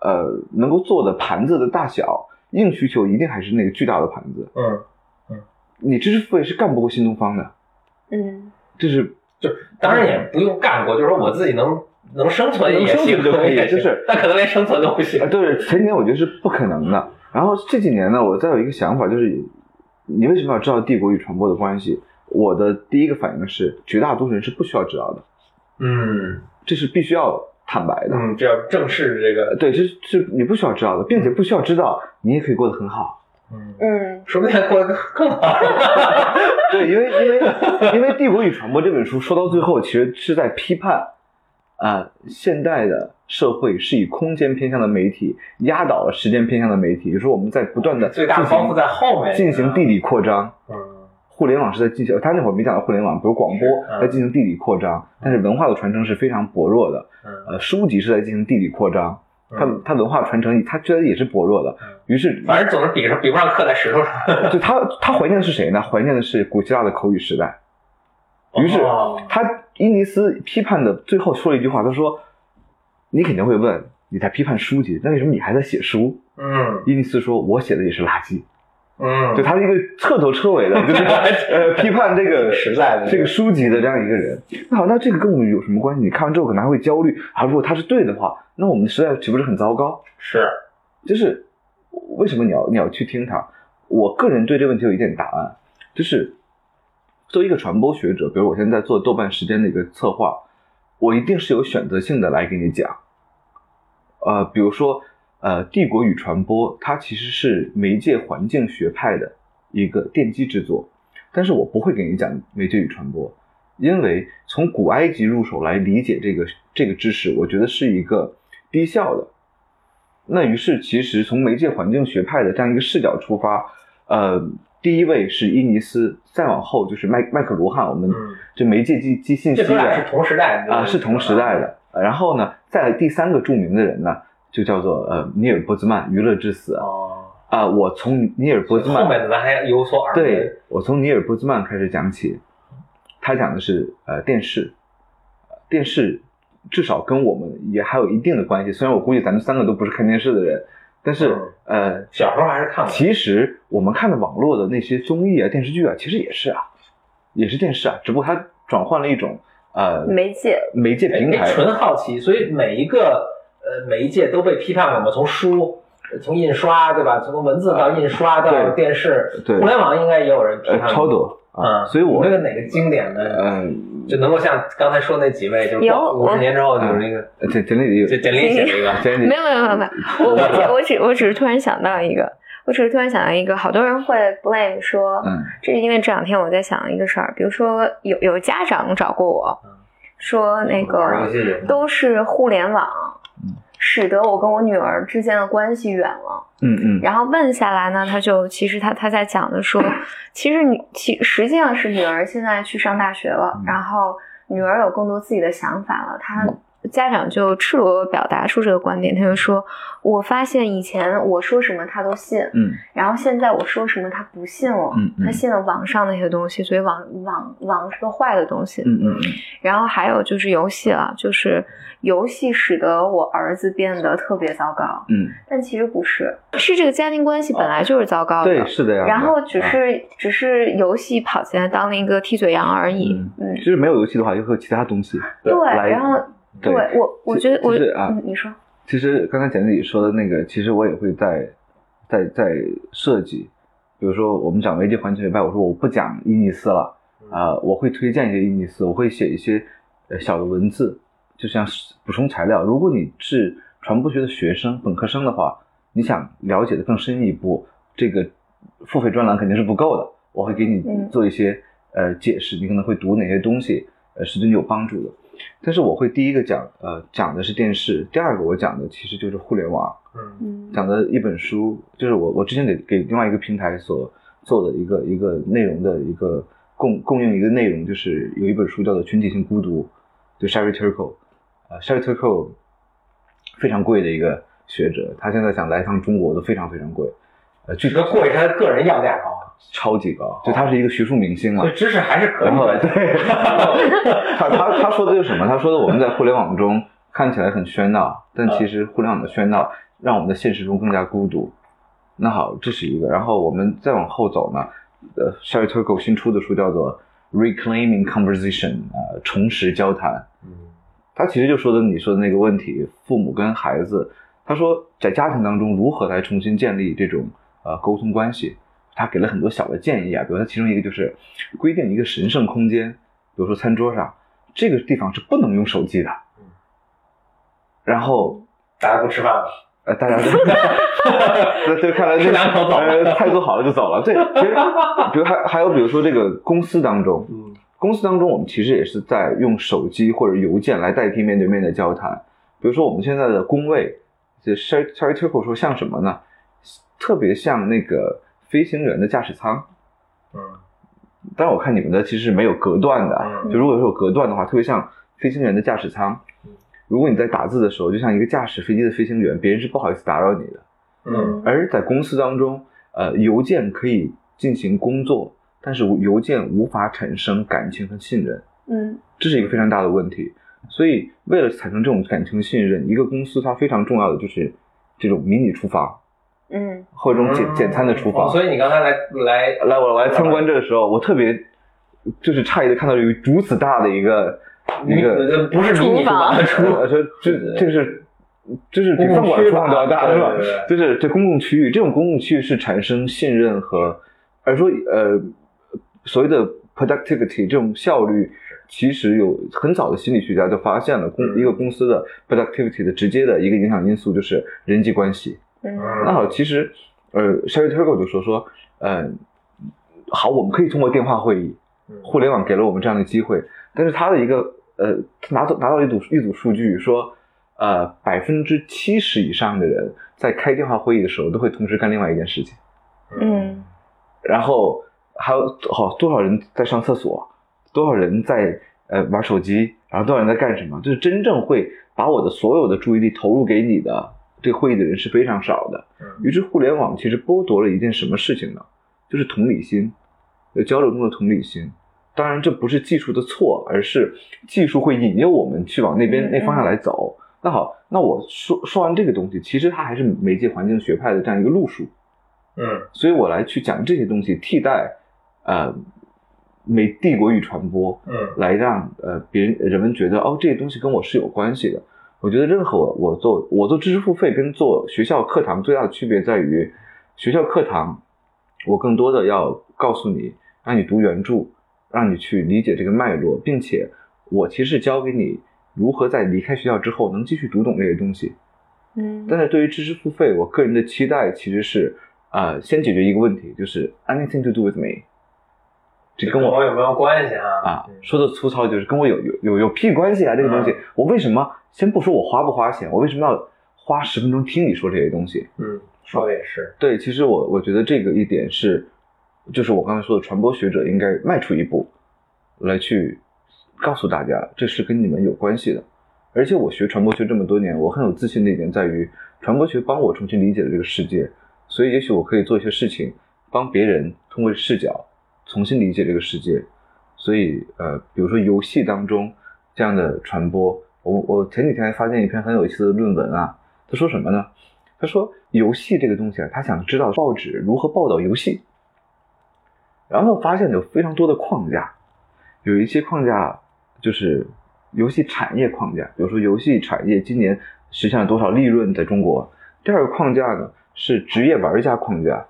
Speaker 2: 呃，能够做的盘子的大小，硬需求一定还是那个巨大的盘子，
Speaker 3: 嗯，
Speaker 2: 你知识付费是干不过新东方的，
Speaker 4: 嗯，
Speaker 2: 这是
Speaker 3: 就是当然也不用干过，就是说我自己能能生存也
Speaker 2: 能生
Speaker 3: 行，
Speaker 2: 存就可以
Speaker 3: 也行
Speaker 2: 就是
Speaker 3: 但可能连生存都不行
Speaker 2: 啊，。对，前年我觉得是不可能的。然后这几年呢，我再有一个想法，就是你为什么要知道帝国与传播的关系？我的第一个反应是，绝大多数人是不需要知道的，
Speaker 3: 嗯
Speaker 2: 这是必须要坦白的。
Speaker 3: 嗯，这要正视这
Speaker 2: 呃
Speaker 3: 个，
Speaker 2: 对，这是这是你不需要知道的，并且不需要知道，你也可以过得很好。
Speaker 3: 嗯，
Speaker 4: 嗯，
Speaker 3: 说不定还过得更更好。
Speaker 2: <laughs> 对，因为因为因为《帝国与传播》这本书说到最后，其实是在批判啊、现代的社会是以空间偏向的媒体压倒了时间偏向的媒体，就是我们在不断的
Speaker 3: 最大的包袱在后面
Speaker 2: 进行地理扩张。
Speaker 3: 嗯
Speaker 2: 互联网是在进行，他那会儿没讲到互联网，比如广播
Speaker 3: 是嗯
Speaker 2: 在进行地理扩张，但是文化的传承是非常薄弱的。
Speaker 3: 嗯，
Speaker 2: 呃，书籍是在进行地理扩张，它
Speaker 3: 嗯
Speaker 2: 它文化传承它居然也是薄弱的
Speaker 3: 嗯。
Speaker 2: 于是，
Speaker 3: 反正总是比上比不上刻在石头上。
Speaker 2: 就他他怀念的是谁呢？怀念的是古希腊的口语时代。于是
Speaker 3: 哦
Speaker 2: 他伊尼斯批判的最后说了一句话，他说：“你肯定会问，你在批判书籍，那为什么你还在写书
Speaker 3: 嗯？”
Speaker 2: 伊尼斯说：“我写的也是垃圾。
Speaker 3: 嗯，
Speaker 2: 就他是一个彻头彻尾的，就是
Speaker 3: <laughs>
Speaker 2: 呃批判这个
Speaker 3: 挺 <laughs> 实在的
Speaker 2: 这个书籍的这样一个人。那好，那这个跟我们有什么关系？你看完之后可能还会焦虑啊。如果他是对的话，那我们的时代岂不是很糟糕？
Speaker 3: 是
Speaker 2: 就是为什么你要你要去听他？我个人对这个问题有一点答案，就是作为一个传播学者，比如我现在在做豆瓣时间的一个策划，我一定是有选择性的来给你讲。呃，比如说，呃，帝国与传播，它其实是媒介环境学派的一个奠基之作，但是我不会给你讲媒介与传播，因为从古埃及入手来理解这个这个知识，我觉得是一个低效的，那于是其实从媒介环境学派的这样一个视角出发，呃，第一位是伊尼斯，再往后就是麦麦克卢汉，我们
Speaker 3: 嗯，
Speaker 2: 这媒介记记信息
Speaker 3: 这哥俩
Speaker 2: 的
Speaker 3: 是同时代的
Speaker 2: 啊、是同时代。的。呃然后呢，在第三个著名的人呢，就叫做呃尼尔波兹曼，《娱乐至死》啊、
Speaker 3: 哦，
Speaker 2: 我从尼尔波兹曼
Speaker 3: 后面的咱还有所耳闻。
Speaker 2: 对，我从尼尔·波兹曼开始讲起，他讲的是呃电视，呃电视至少跟我们也还有一定的关系。虽然我估计咱们三个都不是看电视的人，但是、呃，
Speaker 3: 小时候还是看过
Speaker 2: 其实我们看的网络的那些综艺啊、电视剧啊，其实也是啊，也是电视啊，只不过它转换了一种呃
Speaker 4: 媒介，
Speaker 2: 媒介平
Speaker 3: 哎
Speaker 2: 台
Speaker 3: 哎。纯好奇，所以每一个呃媒介都被批判过嘛，从书。呃从印刷对吧？从文字到印刷到
Speaker 2: 啊对
Speaker 3: 电视，
Speaker 2: 对
Speaker 3: 互联网应该也有人批
Speaker 2: 呃
Speaker 3: 判，过。
Speaker 2: 超多啊，
Speaker 3: 嗯，
Speaker 2: 所以我
Speaker 3: 那个哪个经典的，
Speaker 2: 嗯，
Speaker 3: 就能够像刚才说那几位，就是
Speaker 4: 有
Speaker 3: 五
Speaker 4: 我
Speaker 3: 十年之后就是那个，
Speaker 2: 简简历里有
Speaker 3: 就简历写了一个，
Speaker 2: 简历
Speaker 4: 没
Speaker 2: 里
Speaker 4: 有没有没有没 <laughs> 有，我我只我只我只是突然想到一个，我只是突然想到一个，好多人会 blame 说，
Speaker 2: 嗯
Speaker 4: 这是因为这两天我在想一个事儿，比如说有有家长找过我
Speaker 3: 嗯，
Speaker 4: 说那
Speaker 3: 玩游
Speaker 4: 个
Speaker 3: 戏人
Speaker 4: 都是互联网
Speaker 2: 嗯，
Speaker 4: 使得我跟我女儿之间的关系远了。
Speaker 2: 嗯嗯
Speaker 4: 然后问下来呢，他就其实他他在讲的说，其实女其实际上是女儿现在去上大学了，
Speaker 2: 嗯
Speaker 4: 然后女儿有更多自己的想法了，她家长就赤裸裸表达出这个观点，他就说，我发现以前我说什么她都信，
Speaker 2: 嗯
Speaker 4: 然后现在我说什么她不信了，
Speaker 2: 嗯嗯
Speaker 4: 她信了网上那些东西，所以网网网是个坏的东西，
Speaker 2: 嗯嗯嗯
Speaker 4: 然后还有就是游戏了，就是游戏使得我儿子变得特别糟糕，
Speaker 2: 嗯
Speaker 4: 但其实不是，是这个家庭关系本来就是糟糕
Speaker 2: 嗯，
Speaker 4: 的，
Speaker 2: 对，是的呀。
Speaker 4: 然后只
Speaker 2: 啊
Speaker 4: 是、只是游戏跑进来当了一个替罪羊而已，
Speaker 2: 嗯
Speaker 4: 嗯，
Speaker 2: 其实没有游戏的话，就会有其他东西。
Speaker 4: 对，
Speaker 2: 来
Speaker 4: 然后对
Speaker 2: 对
Speaker 4: 我我觉得我、
Speaker 2: 其实啊
Speaker 4: 嗯你说
Speaker 2: 其实刚才简历里说的那个，其实我也会在在在设计，比如说我们讲维基环球学派，我说我不讲伊尼斯了，啊、我会推荐一些伊尼斯，我会写一些呃小的文字，就像是补充材料。如果你是传播学的学生、本科生的话，你想了解的更深一步，这个付费专栏肯定是不够的，我会给你
Speaker 4: 嗯
Speaker 2: 做一些、呃解释，你可能会读哪些东西，呃是对你有帮助的。但是我会第一个讲，呃，讲的是电视；第二个我讲的其实就是互联网，
Speaker 3: 嗯，
Speaker 4: 嗯
Speaker 2: 讲的一本书，就是我我之前给给另外一个平台所做的一个一个内容的一个供供应一个内容，就是有一本书叫做《群体性孤独》，就 Sherry Turkle，呃，Sherry Turkle 非常贵的一个学者，他现在想来一趟中国都非常非常贵，呃，具
Speaker 3: 这
Speaker 2: 体
Speaker 3: 个贵是他的个人要价高，
Speaker 2: 超级高，就他是一个学术明星嘛
Speaker 3: 所以，知识还是可
Speaker 2: 嗯
Speaker 3: 以
Speaker 2: 然后
Speaker 3: 的。
Speaker 2: 对， <laughs> 他他他说的就是什么？他说的我们在互联网中看起来很喧闹，但其实互联网的喧闹让我们在现实中更加孤独。那好，这是一个。然后我们再往后走呢，呃，Sherry Turkle 新出的书叫做《Reclaiming Conversation》，呃，重拾交谈。
Speaker 3: 嗯
Speaker 2: 他其实就说的你说的那个问题，父母跟孩子，他说在家庭当中如何来重新建立这种呃沟通关系，他给了很多小的建议啊，比如他其中一个就是规定一个神圣空间，比如说餐桌上这个地方是不能用手机的
Speaker 3: 嗯，
Speaker 2: 然后
Speaker 3: 大家不吃饭了， <laughs>
Speaker 2: 呃大家都对对看来
Speaker 3: 吃
Speaker 2: 这
Speaker 3: 两口走
Speaker 2: 呃态度好了就走了，对，其实比如还还有比如说这个公司当中，
Speaker 3: 嗯，
Speaker 2: 公司当中，我们其实也是在用手机或者邮件来代替面对面的交谈。比如说，我们现在的工位，就 Sherry Sherry Turkle 说像什么呢？特别像那个飞行员的驾驶舱。
Speaker 3: 嗯
Speaker 2: 但我看你们的其实是没有隔断的啊，
Speaker 3: 嗯
Speaker 2: 就如果是有隔断的话，特别像飞行员的驾驶舱
Speaker 3: 嗯。
Speaker 2: 如果你在打字的时候，就像一个驾驶飞机的飞行员，别人是不好意思打扰你的。
Speaker 3: 嗯，
Speaker 2: 而在公司当中，呃，邮件可以进行工作，但是邮件无法产生感情和信任。
Speaker 4: 嗯
Speaker 2: 这是一个非常大的问题。所以，为了产生这种感情信任，一个公司它非常重要的就是这种迷你厨房
Speaker 4: 嗯
Speaker 2: 或者这种简简餐的厨
Speaker 3: 哦
Speaker 2: 房。
Speaker 3: 所以你刚才来来
Speaker 2: 来，我我来参观这的时候，我特别就是诧异的看到有如此大的一个一个，
Speaker 3: 个不是迷你厨房的厨，
Speaker 2: 呃，说这这是这是比饭馆厨房都要大是吧？就是这公共区域，这种公共区域是产生信任和，而说呃所谓的 productivity 这种效率，其实有很早的心理学家就发现了公、
Speaker 3: 嗯
Speaker 2: 一个公司的 productivity 的直接的一个影响因素就是人际关系。
Speaker 4: 嗯
Speaker 2: 那好，其实呃 Sherry Turkle 就说说，呃，好，我们可以通过电话会议，互联网给了我们这样的机会，但是他的一个呃，他拿走拿到了一组一组数据说，呃，百分之七十以上的人在开电话会议的时候都会同时干另外一件事情，
Speaker 4: 嗯
Speaker 2: 然后还有好、多少人在上厕所，多少人在呃玩手机，然后多少人在干什么，就是真正会把我的所有的注意力投入给你的这个会议的人是非常少的
Speaker 3: 嗯。
Speaker 2: 于是互联网其实剥夺了一件什么事情呢？就是同理心，呃，交流中的同理心。当然，这不是技术的错，而是技术会引诱我们去往那边
Speaker 4: 嗯
Speaker 2: 那方向来走。那好，那我说说完这个东西，其实它还是媒介环境学派的这样一个路数。
Speaker 3: 嗯
Speaker 2: 所以我来去讲这些东西，替代呃美帝国与传播，
Speaker 3: 嗯
Speaker 2: 来让呃别人人们觉得哦这些东西跟我是有关系的。我觉得任何我我做我做知识付费跟做学校课堂最大的区别在于，学校课堂我更多的要告诉你，让你读原著，让你去理解这个脉络，并且我其实教给你如何在离开学校之后能继续读懂这些东西。
Speaker 4: 嗯
Speaker 2: 但是对于知识付费，我个人的期待其实是，呃，先解决一个问题，就是 anything to do with me，这跟我
Speaker 3: 有没有关系啊？
Speaker 2: 啊
Speaker 3: 嗯，
Speaker 2: 说的粗糙就是跟我有有有有屁关系啊！这个东西，我为什么先不说我花不花钱，我为什么要花十分钟听你说这些东西？
Speaker 3: 嗯，说的也是，
Speaker 2: 对，其实我我觉得这个一点是，就是我刚才说的，传播学者应该迈出一步，来去告诉大家，这是跟你们有关系的。而且我学传播学这么多年，我很有自信的一点在于，传播学帮我重新理解了这个世界，所以也许我可以做一些事情，帮别人通过视角重新理解这个世界。所以呃，比如说游戏当中这样的传播，我我前几天还发现一篇很有意思的论文啊，他说什么呢？他说游戏这个东西啊，他想知道报纸如何报道游戏，然后发现有非常多的框架，有一些框架就是游戏产业框架，比如说游戏产业今年实现了多少利润在中国。第二个框架呢是职业玩家框架，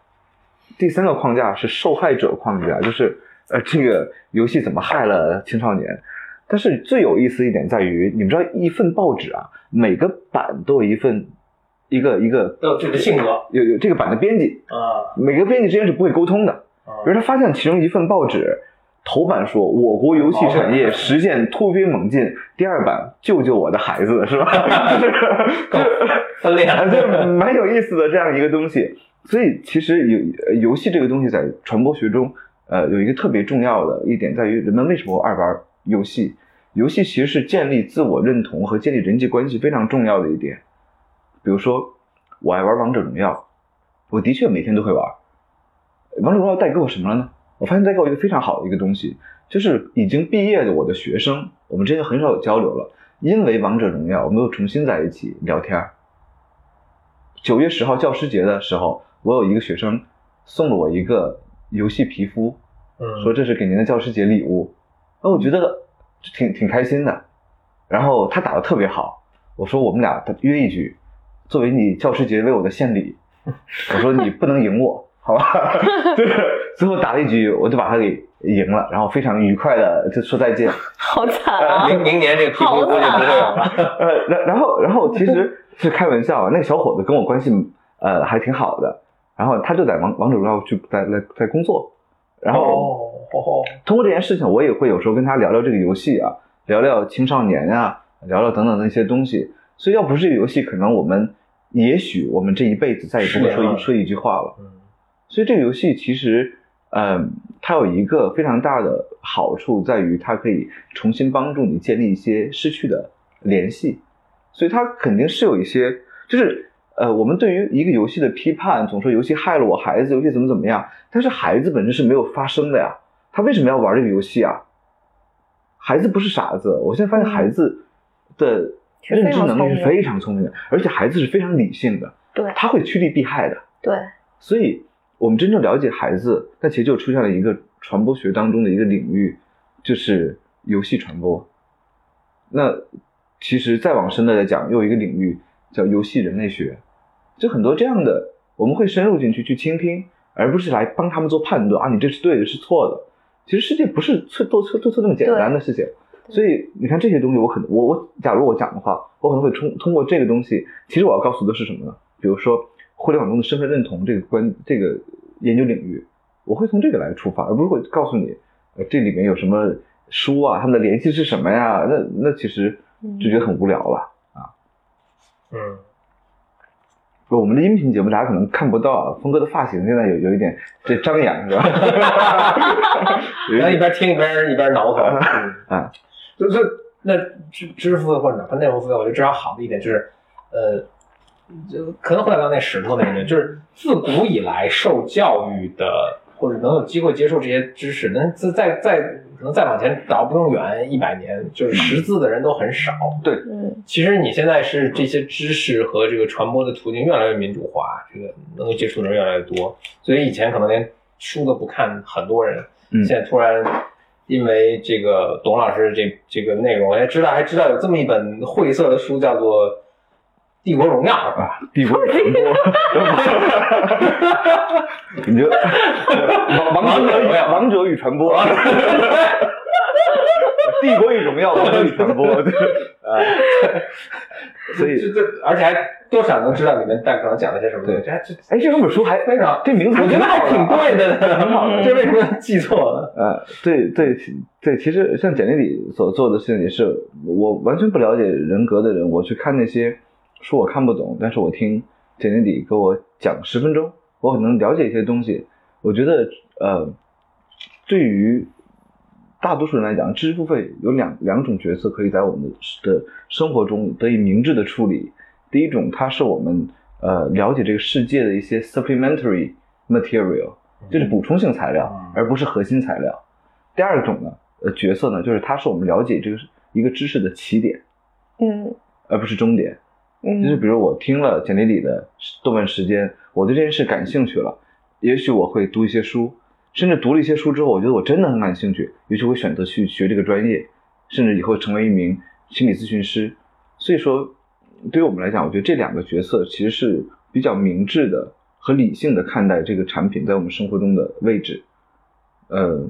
Speaker 2: 第三个框架是受害者框架，就是呃这个游戏怎么害了青少年。但是最有意思一点在于，你们知道一份报纸啊，每个版都有一份一个一个
Speaker 3: 都有自己的性格
Speaker 2: 有有这个版的编辑，
Speaker 3: 啊
Speaker 2: 每个编辑之间是不会沟通的。
Speaker 3: 啊
Speaker 2: 比如他发现其中一份报纸头版说我国游戏产业实现突飞猛进，第二版救救我的孩子，是吧？ <laughs> 就是
Speaker 3: 分裂
Speaker 2: 啊，这蛮有意思的这样一个东西。所以其实游呃游戏这个东西在传播学中，呃，有一个特别重要的一点在于，人们为什么爱玩游戏？游戏其实是建立自我认同和建立人际关系非常重要的一点。比如说，我爱玩王者荣耀，我的确每天都会玩。王者荣耀带给我什么了呢？我发现带给我一个非常好的一个东西，就是已经毕业的我的学生，我们之间很少有交流了，因为王者荣耀，我们又重新在一起聊天儿。九月十号教师节的时候，我有一个学生送了我一个游戏皮肤，
Speaker 3: <laughs> 嗯
Speaker 2: 说这是给您的教师节礼物，那我觉得挺挺开心的。然后他打的特别好，我说我们俩约一局，作为你教师节为我的献礼，我说你不能赢我，好吧？ <laughs> 就是最后打了一局，我就把他给赢了，然后非常愉快的就说再见。
Speaker 4: 好惨啊！
Speaker 2: 哎
Speaker 4: <laughs>
Speaker 3: 明明年这个皮肤估计不会有了。
Speaker 2: 呃，然然后然后其实是开玩笑啊，那个小伙子跟我关系呃还挺好的，然后他就在王王者荣耀去在在在工作，然后
Speaker 3: 哦哦，
Speaker 2: 通过这件事情，我也会有时候跟他聊聊这个游戏啊，聊聊青少年啊，聊聊等等的一些东西。所以要不是这个游戏，可能我们也许我们这一辈子再也不会
Speaker 3: 是
Speaker 2: 说
Speaker 3: 啊
Speaker 2: 一说一句话了。
Speaker 3: 嗯
Speaker 2: 所以这个游戏其实，嗯，它有一个非常大的好处在于，它可以重新帮助你建立一些失去的联系。所以它肯定是有一些，就是呃，我们对于一个游戏的批判，总说游戏害了我孩子，游戏怎么怎么样，但是孩子本身是没有发生的呀，他为什么要玩这个游戏啊？孩子不是傻子，我现在发现
Speaker 4: 嗯
Speaker 2: 孩子的
Speaker 4: 是非
Speaker 2: 认知
Speaker 4: 常
Speaker 2: 能力是
Speaker 4: 聪明
Speaker 2: 非常聪明的，而且孩子是非常理性的，
Speaker 4: 对
Speaker 2: 他会趋利避害的。
Speaker 4: 对，
Speaker 2: 所以，我们真正了解孩子，那其实就出现了一个传播学当中的一个领域，就是游戏传播。那其实再往深的来讲，又有一个领域叫游戏人类学，就很多这样的，我们会深入进去去倾听，而不是来帮他们做判断啊，你这是对的，是错的。其实世界不是错对错对错那么简单的事情，
Speaker 4: 对
Speaker 2: 所以你看这些东西，我可能我我假如我讲的话，我可能会通通过这个东西，其实我要告诉的是什么呢？比如说互联网中的身份认同这个关这个研究领域，我会从这个来出发，而不是会告诉你，呃，这里面有什么嗯书啊，他们的联系是什么呀？那那其实就觉得很无聊了。
Speaker 3: 嗯，
Speaker 2: 我们的音频节目大家可能看不到啊，峰哥的发型现在有有一点这张扬是吧？ <laughs> 有一
Speaker 3: 然后
Speaker 2: 点
Speaker 3: 一边听一边一边挠头，嗯
Speaker 2: 啊，
Speaker 3: 就是那知知识付费或者哪怕内容付费，我觉得至少好的一点就是，呃，就可能回到那石头那个，就是自古以来受教育的，或者能有机会接触这些知识，能再再再可能再往前倒不用远一百年，就是识字的人都很少。
Speaker 4: 嗯，
Speaker 3: 其实你现在是这些知识和这个传播的途径越来越民主化，这个能够接触的人越来越多，所以以前可能连书都不看，很多人
Speaker 2: 嗯
Speaker 3: 现在突然因为这个董老师这这个内容，还知道还知道有这么一本晦涩的书叫做《帝国荣耀》啊，
Speaker 2: 帝国的传播， <laughs> 你就王王者与王者与传播，帝国与荣耀，王者与传 <laughs> 播，对啊，所以
Speaker 3: 这这而且还多少能知道里面大概可能讲了些什么东西，这还这
Speaker 2: 哎，这两本书还
Speaker 3: 非常。
Speaker 2: 这名字
Speaker 3: <laughs> 我觉得还挺
Speaker 2: 多。
Speaker 3: 对的， <laughs> 很
Speaker 2: 好
Speaker 3: 的。这为什么记错了？
Speaker 2: 呃，对对其对，其实像简历里所做的事情也是，我完全不了解人格的人，我去看那些书我看不懂，但是我听简历里给我讲十分钟，我可能了解一些东西。我觉得呃，对于大多数人来讲，知识付费有两两种角色可以在我们的的生活中得以明智的处理。第一种，它是我们呃了解这个世界的一些 supplementary material，就是补充性材料
Speaker 3: 嗯，
Speaker 2: 而不是核心材料。第二种呢，呃，角色呢，就是它是我们了解这个一个知识的起点，
Speaker 4: 嗯
Speaker 2: 而不是终点。
Speaker 4: 嗯，
Speaker 2: 就是比如我听了简历里的动漫时间，我对这件事感兴趣了，也许我会读一些书，甚至读了一些书之后，我觉得我真的很感兴趣，也许会选择去学这个专业，甚至以后成为一名心理咨询师。所以说，对于我们来讲，我觉得这两个角色其实是比较明智的和理性的看待这个产品在我们生活中的位置。呃，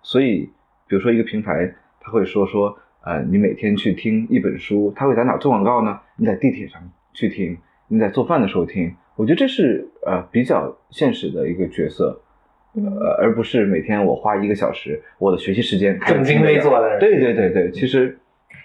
Speaker 2: 所以比如说一个平台，他会说说，呃，你每天去听一本书，他会在哪做广告呢？你在地铁上去听，你在做饭的时候听。我觉得这是呃比较现实的一个角色，呃，而不是每天我花一个小时我的学习时间
Speaker 3: 正襟危。坐的人，
Speaker 2: 对对对对，其实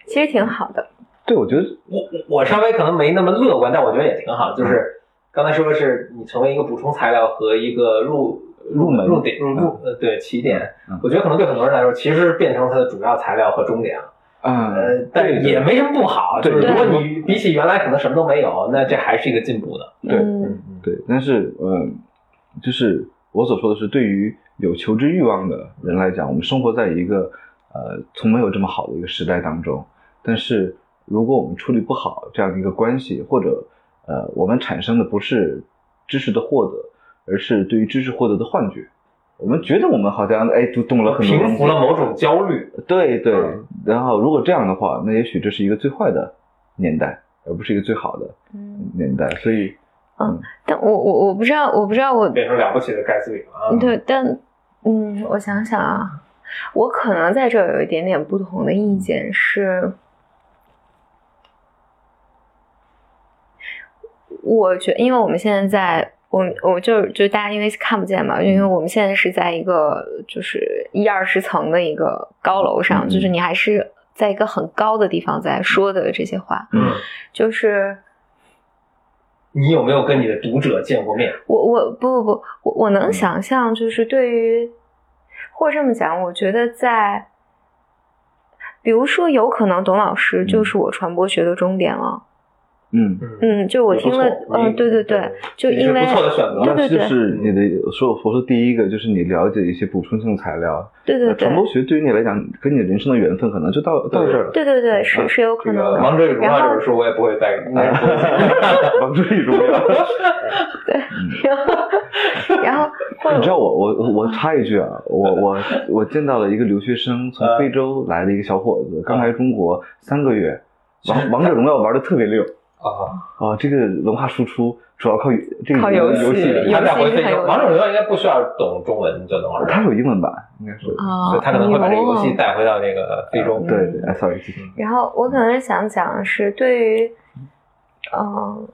Speaker 4: 其实挺好的，
Speaker 2: 对我觉得
Speaker 3: 我我我稍微可能没那么乐观，但我觉得也挺好。
Speaker 2: 嗯
Speaker 3: 就是刚才说的是你成为一个补充材料和一个入
Speaker 2: 入门
Speaker 3: 入点入入呃对起点
Speaker 2: 嗯，
Speaker 3: 我觉得可能对很多人来说，其实是变成它的主要材料和终点了。
Speaker 2: 啊，
Speaker 3: 呃，
Speaker 2: 对
Speaker 3: 但
Speaker 2: 对
Speaker 3: 也没什么不好。
Speaker 2: 对
Speaker 3: 就是
Speaker 4: 对
Speaker 3: 如果你比起原来可能什么都没有，那这还是一个进步的。
Speaker 2: 对
Speaker 4: 嗯
Speaker 3: 嗯嗯
Speaker 2: 对，但是呃，就是我所说的是，对于有求知欲望的人来讲，我们生活在一个呃从没有这么好的一个时代当中。但是如果我们处理不好这样的一个关系，或者呃我们产生的不是知识的获得，而是对于知识获得的幻觉，我们觉得我们好像哎就懂了很多东
Speaker 3: 平
Speaker 2: 西
Speaker 3: 服了某种焦虑。
Speaker 2: 对对
Speaker 3: 嗯，
Speaker 2: 然后如果这样的话，那也许这是一个最坏的年代，而不是一个最好的
Speaker 4: 嗯，
Speaker 2: 年代。所以
Speaker 4: 但我我我不知道，我不知道我
Speaker 3: 变成了不起的盖茨比了啊！
Speaker 4: 对，但嗯，我想想啊，我可能在这儿有一点点不同的意见是，我觉因为我们现在在。我我就是就大家因为看不见嘛，因为我们现在是在一个就是一二十层的一个高楼上，
Speaker 2: 嗯
Speaker 4: 就是你还是在一个很高的地方在说的这些话，
Speaker 2: 嗯
Speaker 4: 就是
Speaker 3: 你有没有跟你的读者见过面？
Speaker 4: 我我不不不，我我
Speaker 3: 嗯
Speaker 4: 能想象，就是对于，或者这么讲，我觉得在，比如说，有可能董老
Speaker 3: 嗯
Speaker 4: 师就是我传播学的终点了。
Speaker 2: 嗯。
Speaker 4: 嗯，就我听了，嗯、对对对，，就
Speaker 3: 你是
Speaker 4: 因为
Speaker 3: 不错的选择
Speaker 4: 对对对
Speaker 2: 就是你的说，我说第一个就是你了解一些补充性材料。
Speaker 4: 对对
Speaker 2: 那传
Speaker 4: 对
Speaker 2: 播学对于你来讲，跟你人生的缘分可能就到到这儿了。 <laughs>
Speaker 4: 对对对，是
Speaker 2: 啊
Speaker 4: 是有可
Speaker 3: 嗯这
Speaker 4: 能
Speaker 3: 个《
Speaker 4: 的。
Speaker 3: 王者与荣耀
Speaker 4: 然》后嗯
Speaker 3: 这本书我也不会再，应该是不会再
Speaker 2: 王者与荣
Speaker 4: <laughs>
Speaker 2: 耀。
Speaker 4: <laughs> 然后或
Speaker 2: 你知
Speaker 4: 者
Speaker 2: 道我我我我插一句啊，我我我见到了一个留学生，从非洲来的一个小伙子，刚来中国三个月，王王者荣耀玩的特别溜
Speaker 3: 啊，
Speaker 2: 啊，这个文化输出主要靠这个
Speaker 4: 靠
Speaker 2: 游
Speaker 4: 游戏
Speaker 2: 戏，
Speaker 3: 他再回非
Speaker 4: 还有
Speaker 3: 洲，王者荣耀应该不需要懂中文就能玩
Speaker 2: 它
Speaker 3: 儿，
Speaker 2: 有英文版，应该是。
Speaker 4: 啊
Speaker 3: 所以，他可能会把这个游戏
Speaker 4: 有
Speaker 3: 带回到这个非
Speaker 4: 嗯
Speaker 3: 洲。
Speaker 2: 对对，哎，sorry，继续
Speaker 4: 然后我可能是想讲的是，对于，嗯、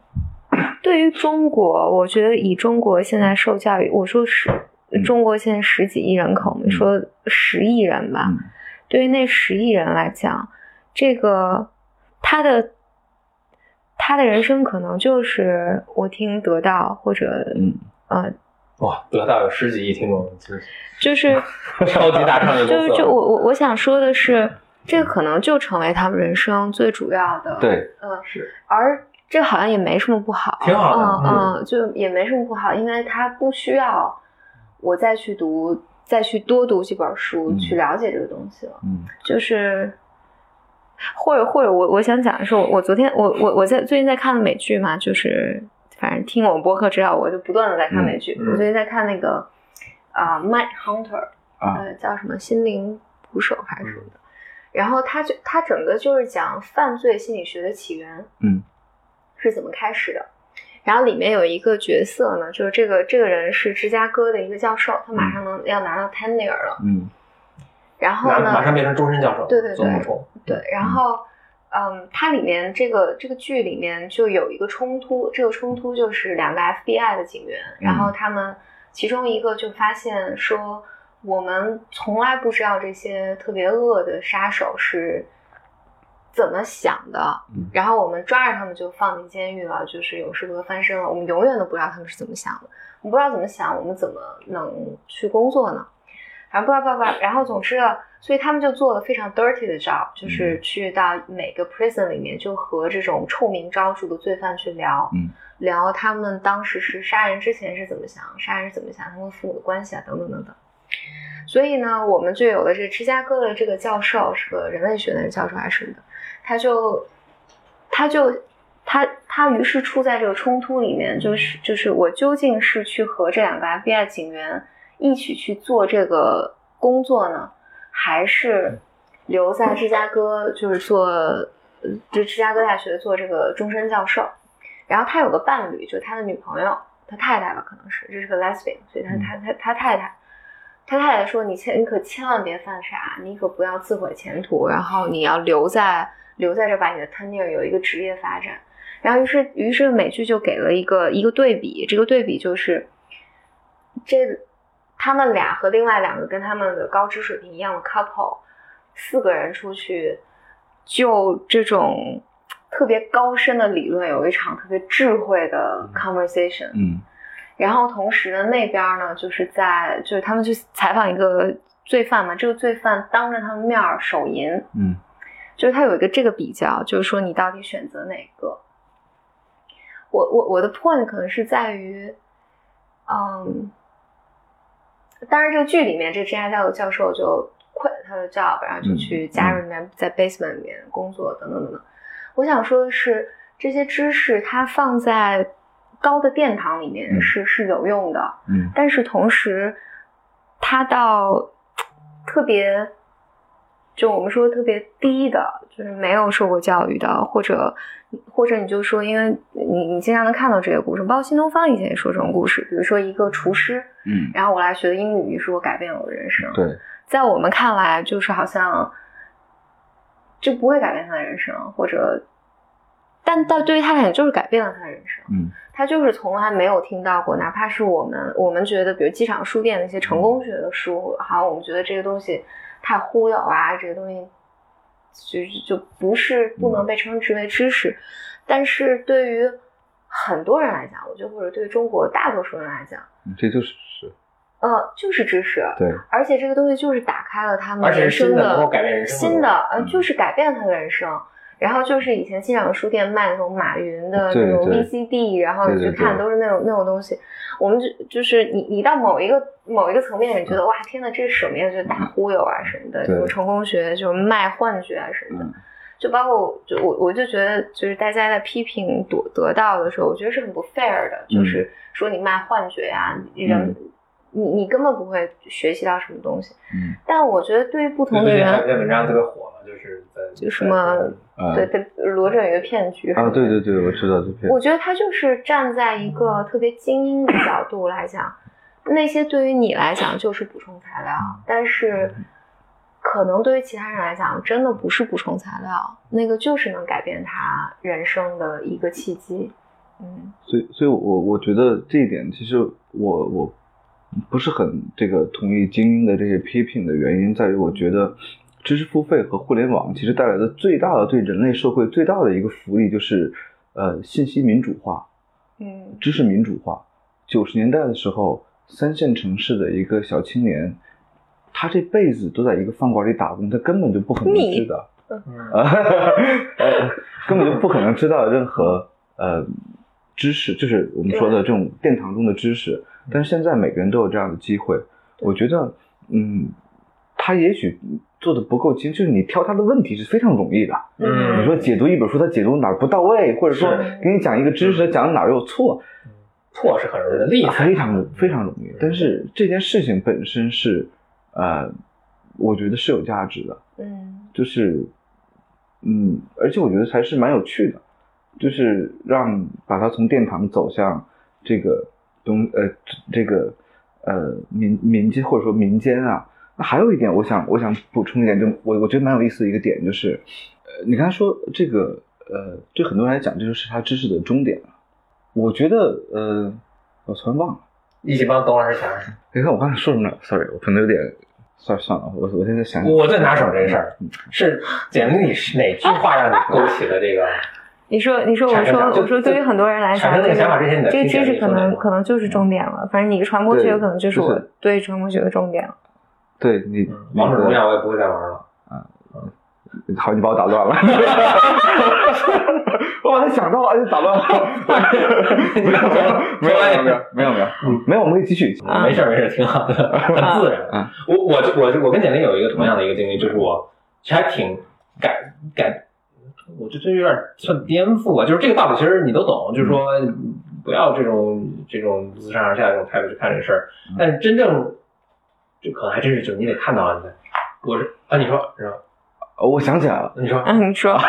Speaker 4: 对于中国，我觉得以中国现在受教育，我说十，
Speaker 3: 嗯
Speaker 4: 中国现在十几亿人口，我们说十亿人吧，
Speaker 2: 嗯
Speaker 4: 对于那十亿人来讲，这个他的他的人生可能就是我听得到或者
Speaker 2: 嗯
Speaker 4: 呃，
Speaker 3: 哇，得到有十几亿听众，真是
Speaker 4: 就是
Speaker 3: <laughs> 超级大创业
Speaker 4: 就
Speaker 3: 公
Speaker 4: 是
Speaker 3: 司
Speaker 4: 就
Speaker 3: 了。
Speaker 4: 我我我想说的是，这个可能就成为他们人生最主要的，，
Speaker 2: 对，
Speaker 4: 嗯，
Speaker 3: 是
Speaker 4: 而这好像也没什么不好，
Speaker 3: 挺好的
Speaker 4: 嗯嗯，就也没什么不好，因为他不需要我再去读，再去多读几本书、
Speaker 2: 嗯
Speaker 4: 去了解这个东西了，
Speaker 2: 嗯
Speaker 4: 就是。或者或者我我想讲的是，我我昨天我我我在最近在看的美剧嘛，就是反正听我播客知道，我就不断的在看美剧。
Speaker 3: 嗯嗯
Speaker 4: 我最近在看那个啊、Mind Hunter》，
Speaker 2: 啊
Speaker 4: 呃，叫什么心灵捕手还是什么的。
Speaker 3: 嗯
Speaker 4: 然后他就他整个就是讲犯罪心理学的起源，
Speaker 2: 嗯，
Speaker 4: 是怎么开始的。然后里面有一个角色呢，就是这个这个人是芝加哥的一个教授，他
Speaker 3: 嗯
Speaker 4: 马上能要拿到 tenure 了。
Speaker 2: 嗯
Speaker 4: 嗯然后
Speaker 3: 马
Speaker 4: 呢，
Speaker 3: 马上变成终身教授，
Speaker 4: 对对对
Speaker 3: 做补充，
Speaker 4: 对，然后，嗯，它里面这个这个剧里面就有一个冲突，这个冲突就是两个 FBI 的警员，然后他们其中一个就发现说，我们从来不知道这些特别恶的杀手是怎么想的
Speaker 2: 嗯，
Speaker 4: 然后我们抓着他们就放进监狱了，就是有事不得翻身了，我们永远都不知道他们是怎么想的，我们不知道怎么想，我们怎么能去工作呢？然后叭叭叭，然后总之呢，所以他们就做了非常 dirty 的 job，就是去到每个 prison 里面，就和这种臭名昭著的罪犯去聊，
Speaker 2: 嗯
Speaker 4: 聊他们当时是杀人之前是怎么想，杀人是怎么想，他们父母的关系啊，等等等等。所以呢，我们就有了这芝加哥的这个教授，是个人类学的教授还是什么的，他就，他就，他他于是处在这个冲突里面，就是就是我究竟是去和这两个 FBI 警员一起去做这个工作呢，还是留在芝加哥，就是做呃就芝加哥大学做这个终身教授？然后他有个伴侣，就是他的女朋友，他太太吧，可能是，这是个 lesbian，所以他
Speaker 2: 嗯
Speaker 4: 他他他太太，他太太说你千你可千万别犯傻，你可不要自毁前途，然后你要留在留在这儿，把你的 tenure 有一个职业发展。然后于是于是美剧就给了一个一个对比，这个对比就是这他们俩和另外两个跟他们的高知水平一样的 couple，四个人出去就这种特别高深的理论有一场特别智慧的 conversation，
Speaker 2: 嗯
Speaker 4: 然后同时呢，那边儿呢就是在就是他们去采访一个罪犯嘛，这个罪犯当着他们面儿手淫，
Speaker 2: 嗯
Speaker 4: 就是他有一个这个比较，就是说你到底选择哪个。我我我的 point 可能是在于，嗯，当然这个剧里面这芝加哥教授就 quit 他的 job，然后就去家人里面在 basement 里面工作等等等等。我想说的是，这些知识它放在高的殿堂里面
Speaker 2: 嗯
Speaker 4: 是、是有用的，
Speaker 2: 嗯
Speaker 4: 但是同时，他到特别，就我们说特别低的，就是没有受过教育的，或者或者你就说，因为你你经常能看到这些故事，包括新东方以前也说这种故事，比如说一个厨师，
Speaker 2: 嗯，
Speaker 4: 然后我来学的英语，于是我改变了我的人生。
Speaker 2: 对，
Speaker 4: 在我们看来，就是好像就不会改变他的人生，或者，但但对于他来讲，就是改变了他的人生。
Speaker 2: 嗯
Speaker 4: 他就是从来没有听到过，哪怕是我们我们觉得，比如机场书店那些成功学的书，好像我们觉得这个东西太忽悠啊，这个东西就就不是不能被称之为知识。但是对于很多人来讲，我觉得或者对于中国大多数人来讲，
Speaker 2: 嗯这就是是
Speaker 4: 呃，就是知识，
Speaker 2: 对，
Speaker 4: 而且这个东西就是打开了他们
Speaker 3: 而且
Speaker 4: 人
Speaker 3: 是
Speaker 4: 生
Speaker 3: 新的能够改变人生的
Speaker 4: 新的呃，
Speaker 2: 嗯
Speaker 4: 就是改变他的人生。然后就是以前机场书店卖那种马云的
Speaker 2: 对
Speaker 4: 那种
Speaker 2: 对
Speaker 4: VCD，然后你
Speaker 2: 对
Speaker 4: 去
Speaker 2: 对
Speaker 4: 看
Speaker 2: 对
Speaker 4: 都是那种那种东西。我们就就是你你到某一个某一个层面，你觉得哇天呐，这是什么呀？就是大忽悠啊什么的，
Speaker 2: 嗯
Speaker 4: 什
Speaker 2: 对
Speaker 4: 么成功学，就是卖幻觉啊什么的
Speaker 2: 嗯。
Speaker 4: 就包括我就我我就觉得，就是大家在批评得得到的时候，我觉得是很不 fair 的，
Speaker 2: 嗯
Speaker 4: 就是说你卖幻觉呀、你人、你你根本不会学习到什么东西。
Speaker 2: 嗯
Speaker 4: 但我觉得对于不同的
Speaker 3: 最近还有一
Speaker 4: 人，
Speaker 3: 篇文章特别火嘛，就是在
Speaker 4: 就什么
Speaker 2: 啊
Speaker 4: 对对罗振宇的骗局
Speaker 2: 啊，对对
Speaker 4: 对，
Speaker 2: 对，我知道这片，
Speaker 4: 我觉得他就是站在一个特别精英的角度来讲，那些对于你来讲就是补充材料，
Speaker 2: 嗯
Speaker 4: 但是可能对于其他人来讲，真的不是补充材料，那个就是能改变他人生的一个契机。嗯
Speaker 2: 所以，所以我我觉得这一点，其实我我不是很这个同意精英的这些批评的原因，在于我觉得知识付费和互联网其实带来的最大的对人类社会最大的一个福利就是呃信息民主化、
Speaker 4: 嗯
Speaker 2: 知识民主化。九十年代的时候，三线城市的一个小青年，他这辈子都在一个饭馆里打工，他根本就不可能
Speaker 4: 你
Speaker 2: 知道，
Speaker 3: 嗯，
Speaker 4: 啊 <laughs>
Speaker 2: 呃，根本就不可能知道任何呃知识，就是我们说的这种殿堂中的知识。但是现在每个人都有这样的机会，我觉得，嗯，他也许做的不够精，就是你挑他的问题是非常容易的。
Speaker 3: 嗯
Speaker 2: 你说解读一本书，他解读哪儿不到位，或者说
Speaker 3: 是
Speaker 2: 给你讲一个知识，他讲的哪儿有错，啊
Speaker 3: 错是很容易的，嗯厉害
Speaker 2: 非常非常容易。但是这件事情本身是，呃，我觉得是有价值的，
Speaker 4: 嗯
Speaker 2: 就是，嗯，而且我觉得还是蛮有趣的，就是让把它从殿堂走向这个东呃这个呃民民间或者说民间啊。那还有一点，我想我想补充一点，就我我觉得蛮有意思的一个点就是，呃，你刚才说这个呃，对很多人来讲，这就是他知识的终点了。我觉得呃，我突然忘了。
Speaker 3: 一起帮董老师想，
Speaker 2: 你看我刚才说什么了？Sorry，我可能有点，算了算了，我我现在想嗯想，
Speaker 3: 我最拿手这个事儿是简历里是哪句话让你勾起了这个？
Speaker 4: 你说，你说，我
Speaker 3: 产生
Speaker 4: 说
Speaker 3: 想，就
Speaker 4: 我说，对于很多人来
Speaker 3: 产生
Speaker 4: 讲，
Speaker 3: 那
Speaker 4: 这
Speaker 3: 个想法之前你的
Speaker 4: 这个
Speaker 3: 听见
Speaker 4: 知识
Speaker 3: 你
Speaker 4: 可
Speaker 3: 说的
Speaker 4: 能
Speaker 3: 话
Speaker 4: 可能就是
Speaker 3: 嗯
Speaker 4: 终点了。反正你传播
Speaker 2: 对
Speaker 4: 学有可能就是
Speaker 2: 就是
Speaker 4: 我对传播学的终点了。
Speaker 2: 对你，
Speaker 3: 嗯
Speaker 2: 你
Speaker 3: 王者荣耀我也不会再玩了。
Speaker 2: 好，你把我打乱了。 <laughs> 我把他想到了，而且打乱了。没有没有
Speaker 3: <laughs>
Speaker 2: 没有没有没有
Speaker 3: 嗯
Speaker 2: 没有，我们可以继续。
Speaker 4: 啊
Speaker 3: 没事儿没事儿，挺好的， <laughs> 很自然。
Speaker 2: 啊
Speaker 3: 我我就我就我跟简历有一个同样的一个经历，就是我其实还挺感感，我这这有点算颠覆啊，就是这个道理其实你都懂，就是说不要这种这种自上而下这种态度去看这个事儿，但是真正这可能还真是就是你得看到了你才，我是啊你说是吧？
Speaker 2: 哦我想起来了，
Speaker 3: 你说
Speaker 4: 嗯，你说，
Speaker 3: 啊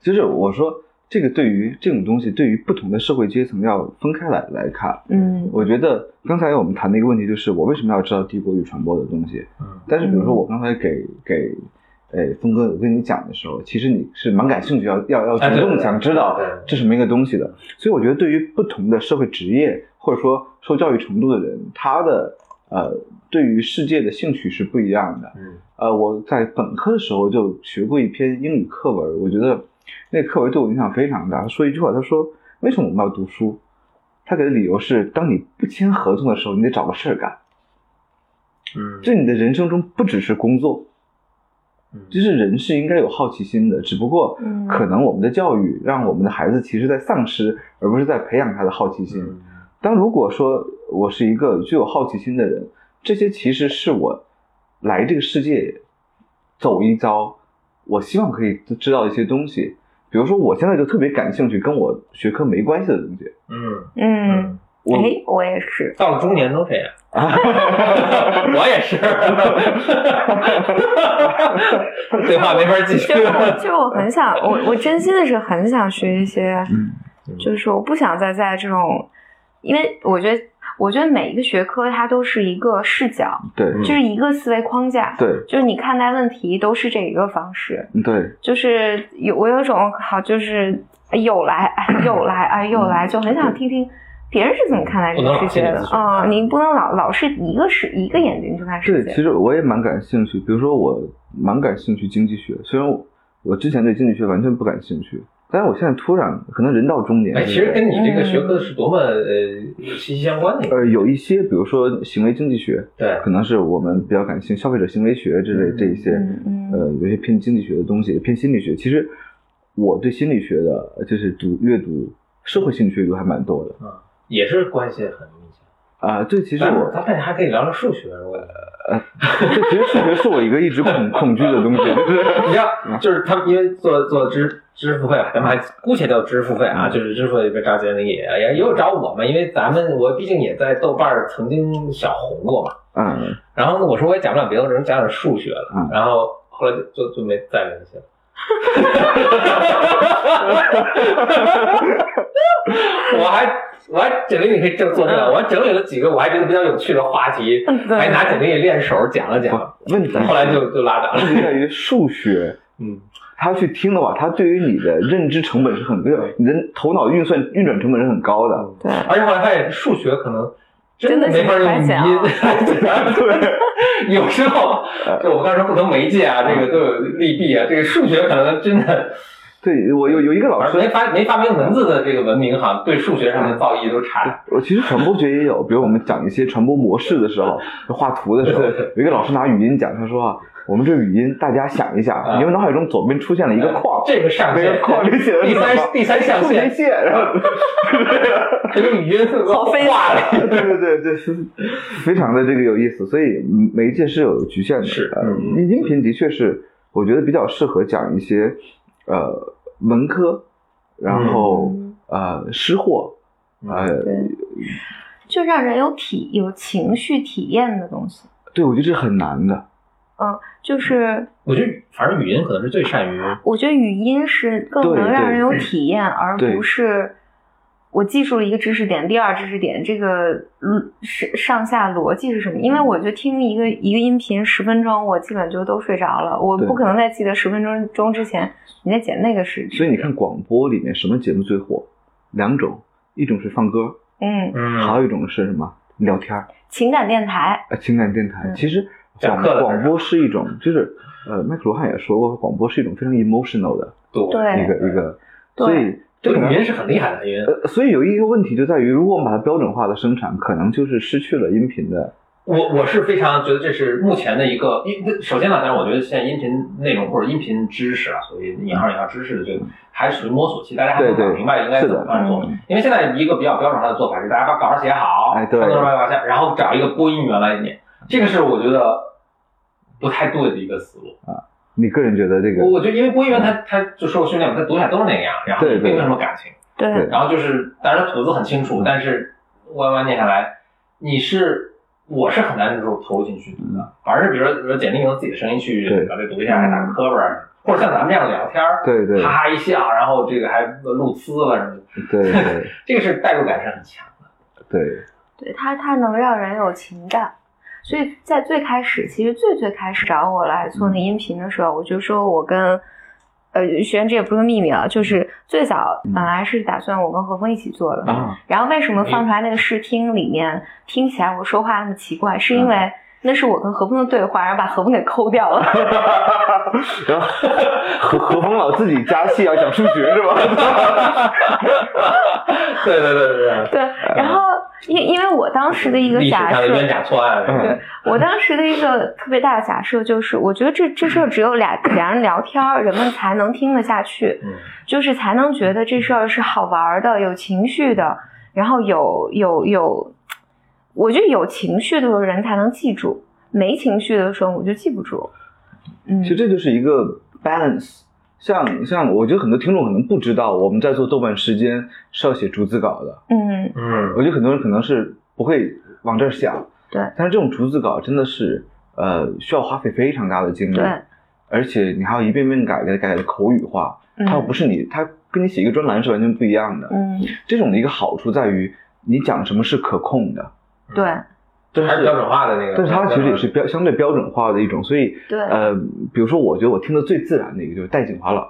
Speaker 2: 就是我说这个对于这种东西，对于不同的社会阶层要分开来来看。
Speaker 4: 嗯
Speaker 2: 我觉得刚才我们谈的一个问题就是，我为什么要知道帝国与传播的东西？
Speaker 3: 嗯
Speaker 2: 但是比如说我刚才给给。诶，峰哥，我跟你讲的时候，其实你是蛮感兴趣，要要要
Speaker 3: 哎
Speaker 2: 主
Speaker 3: 对
Speaker 2: 动
Speaker 3: 对
Speaker 2: 想知道
Speaker 3: 对
Speaker 2: 这是什么一个东西的。所以我觉得，对于不同的社会职业或者说受教育程度的人，他的呃对于世界的兴趣是不一样的。
Speaker 3: 嗯
Speaker 2: 呃，我在本科的时候就学过一篇英语课文，我觉得那课文对我影响非常大。他说一句话，他说：“为什么我们要读书？”他给的理由是：当你不签合同的时候，你得找个事儿干。
Speaker 3: 嗯，
Speaker 2: 就你的人生中不只是工作，
Speaker 3: 嗯
Speaker 2: 就是人是应该有好奇心的，只不过
Speaker 4: 嗯
Speaker 2: 可能我们的教育让我们的孩子其实在丧失，而不是在培养他的好奇心。
Speaker 3: 嗯
Speaker 2: 当如果说我是一个具有好奇心的人，这些其实是我来这个世界走一遭，我希望可以知道一些东西。比如说，我现在就特别感兴趣跟我学科没关系的东西。
Speaker 3: 嗯
Speaker 4: 嗯，
Speaker 3: 嗯，
Speaker 2: 我
Speaker 4: 哎，我也是，
Speaker 3: <laughs> 到了中年都这样。我也是， <laughs> 对话没法继续
Speaker 4: 就。我就是我很想，我我真心的是很想学一些，
Speaker 2: 嗯
Speaker 4: 就是我不想再在这种，因为我觉得，我觉得每一个学科它都是一个视角，
Speaker 2: 对
Speaker 3: 嗯
Speaker 4: 就是一个思维框架，
Speaker 2: 对
Speaker 4: 就是你看待问题都是这一个方式，
Speaker 2: 对，
Speaker 4: 就是有我有一种好就是哎又来 <coughs> 哎又来哎又来，就很想听听。别人是怎么看待这个世界
Speaker 3: 不
Speaker 4: 的
Speaker 3: 能老是这样
Speaker 4: 啊、嗯你不能老老是一个视一个眼睛去看世
Speaker 2: 对，
Speaker 4: 界。
Speaker 2: 其实我也蛮感兴趣。比如说，我蛮感兴趣经济学，虽然我我之前对经济学完全不感兴趣，但是我现在突然可能人到中年，
Speaker 3: 哎，其实跟你这个学科是多么呃息息相关的一个。
Speaker 2: 呃有一些，比如说行为经济学，
Speaker 3: 对，
Speaker 2: 可能是我们比较感兴消费者行为学之类
Speaker 3: 嗯
Speaker 2: 这一些，
Speaker 4: 嗯嗯
Speaker 2: 呃，有些偏经济学的东西，偏心理学。其实我对心理学的，呃就是读阅读社会性阅读还蛮多的
Speaker 3: 也是关系很密切。
Speaker 2: 啊、对，其
Speaker 3: 其
Speaker 2: 实我
Speaker 3: 咱们还可以聊聊数学。我
Speaker 2: 这其实数学是我一个一直恐恐惧的东西，就是
Speaker 3: <laughs> 你知道，就是他们因为做做知知识付费，咱们还姑且叫知识付费啊，
Speaker 2: 嗯
Speaker 3: 就是知识付费里边找简历也也也有找我嘛，因为咱们我毕竟也在豆瓣儿曾经小红过嘛。
Speaker 2: 嗯
Speaker 3: 然后呢，我说我也讲不了别的，我只能讲点数学了。
Speaker 2: 嗯
Speaker 3: 然后后来就就就没再联系了。我还我还整理，你可以正做这啊个，我还整理了几个我还觉得比较有趣的话题，
Speaker 4: 嗯对
Speaker 3: 呃还拿简历练手讲了讲，
Speaker 2: 问题
Speaker 3: 后来就就拉倒
Speaker 2: 问
Speaker 3: 了。
Speaker 2: 题在于数学。
Speaker 3: 嗯，
Speaker 2: 他去听的话，他对于你的认知成本是很，你的头脑运算运转成本是很高的。
Speaker 4: 对，
Speaker 3: 而且后来发现数学可能真
Speaker 4: 真的
Speaker 3: 没
Speaker 4: 是
Speaker 3: 法用
Speaker 4: 白
Speaker 3: 语
Speaker 4: 讲啊
Speaker 3: 音， <laughs> 对，有时候就我们刚才说不同媒介啊，这个都有利弊啊，这个数学可能真的
Speaker 2: 对我有有一个老
Speaker 3: 而
Speaker 2: 师
Speaker 3: 没，发没发明文字的这个文明，好像对数学上的造诣都差。
Speaker 2: 我呃其实传播学也有，比如我们讲一些传播模式的时候，画图的
Speaker 3: <laughs>
Speaker 2: 时候，有一个老师拿语音讲，他说啊，我们这语音大家想一下，
Speaker 3: 啊
Speaker 2: 你们脑海中左边出现了一个框，
Speaker 3: 这个上
Speaker 2: 那
Speaker 3: 限
Speaker 2: 个，框里写的是
Speaker 3: 第
Speaker 2: 什么
Speaker 3: 三第三象
Speaker 2: 数学
Speaker 3: 限，
Speaker 2: 线，然
Speaker 3: <laughs>
Speaker 2: 后
Speaker 3: 这个语音
Speaker 1: 好费
Speaker 3: 挂了。
Speaker 2: 对对对对，是非常的这个有意思，所以媒介是有局限的，
Speaker 3: 是
Speaker 2: 呃
Speaker 3: 嗯
Speaker 2: 音频的确是我觉得比较适合讲一些呃文科，然后、
Speaker 4: 嗯
Speaker 2: 呃识货，呃，
Speaker 4: 对，就让人有体有情绪体验的东西。
Speaker 2: 对我觉得这很难的。
Speaker 4: 嗯，就是
Speaker 3: 我觉得反正语音可能是最善于
Speaker 4: 我觉得语音是更
Speaker 2: 对
Speaker 4: 能让
Speaker 2: 对
Speaker 4: 人有体
Speaker 2: <clears throat>
Speaker 4: 验，而
Speaker 2: 对
Speaker 4: 不是我记住了一个知识点，第二知识点这个嗯是上下逻辑是什么？因
Speaker 2: 嗯
Speaker 4: 为我就听一个一个音频十分钟，我基本就都睡着了，我
Speaker 2: 对
Speaker 4: 不可能再记得十分钟钟之前你在剪那个事。
Speaker 2: 所以你看广播里面什么节目最火？两种，一种是放歌，
Speaker 4: 嗯，
Speaker 3: 嗯
Speaker 2: 还有一种是什么？聊天儿，
Speaker 4: 情感电台，
Speaker 2: 呃，情感电台。
Speaker 4: 嗯
Speaker 2: 其实
Speaker 3: 讲
Speaker 2: 广
Speaker 3: 课的
Speaker 2: 广播是一种，就是呃，麦克罗汉也说过，广播是一种非常 emotional 的
Speaker 4: 对
Speaker 2: 一个一个，
Speaker 4: 对
Speaker 2: 所以
Speaker 3: 这
Speaker 2: 这
Speaker 3: 个
Speaker 2: 个
Speaker 3: 语音是很厉害的，语音。
Speaker 2: 呃，所以有一个问题就在于，如果我们把它标准化的生产，可能就是失去了音频的。
Speaker 3: 我我是非常觉得这是目前的一个音，首先呢，但是我觉得现在音频内容或者音频知识啊，所谓引号引号知识的这个还是属于摸索期，大家还没
Speaker 2: 对
Speaker 3: 搞
Speaker 2: 对嗯
Speaker 3: 明白应该怎么办做。因为现在一个比较标准化的做法是，大家把稿儿写好，
Speaker 2: 哎对
Speaker 3: 创作出来往下，然后找一个播音员来念，这个是我觉得不太对的一个思路。
Speaker 2: 你个人觉得这个
Speaker 3: 我我觉得，因为播音员他他就受过训练嘛，他读起来都是那个样，然后
Speaker 2: 对
Speaker 3: 也
Speaker 2: 对
Speaker 3: 没有什么感情。
Speaker 4: 对
Speaker 2: 对
Speaker 3: 然后就是，当然吐字很清
Speaker 2: 嗯
Speaker 3: 楚，但是弯弯念下来，你是我是很难入投入进去读的，反而是比如说比如说简历用自己的声音去
Speaker 2: 嗯对嗯
Speaker 3: 把这读一下，还打个磕巴儿，或者像咱们这样聊天儿，
Speaker 2: 对对
Speaker 3: 哈哈一笑，然后这个还露呲了什么的，
Speaker 2: 对对
Speaker 3: 这个是代入感是很
Speaker 2: <laughs>
Speaker 3: 强的。
Speaker 2: 对，
Speaker 4: 对它，它能让人有情感。所以在最开始，其实最最开始找我来做
Speaker 3: 嗯
Speaker 4: 那音频的时候，我就说我跟呃，虽然这也不是秘密啊，就是最早本来是打算我跟何峰一起做的，
Speaker 3: 嗯啊
Speaker 4: 然后为什么放出来那个试听里面听起来我说话那么奇怪，是
Speaker 3: 嗯
Speaker 4: 因为那是我跟何峰的对话，然后把何峰给抠掉了。
Speaker 2: <laughs>
Speaker 3: <laughs>
Speaker 2: 然后何何峰老自己加戏要讲数学是吧？ <laughs>
Speaker 3: 对对对对
Speaker 4: 对，然后因因为我当时的一
Speaker 3: 对，
Speaker 4: 个
Speaker 3: 历史
Speaker 4: 假
Speaker 3: 上的
Speaker 4: 设，
Speaker 3: 冤假错案，
Speaker 2: 嗯
Speaker 4: 我当时的一个特别大的假设就是，我觉得这这事儿只有俩俩人聊天儿，人们才能听得下去，
Speaker 3: 嗯
Speaker 4: 就是才能觉得这事儿是好玩儿的、有情绪的，然后有有有，我觉得有情绪的时候人才能记住，没情绪的时候我就记不住。嗯
Speaker 2: 其，实这就是一个 balance。像像我觉得很多听众可能不知道，我们在做豆瓣时间是要写逐字稿的。
Speaker 4: 嗯，
Speaker 3: 嗯
Speaker 2: 我觉得很多人可能是不会往这儿想。
Speaker 4: 对
Speaker 2: 但是这种逐字稿真的是呃需要花费非常大的精力。
Speaker 4: 对，
Speaker 2: 而且你还要一遍遍改，改改口语化。它又
Speaker 4: 嗯
Speaker 2: 不是你，它跟你写一个专栏是完全不一样的。
Speaker 4: 嗯，
Speaker 2: 这种的一个好处在于，你讲什么是可控的，
Speaker 4: 对，
Speaker 2: 但
Speaker 3: 嗯还是标准化的那个，
Speaker 2: 嗯但是它其实也是标相对标准化的一种，所以
Speaker 4: 对
Speaker 2: 呃，比如说我觉得我听的最自然的一个就是戴锦华老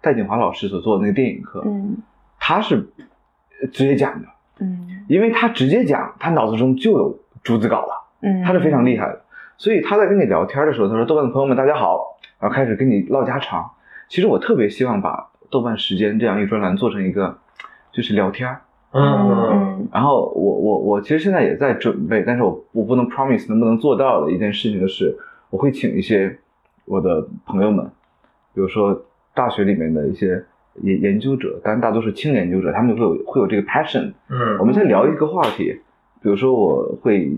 Speaker 2: 戴锦华老师所做的那个电影课，
Speaker 4: 嗯
Speaker 2: 他是直接讲的，
Speaker 4: 嗯
Speaker 2: 因为他直接讲，他脑子中就有逐字稿了。
Speaker 4: 嗯，
Speaker 2: 他是非常厉害的。所以他在跟你聊天的时候，他说：“豆瓣的朋友们，大家好。”然后开始跟你唠家常。其实我特别希望把豆瓣时间这样一个专栏做成一个，就是聊天儿。
Speaker 3: 嗯
Speaker 4: 嗯
Speaker 2: 然后我我我其实现在也在准备，但是我我不能 promise 能不能做到的一件事情就是，我会请一些我的朋友们，比如说大学里面的一些研研究者，当然大多数轻研究者，他们会有会有这个 passion，
Speaker 3: 嗯
Speaker 2: 我们先聊一个话题，比如说我会，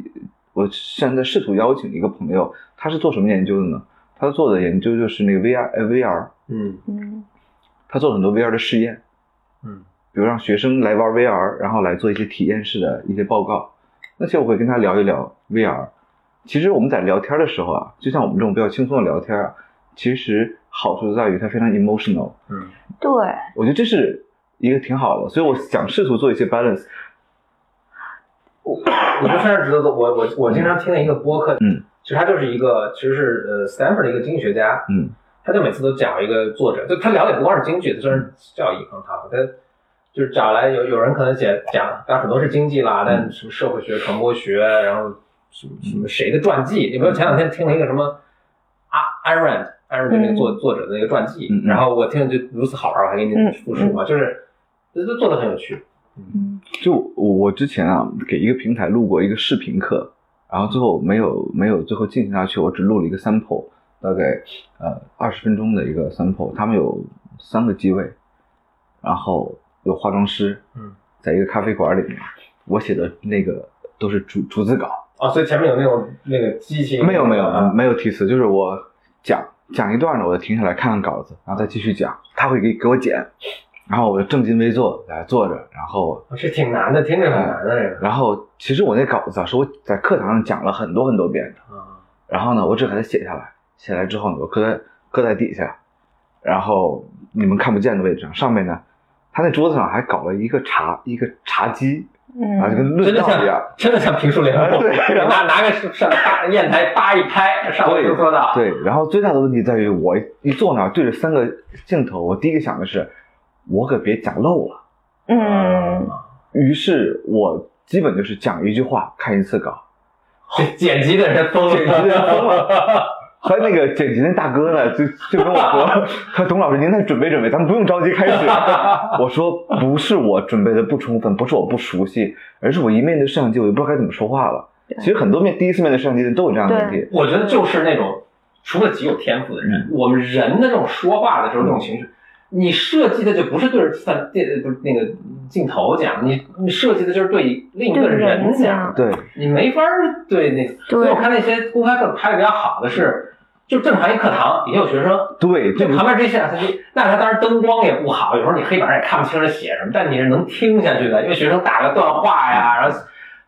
Speaker 2: 我现在试图邀请一个朋友，他是做什么研究的呢？他做的研究就是那个 VR 呃 VR，
Speaker 3: 嗯
Speaker 4: 嗯
Speaker 2: 他做了很多 VR 的试验，
Speaker 3: 嗯
Speaker 2: 比如让学生来玩 VR，然后来做一些体验式的一些报告。那些我会跟他聊一聊 VR。其实我们在聊天的时候啊，就像我们这种比较轻松的聊天啊，其实好处在于它非常 emotional，
Speaker 3: 嗯，
Speaker 4: 对。
Speaker 2: 我觉得这是一个挺好的，所以我想试图做一些 balance。
Speaker 3: 我觉得非常值得做。我我我经常听的一个播客，
Speaker 2: 啊嗯，
Speaker 3: 其实他就是一个，其实是呃斯坦福的一个经济学家，
Speaker 2: 嗯，
Speaker 3: 他就每次都找一个作者，就他聊的也不光是经济，他虽然叫以恒他，他就是找来有有人可能写讲，但很多是经济
Speaker 2: 嗯
Speaker 3: 啦，但什么社会学、传播学，啊然后什么什么谁的传记，有没有？前两天听了一个什么阿 Arendt 艾瑞的那个
Speaker 4: 嗯
Speaker 3: 作作者的那个传记
Speaker 2: 嗯，嗯
Speaker 3: 然后我听了就如此好玩，我还给你复述嘛，就是这都做的很有趣。
Speaker 4: 嗯
Speaker 2: 就我我之前啊，给一个平台录过一个视频课，然后最后没有没有最后进行下去，我只录了一个 sample，大概呃二十分钟的一个 sample，他们有三个机位，然后有化妆师，
Speaker 3: 嗯，
Speaker 2: 在一个咖啡馆里面，我写的那个都是逐逐字稿，
Speaker 3: 哦，所以前面有那种那个激情，
Speaker 2: 没有嗯没有
Speaker 3: 啊
Speaker 2: 没有提词，就是我讲讲一段呢，我就停下来看看稿子，然后再继续讲，他会给给我剪，然后我就正襟危坐在那坐着，然后
Speaker 3: 哦是挺难的，听着很难的啊这个。
Speaker 2: 然后其实我那稿子啊，是我在课堂上讲了很多很多遍
Speaker 4: 嗯
Speaker 2: 的。
Speaker 3: 啊，
Speaker 2: 然后呢，我只给它写下来，写下来之后呢，我搁在搁在底下，然后你们看不见的位置上，上面呢，他那桌子上还搞了一个茶一个茶几，啊，就
Speaker 4: 嗯，
Speaker 2: 跟
Speaker 3: 真
Speaker 2: 论
Speaker 3: 的
Speaker 2: 道一样。
Speaker 3: 像真的像评书联
Speaker 2: 啊
Speaker 3: 播， <laughs>
Speaker 2: 对然后
Speaker 3: 拿拿个上啪砚台叭一拍，上回
Speaker 2: 对
Speaker 3: 就说的，
Speaker 2: 对，然后最大的问题在于，我一一坐那儿对着三个镜头，我第一个想的是，我可别讲漏了。
Speaker 4: 嗯，
Speaker 2: 呃于是我基本就是讲一句话，看一次稿。
Speaker 3: 这剪辑的人疯了，
Speaker 2: 剪辑的人疯了。还有那个剪辑那大哥呢，就就跟我说，他说董老师您再准备准备，咱们不用着急开始。啊我说不是我准备的不充分，不是我不熟悉，而是我一面对摄像机，我就不知道该怎么说话了。其实很多面第一次面对摄像机的人都有这样的问题，
Speaker 3: <laughs> 我觉得就是那种除了极有天赋的
Speaker 2: 嗯
Speaker 3: 人，我们人的这种说话的时候，这种情绪，你设计的就不是对着饭电不是那个镜头讲，你你设计的就是对另一个
Speaker 4: 对
Speaker 3: 人
Speaker 4: 人
Speaker 3: 讲
Speaker 4: 讲，
Speaker 2: 对，
Speaker 3: 你没法儿对那。所以我看那些公开课拍的比较好的是，就正常一课堂底下有学生，
Speaker 2: 对，这
Speaker 3: 就
Speaker 2: 个
Speaker 3: 旁边这些摄像机，那他当然灯光也不好，有时候你黑板上也看不清是写什么，但你是能听下去的，因为学生打个段话呀，然后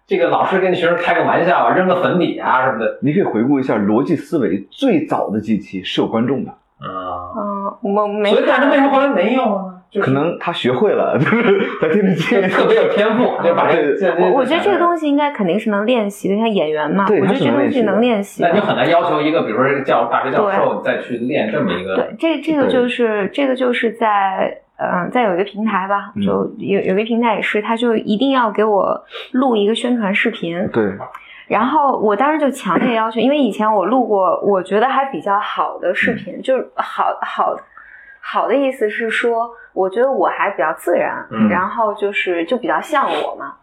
Speaker 3: 这个老师跟学生开个玩笑，扔个粉笔啊什么的。
Speaker 2: 你可以回顾一下逻辑思维最早的几期是有观众的，
Speaker 3: 啊，
Speaker 4: 嗯，我没
Speaker 3: 所以但是为什么后来没用啊？就是
Speaker 2: 可能他学会了，就是他听得
Speaker 3: 就
Speaker 2: 见。
Speaker 3: 特别有天赋，就把这
Speaker 2: 对
Speaker 3: 个这。
Speaker 4: 我我觉得这个
Speaker 3: 西，
Speaker 4: 东西应该肯定是能练习的，像演员嘛，
Speaker 2: 对
Speaker 4: 我觉得
Speaker 2: 它是
Speaker 4: 这
Speaker 2: 能练习的
Speaker 4: 东西能练习
Speaker 3: 那
Speaker 4: 的。
Speaker 3: 你很难要求一个，比如说教大学教授，你再去练这么一个。
Speaker 4: 对，这这个
Speaker 2: 对
Speaker 4: 就是这个就是在嗯、呃，在有一个平台吧，
Speaker 2: 嗯
Speaker 4: 就有有一个平台也是，他就一定要给我录一个宣传视频，
Speaker 2: 对，
Speaker 4: 然后我当时就强烈要求，因为以前我录过，我觉得还比较好的视频，就是好好好的意思是说，我觉得我还比较自然，
Speaker 3: 嗯
Speaker 4: 然后就是就比较像我嘛。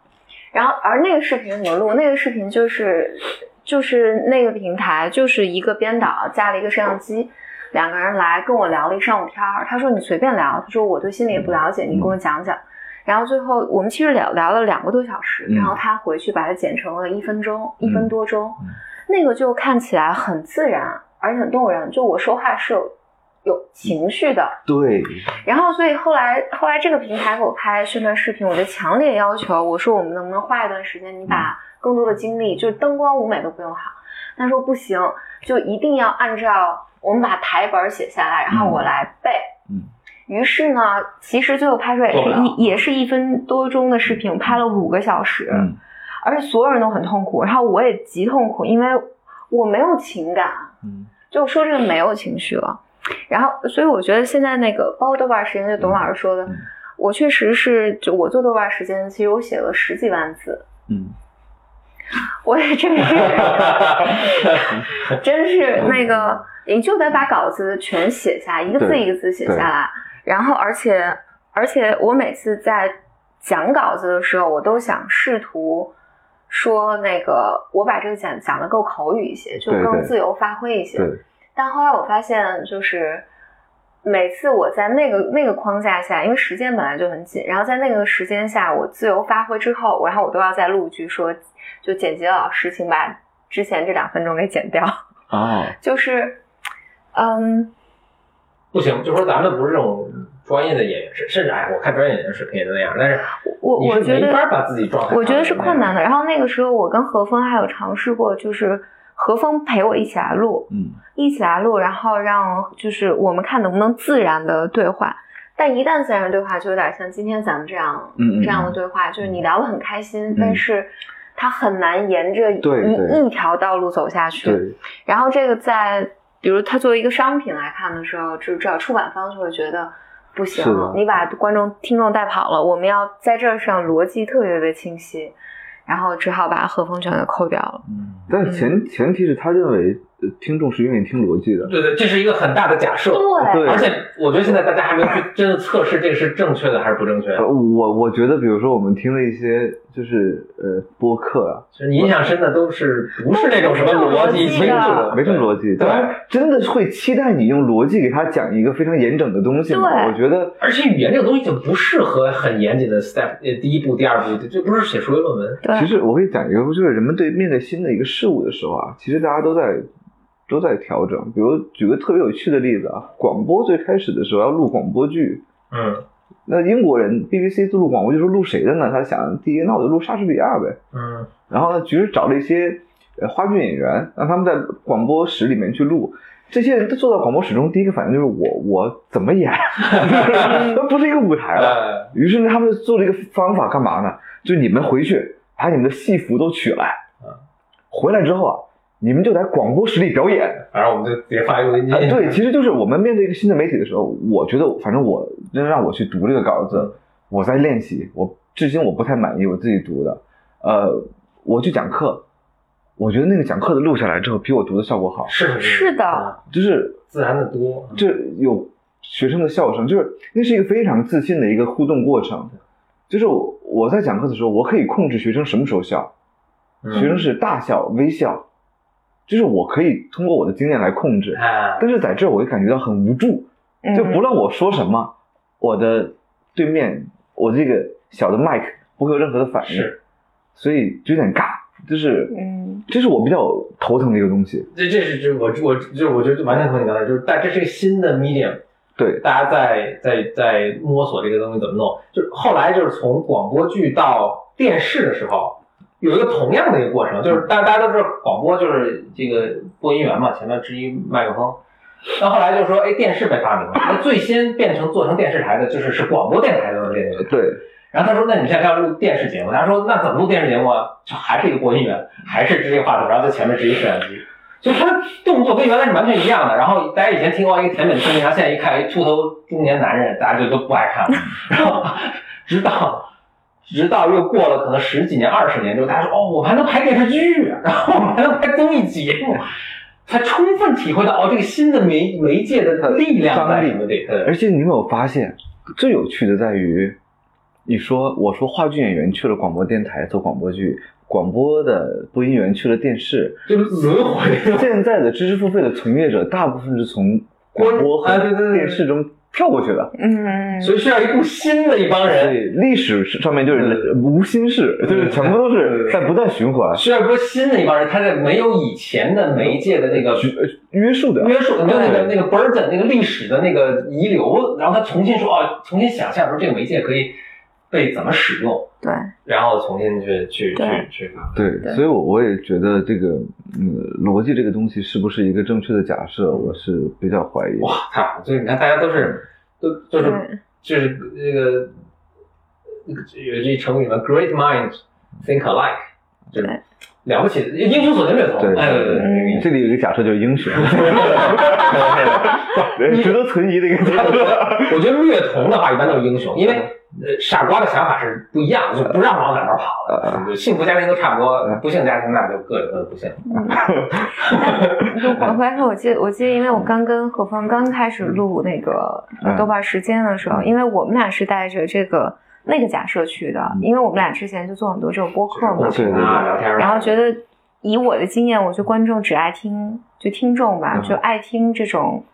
Speaker 4: 然后而那个视频怎么录？那个视频就是就是那个平台就是一个编导加了一个摄像机。两个人来跟我聊了一上午天儿，他说你随便聊，他说我对心理也不了解，你跟我讲讲。然后最后我们其实聊聊了两个多小时，
Speaker 2: 嗯
Speaker 4: 然后他回去把它剪成了一分钟、
Speaker 2: 嗯
Speaker 4: 一分多钟
Speaker 2: 嗯，
Speaker 4: 那个就看起来很自然，而且很动人。就我说话是有有情
Speaker 2: 嗯
Speaker 4: 绪的。
Speaker 2: 对，
Speaker 4: 然后所以后来后来这个平台给我拍宣传视频，我就强烈要求我说我们能不能花一段时间，你
Speaker 2: 嗯
Speaker 4: 把更多的精力，就是灯光舞美都不用好。他说不行，就一定要按照我们把台本写下来，然后我来背。
Speaker 2: 嗯。
Speaker 4: 于是呢，其实最后拍出来也
Speaker 3: 做不
Speaker 4: 是
Speaker 3: 了
Speaker 4: 一也是一分多钟的视频，我拍了五个小时，
Speaker 2: 嗯，
Speaker 4: 而且所有人都很痛苦，然后我也极痛苦，因为我没有情感，
Speaker 2: 嗯，
Speaker 4: 就说这个没有情绪了。然后，所以我觉得现在那个，包括豆瓣时间，就董老师说的，
Speaker 2: 嗯
Speaker 4: 我确实是，就我做豆瓣时间，其实我写了十几万字，
Speaker 2: 嗯，
Speaker 4: 我也真是， <laughs> 真
Speaker 2: 嗯
Speaker 4: 是那个，你就得把稿子全写下，一个字
Speaker 2: 对
Speaker 4: 一个字写下来。然后，而且，而且我每次在讲稿子的时候，我都想试图说那个，我把这个讲讲的够口语一些，就
Speaker 2: 对
Speaker 4: 更
Speaker 2: 对
Speaker 4: 自由发挥一些。
Speaker 2: 对，
Speaker 4: 但后来我发现，就是每次我在那个那个框架下，因为时间本来就很紧，然后在那个时间下，我自由发挥之后，然后我都要再录一句说，就剪辑的老师，请把之前这两分钟给剪掉。
Speaker 2: 哦，
Speaker 4: 就是，嗯，
Speaker 3: 不行，就说咱们不是这种专业的演员，甚甚至哎，我看专业演员视频也都那样，但是
Speaker 4: 我
Speaker 3: 你
Speaker 4: 我
Speaker 3: 是
Speaker 4: 觉
Speaker 3: 没
Speaker 4: 得
Speaker 3: 法把自己状态，
Speaker 4: 我觉得是困难的。。然后那个时候，我跟何峰还有尝试过，就是何峰陪我一起来录，
Speaker 2: 嗯，
Speaker 4: 一起来录，然后让就是我们看能不能自然的对话。但一旦自然地对话，就有点像今天咱们这样
Speaker 2: 嗯嗯
Speaker 4: 这样的对话，就是你聊得很开心，
Speaker 2: 嗯
Speaker 4: 但是它很难沿着一
Speaker 2: 对对
Speaker 4: 一条道路走下去。
Speaker 2: 对，
Speaker 4: 然后这个在比如它作为一个商品来看的时候，就至少出版方就会觉得不行
Speaker 2: 是的，
Speaker 4: 你把观众听众带跑了，我们要在这上逻辑特别特别清晰，然后只好把和风全给扣掉了。
Speaker 3: 嗯
Speaker 2: 但前前提是他认为呃听众是愿意听逻辑的，
Speaker 3: 对对，这是一个很大的假设。
Speaker 2: 哦对
Speaker 3: 而且我觉得现在大家还没有去真的测试这个是正确的还是不正确的
Speaker 2: 呃。我我觉得，比如说我们听的一些就是呃播客啊，
Speaker 3: 就是你印象深的都是不是那种什么逻辑
Speaker 4: 没
Speaker 3: 清
Speaker 4: 有
Speaker 3: 楚
Speaker 4: 逻
Speaker 3: 的，
Speaker 2: 啊没什么逻辑，当
Speaker 3: 对
Speaker 2: 然真的会期待你用逻辑给他讲一个非常严整的东西嘛。
Speaker 4: 对
Speaker 2: 我觉得
Speaker 3: 而且语言这个东西就不适合很严谨的 step，呃，第一步、第二步，这这不是写数学论文。
Speaker 2: 其
Speaker 4: 对，
Speaker 2: 实我会讲一个，就是人们对面对新的一个事物的时候啊，其实大家都在都在调整。比如举个特别有趣的例子啊，广播最开始的时候要录广播剧，
Speaker 3: 嗯
Speaker 2: 那英国人 BBC 录广播剧是录谁的呢？他想，第一，那我就录莎士比亚呗。
Speaker 3: 嗯
Speaker 2: 然后呢，其实找了一些呃话剧演员，让他们在广播室里面去录。这些人都坐到广播室中，第一个反应就是我我怎么演？ <laughs> 那不是一个舞台了。
Speaker 3: 呃，
Speaker 2: 于是呢，他们做了一个方法，干嘛呢？就你们回去把你们的戏服都取来，回来之后啊，你们就在广播室里表演。
Speaker 3: 反正我们就直接发一个录音机。
Speaker 2: 啊，对，其实就是我们面对一个新的媒体的时候，我觉得反正我真让我去读这个稿子，我在练习，我至今我不太满意我自己读的，呃，我去讲课，我觉得那个讲课的录下来之后比我读的效果好，
Speaker 3: <laughs> 是
Speaker 4: 是的
Speaker 3: 嗯
Speaker 2: 就是
Speaker 3: 自然的多。嗯
Speaker 2: 这有学生的笑声，就是那是一个非常自信的一个互动过程，就是我我在讲课的时候，我可以控制学生什么时候笑，
Speaker 3: 嗯
Speaker 2: 学生是大笑、微笑，就是我可以通过我的经验来控制，
Speaker 3: 哎，
Speaker 2: 但是在这儿我就感觉到很无助。
Speaker 4: 嗯
Speaker 2: 就不论我说什么，我的对面，我这个小的麦克不会有任何的反应
Speaker 3: 是，
Speaker 2: 所以就有点尬，就是，
Speaker 4: 嗯，
Speaker 2: 这是我比较头疼的一个东西。
Speaker 3: 这这是这我我就是我觉得完全同意你刚才，就是但这是一个新的 medium，
Speaker 2: 对，
Speaker 3: 大家在在在摸索这个东西怎么弄。就是后来就是从广播剧到电视的时候，有一个同样的一个过程，就是大大家都知道广播就是这个播音员嘛，前面支一麦克风。那后来就说，哎，电视被发明了，那最先变成做成电视台的，就是是广播电台的这个。
Speaker 2: 对，
Speaker 3: 然后他说，那你现在要录电视节目，他说那怎么录电视节目啊？就还是一个播音员，还是支一个话筒，然后在前面支一摄像机。就是他的动作跟原来是完全一样的。然后大家以前听过一个甜美的声音，他现在一看一哎秃头中年男人，大家就都不爱看了。然后直到直到又过了可能十几年、二十年之后，大家说哦，我们还能拍电视剧，啊 <laughs> 然后我们还能拍综艺节目，才充分体会到哦，这个新的媒媒介的力量在什么地方。
Speaker 2: 而且你有没有发现，最有趣的在于，你说我说话剧演员去了广播电台做广播剧，广播的播音员去了电视，
Speaker 3: 就是轮回。
Speaker 2: 现在的知识付费的从业者大部分是从广播
Speaker 3: 啊对对
Speaker 2: 和
Speaker 3: 对
Speaker 2: 电视中跳过去的。
Speaker 4: 嗯，
Speaker 3: 所以需要一股新的一帮
Speaker 2: 所
Speaker 3: 人，
Speaker 2: 以历史上面就是
Speaker 3: 嗯
Speaker 2: 无心事，就是全部都嗯是在不断循环、
Speaker 3: 需要一波新的一帮人，他在没有以前的媒介的那个
Speaker 2: 呃约束的。
Speaker 3: 约束，没有那个
Speaker 2: 对
Speaker 3: 那个 burden 那个历史的那个遗留，然后他重新说啊，重新想象说这个媒介可以被怎么使用，
Speaker 4: 对，
Speaker 3: 然后重新去去
Speaker 4: 对
Speaker 3: 去去
Speaker 2: 对，
Speaker 4: 对
Speaker 2: 所以我我也觉得这个嗯逻辑这个东西是不是一个正确的假设，我是比较怀疑。
Speaker 3: 哇，太好了！所以你看，大家都是都就是
Speaker 4: 对
Speaker 3: 就是这个有这成语嘛，great minds think alike，就是
Speaker 4: 对
Speaker 3: 了不起，英雄所见略同，
Speaker 2: 对
Speaker 3: 哎，对对对，
Speaker 4: 嗯
Speaker 3: 这个意思
Speaker 2: 这里有一个假设就是英 <laughs> 雄，值得存疑的一个假设。
Speaker 3: <laughs> 我觉得略同的话，一般都是英雄，因为呃，傻瓜的想法是不一样，就不让往哪边跑了。就幸福家庭都差不多，不幸家庭那就各有各的不幸。
Speaker 4: 就回回头，我记得我记得，因为我刚跟何峰刚开始录那个
Speaker 2: 嗯
Speaker 4: 豆瓣时间的时候，
Speaker 2: 嗯
Speaker 4: 因为我们俩是带着这个那个假设去的，
Speaker 2: 嗯
Speaker 4: 因为我们俩之前就做很多这种播客嘛
Speaker 2: 哦
Speaker 3: 共，情啊，聊天啊，
Speaker 4: 然后觉得以我的经验，我觉得观众只爱听，就听众吧，
Speaker 2: 嗯
Speaker 4: 就爱听这种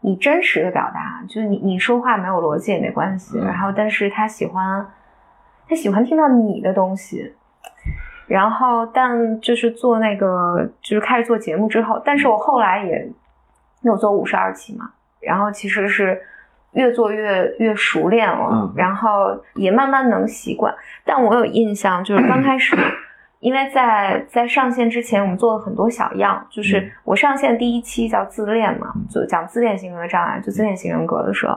Speaker 4: 你真实的表达，就是你你说话没有逻辑也没关系，
Speaker 2: 嗯
Speaker 4: 然后但是他喜欢他喜欢听到你的东西。然后，但就是做那个，就是开始做节目之后，但是我后来也有做五十二期嘛，然后其实是越做越越熟练了，
Speaker 2: 嗯
Speaker 4: 然后也慢慢能习惯。但我有印象，就是刚开始，因为在在上线之前，我们做了很多小样，就是
Speaker 2: 嗯
Speaker 4: 我上线第一期叫自恋嘛，就讲自恋型人格障碍，就自恋型人格的时候，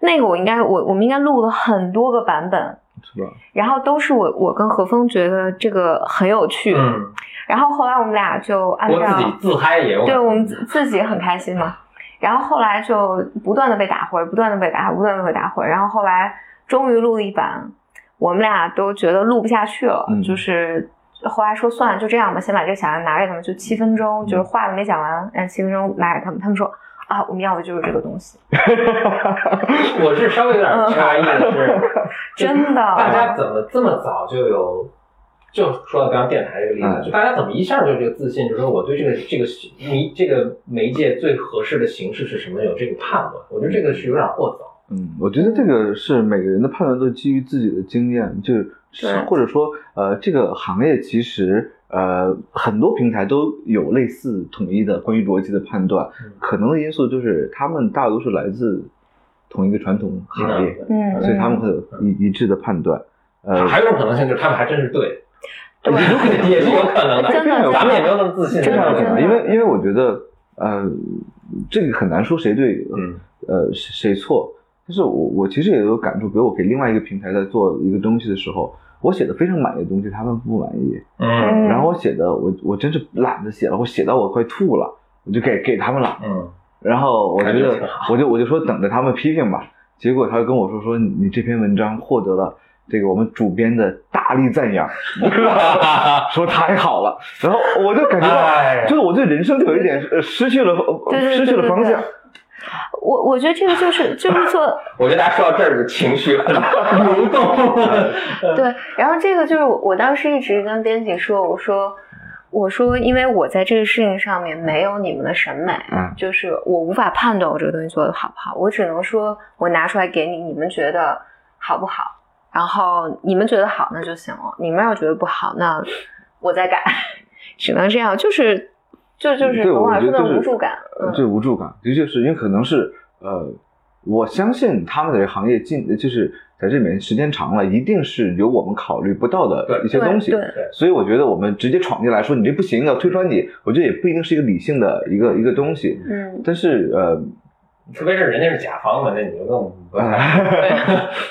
Speaker 4: 那个我应该我我们应该录了很多个版本，
Speaker 2: <laughs> 是吧？
Speaker 4: 然后都是我我跟何峰觉得这个很有趣，
Speaker 3: 嗯，
Speaker 4: 然后后来我们俩就按
Speaker 3: 我
Speaker 4: 照
Speaker 3: 自己自嗨也有。
Speaker 4: 对我们自自己很开心嘛。然后后来就不断的被打回，不断的被打，不断的被打回。然后后来终于录了一版，我们俩都觉得录不下去了，
Speaker 2: 嗯
Speaker 4: 就是后来说算了，就这样吧，先把这个小样拿给他们，就七分钟，就是话都没讲完，然后七分钟拿给他们，他们说啊，我们要的就是这个东西，
Speaker 3: 我是稍微有点诧异的
Speaker 4: <laughs>
Speaker 3: 是，
Speaker 4: 嗯真的
Speaker 3: 大家怎么这么早就有？就说到刚刚电台这个例子，
Speaker 2: 嗯
Speaker 3: 就大家怎么一下就有这个自信，就说我对这个这个媒这个媒介最合适的形式是什么有这个判断，我觉得这个是有点过早。
Speaker 2: 嗯，我觉得这个是每个人的判断都基于自己的经验，就是
Speaker 4: 对
Speaker 2: 或者说呃，这个行业其实呃很多平台都有类似统一的关于逻辑的判断，
Speaker 3: 嗯
Speaker 2: 可能的因素就是他们大多数来自同一个传统行业，
Speaker 4: 嗯，嗯
Speaker 2: 所以他们会有一一致的判断。呃，
Speaker 3: 还有一种可能性就是他们还真是对，
Speaker 4: 对
Speaker 3: 也是有可能的。
Speaker 4: 真的真的
Speaker 3: 咱们也没有那么自信。
Speaker 2: <laughs> 这
Speaker 4: 真
Speaker 2: 样
Speaker 4: 的
Speaker 2: 可
Speaker 4: 真
Speaker 2: 能，
Speaker 4: 的
Speaker 2: 因为因为我觉得呃，这个很难说谁对，
Speaker 3: 嗯
Speaker 2: 呃谁谁错。但是我我其实也有感触，比如我给另外一个平台在做一个东西的时候，我写的非常满意的东西，他们不满意。
Speaker 3: 嗯
Speaker 2: 然后我写的我我真是懒得写了，我写到我快吐了，我就给给他们了。
Speaker 3: <laughs> 嗯，
Speaker 2: 然后我觉
Speaker 3: 感觉
Speaker 2: 得
Speaker 3: 挺好
Speaker 2: 我就我就说等着他们批评吧。结果他跟我说说你你这篇文章获得了这个我们主编的大力赞扬， <laughs> 说太好了。然后我就感觉到。
Speaker 3: 哎
Speaker 2: 就是我对人生就有一点呃失去了呃
Speaker 4: 对对对
Speaker 2: 失去了方
Speaker 4: 对
Speaker 2: 向
Speaker 4: 对。我我觉得这个就是就是做
Speaker 3: 我觉得大家说到这儿，情绪
Speaker 2: <laughs>
Speaker 3: 很流动。
Speaker 4: 对，然后这个就是我我当时一直跟编辑说，我说我说，因为我在这个事情上面没有你们的审美，
Speaker 2: 嗯
Speaker 4: 就是我无法判断我这个东西做的好不好，我只能说我拿出来给你，你们觉得好不好，然后你们觉得好那就行了，你们要觉得不好那我再改， <laughs> 只能这样，就是就就是
Speaker 2: 对，
Speaker 4: 董
Speaker 2: 我
Speaker 4: 老
Speaker 2: 觉
Speaker 4: 师
Speaker 2: 得
Speaker 4: 的
Speaker 2: 就是
Speaker 4: 无助感，嗯
Speaker 2: 呃对无助感，的确是因为可能是呃，我相信他们的行业进就是在这里面时间长了，一定是有我们考虑不到的
Speaker 3: 对
Speaker 2: 一些东西
Speaker 4: 对。对
Speaker 2: 所以我觉得我们直接闯进来说你这不行要推翻你，我觉得也不一定是一个理性的一个一个东西。
Speaker 4: 嗯，
Speaker 2: 但是呃，
Speaker 3: 特别是人家是甲方嘛，那你就更
Speaker 2: 嗯
Speaker 3: 不太。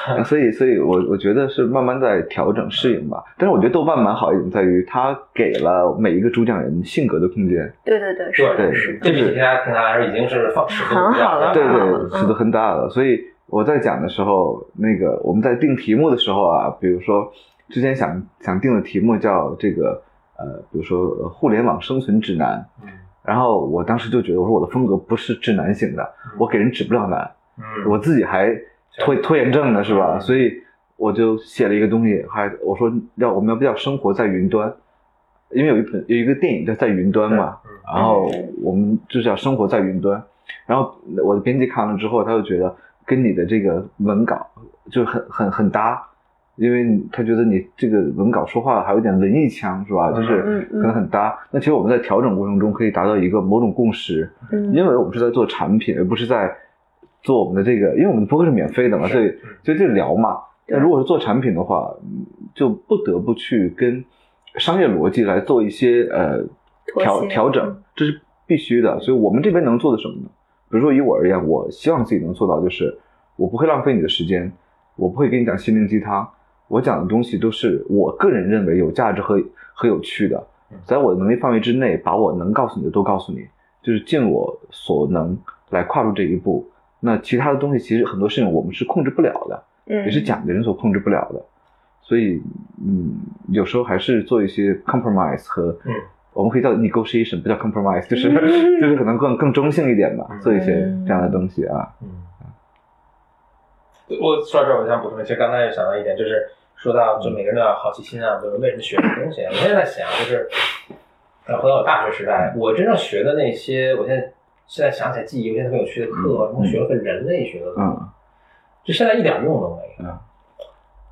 Speaker 2: 啊，所以，所以我我觉得是慢慢在调整适应吧。但是我觉得豆瓣蛮好一点，在于它给了每一个主讲人性格的空间，
Speaker 4: 对对对，是
Speaker 3: 对
Speaker 4: 的
Speaker 2: 对
Speaker 4: 是的，
Speaker 3: 这比其他平台来说已经是放尺度
Speaker 4: 很
Speaker 3: <laughs>
Speaker 4: 好了
Speaker 2: 对
Speaker 4: 嗯
Speaker 2: 对，尺度很大的。所以我在讲的时候，那个我们在定题目的时候啊，比如说之前想想定的题目叫这个呃，比如说呃互联网生存指南，
Speaker 3: 嗯
Speaker 2: 然后我当时就觉得我说我的风格不是指南型的，我给人指不了南。
Speaker 3: 嗯，
Speaker 2: 我自己还拖拖延症呢，是吧？
Speaker 3: 嗯
Speaker 2: 所以我就写了一个东西，还我说要我们要不要生活在云端？因为有一本有一个电影叫《在云端》嘛，
Speaker 3: 嗯
Speaker 2: 然后我们就是要生活在云端。然后我的编辑看了之后，他就觉得跟你的这个文稿就很很很搭，因为他觉得你这个文稿说话还有点文艺腔，是吧？就
Speaker 3: 嗯
Speaker 2: 是
Speaker 4: 嗯
Speaker 2: 可能很搭。那其实我们在调整过程中可以达到一个某种共识，
Speaker 4: 嗯
Speaker 2: 因为我们是在做产品，而不是在做我们的这个，因为我们的播客是免费的嘛，所以所以就聊嘛。
Speaker 4: 对
Speaker 2: 那如果是做产品的话，嗯就不得不去跟商业逻辑来做一些呃
Speaker 4: 妥
Speaker 2: 调
Speaker 4: 协
Speaker 2: 调整
Speaker 4: 嗯，
Speaker 2: 这是必须的。所以我们这边能做的什么呢？比如说以我而言，我希望自己能做到就是，我不会浪费你的时间，我不会给你讲心灵鸡汤，我讲的东西都是我个人认为有价值和和有趣的
Speaker 3: 嗯，
Speaker 2: 在我的能力范围之内，把我能告诉你的都告诉你，就是尽我所能来跨出这一步。那其他的东西，其实很多事情我们是控制不了的，也
Speaker 4: 也
Speaker 2: 是讲的人所控制不了的。所以，嗯，有时候还是做一些 compromise 和，
Speaker 3: 嗯
Speaker 2: 我们可以叫 negotiation，不叫 compromise，就是、
Speaker 4: 嗯
Speaker 2: <laughs> 就是可能更更中性一点吧，
Speaker 3: 嗯
Speaker 2: 做一些这样的东西啊。
Speaker 3: 嗯，我说到这儿，我想补充一下，刚才也想到一点，就是说到就每个人都要有好奇心啊，就是为什么学这个东西啊？我现在在想，就是呃，回到我大学时代，我真正学的那些，我现在现在想起来记忆，有些特别有趣的课，然后学了个人类学的课，
Speaker 2: 嗯
Speaker 3: 就现在一点用都没有。
Speaker 2: 嗯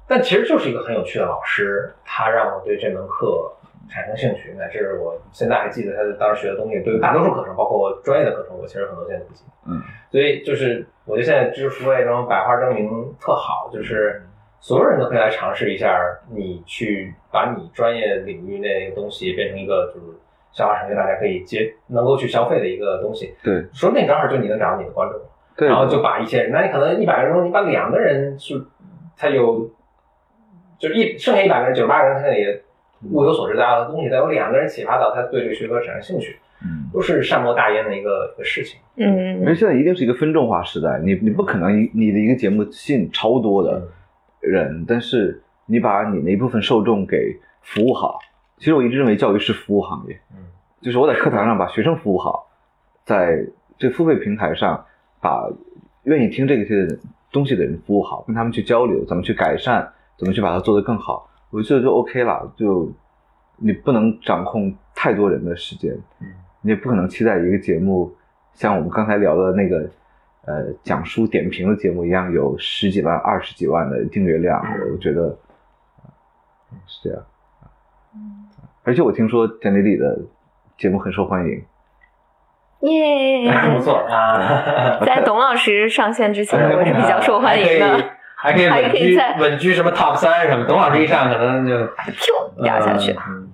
Speaker 3: 但其实就是一个很有趣的老师，他让我对这门课产生兴趣，乃至我现在还记得他当时学的东西。对于大多数课程，包括我专业的课程，我其实很多现在都不记得。
Speaker 2: 嗯，
Speaker 3: 所以就是，我觉得现在知识付费这种百花争鸣特好，就是所有人都可以来尝试一下，你去把你专业领域内的东西变成一个就是消化成为大家可以接能够去消费的一个东西。
Speaker 2: 对
Speaker 3: 说不定正好就你能找到你的观众。
Speaker 2: 对，
Speaker 3: 然后就把一些人，那你可能一百个人中，你把两个人是，他有，就是一剩下一百个人，九十八个人，他可能也物有所知，大家的东西，但有两个人启发到他对这个学科产生兴趣，
Speaker 2: 嗯，
Speaker 3: 都是善莫大焉的一个一个事情。
Speaker 4: 嗯
Speaker 2: 因为现在一定是一个分众化时代，你你不可能一你的一个节目吸引超
Speaker 3: 嗯
Speaker 2: 多的人，但是你把你那一部分受众给服务好，其实我一直认为教育是服务行业，
Speaker 3: 嗯
Speaker 2: 就是我在课堂上把学生服务好，在这付费平台上把愿意听这些的人东西的人服务好，跟他们去交流，怎么去改善，怎么去把它做得更好，我觉得就 OK 了。就你不能掌控太多人的时间，
Speaker 3: 嗯
Speaker 2: 你也不可能期待一个节目像我们刚才聊的那个呃讲书点评的节目一样有十几万、二十几万的订阅量，我觉得呃是这样。
Speaker 4: 嗯
Speaker 2: 而且我听说简历里的节目很受欢迎，<laughs>
Speaker 4: 嗯耶！
Speaker 3: 不错啊，
Speaker 4: <laughs> 在董老师上线
Speaker 3: <laughs>
Speaker 4: 之前，我是比较受欢迎的， <laughs>
Speaker 3: 还可以，还
Speaker 4: 还
Speaker 3: 可以稳
Speaker 4: 可以
Speaker 3: 居
Speaker 4: 在
Speaker 3: 稳居什么 top 三什么。董老师一上，可能就
Speaker 4: 咻掉下去。
Speaker 3: 嗯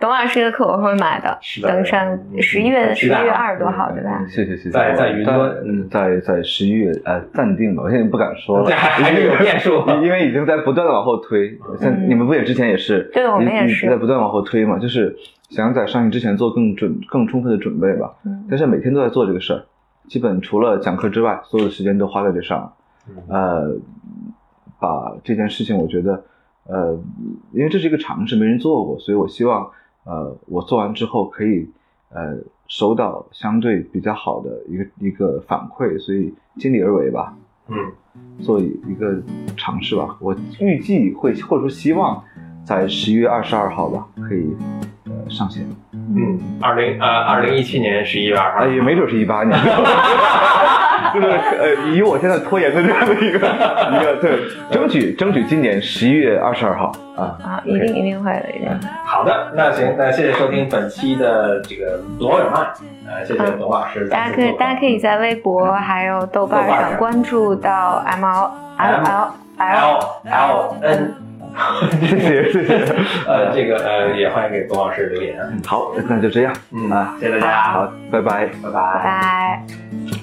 Speaker 4: 董老师的课我会买的，
Speaker 3: 是的
Speaker 4: 登山
Speaker 3: 嗯
Speaker 4: 十一月嗯十
Speaker 3: 是
Speaker 4: 一
Speaker 3: 的
Speaker 4: 月二十多号对吧？
Speaker 2: 嗯谢谢谢谢。
Speaker 3: 在在云端
Speaker 2: 嗯，在在十一月呃暂定吧，我现在不敢说了，
Speaker 3: 这还还是有变数。
Speaker 2: 因为已经在不断的往后推。像
Speaker 4: 嗯
Speaker 2: 你们不也之前也是？
Speaker 4: 对我们
Speaker 2: 你
Speaker 4: 也
Speaker 2: 你
Speaker 4: 是
Speaker 2: 在不断往后推嘛，就是想在上映之前做更准、更充分的准备吧。
Speaker 4: 嗯
Speaker 2: 但是每天都在做这个事儿，基本除了讲课之外，所有的时间都花在这上了。
Speaker 3: 嗯
Speaker 2: 呃，把这件事情，我觉得，呃，因为这是一个尝试，没人做过，所以我希望，呃，我做完之后可以，呃，收到相对比较好的一个一个反馈，所以尽力而为吧，
Speaker 3: 嗯，
Speaker 2: 做一个尝试吧。我预计会或者说希望在十一月二十二号吧，可以呃上线，
Speaker 3: 嗯，二零呃二零一七年十一月二
Speaker 2: 啊、
Speaker 3: 号，
Speaker 2: 也没准是一八年。 <laughs> 就是呃，以我现在拖延的这样的一个一个，对，争取争取今年十一月二十二号啊，
Speaker 4: 啊，一定一定会的，一定会。
Speaker 3: 好的，那行，那谢谢收听本期的这个罗有曼，呃，谢谢董老师。
Speaker 4: 大家可以大家可以在微博还有嗯豆瓣
Speaker 3: 豆瓣上
Speaker 4: 上关注到 M L L L
Speaker 3: L L N，
Speaker 2: 谢谢谢谢，
Speaker 3: 呃，这个呃也欢迎给董老师留言。
Speaker 2: 好，那就这样
Speaker 3: 嗯
Speaker 2: 啊，
Speaker 3: 谢谢大家，
Speaker 2: 好，拜拜。
Speaker 3: 拜拜。
Speaker 4: 拜。
Speaker 1: er er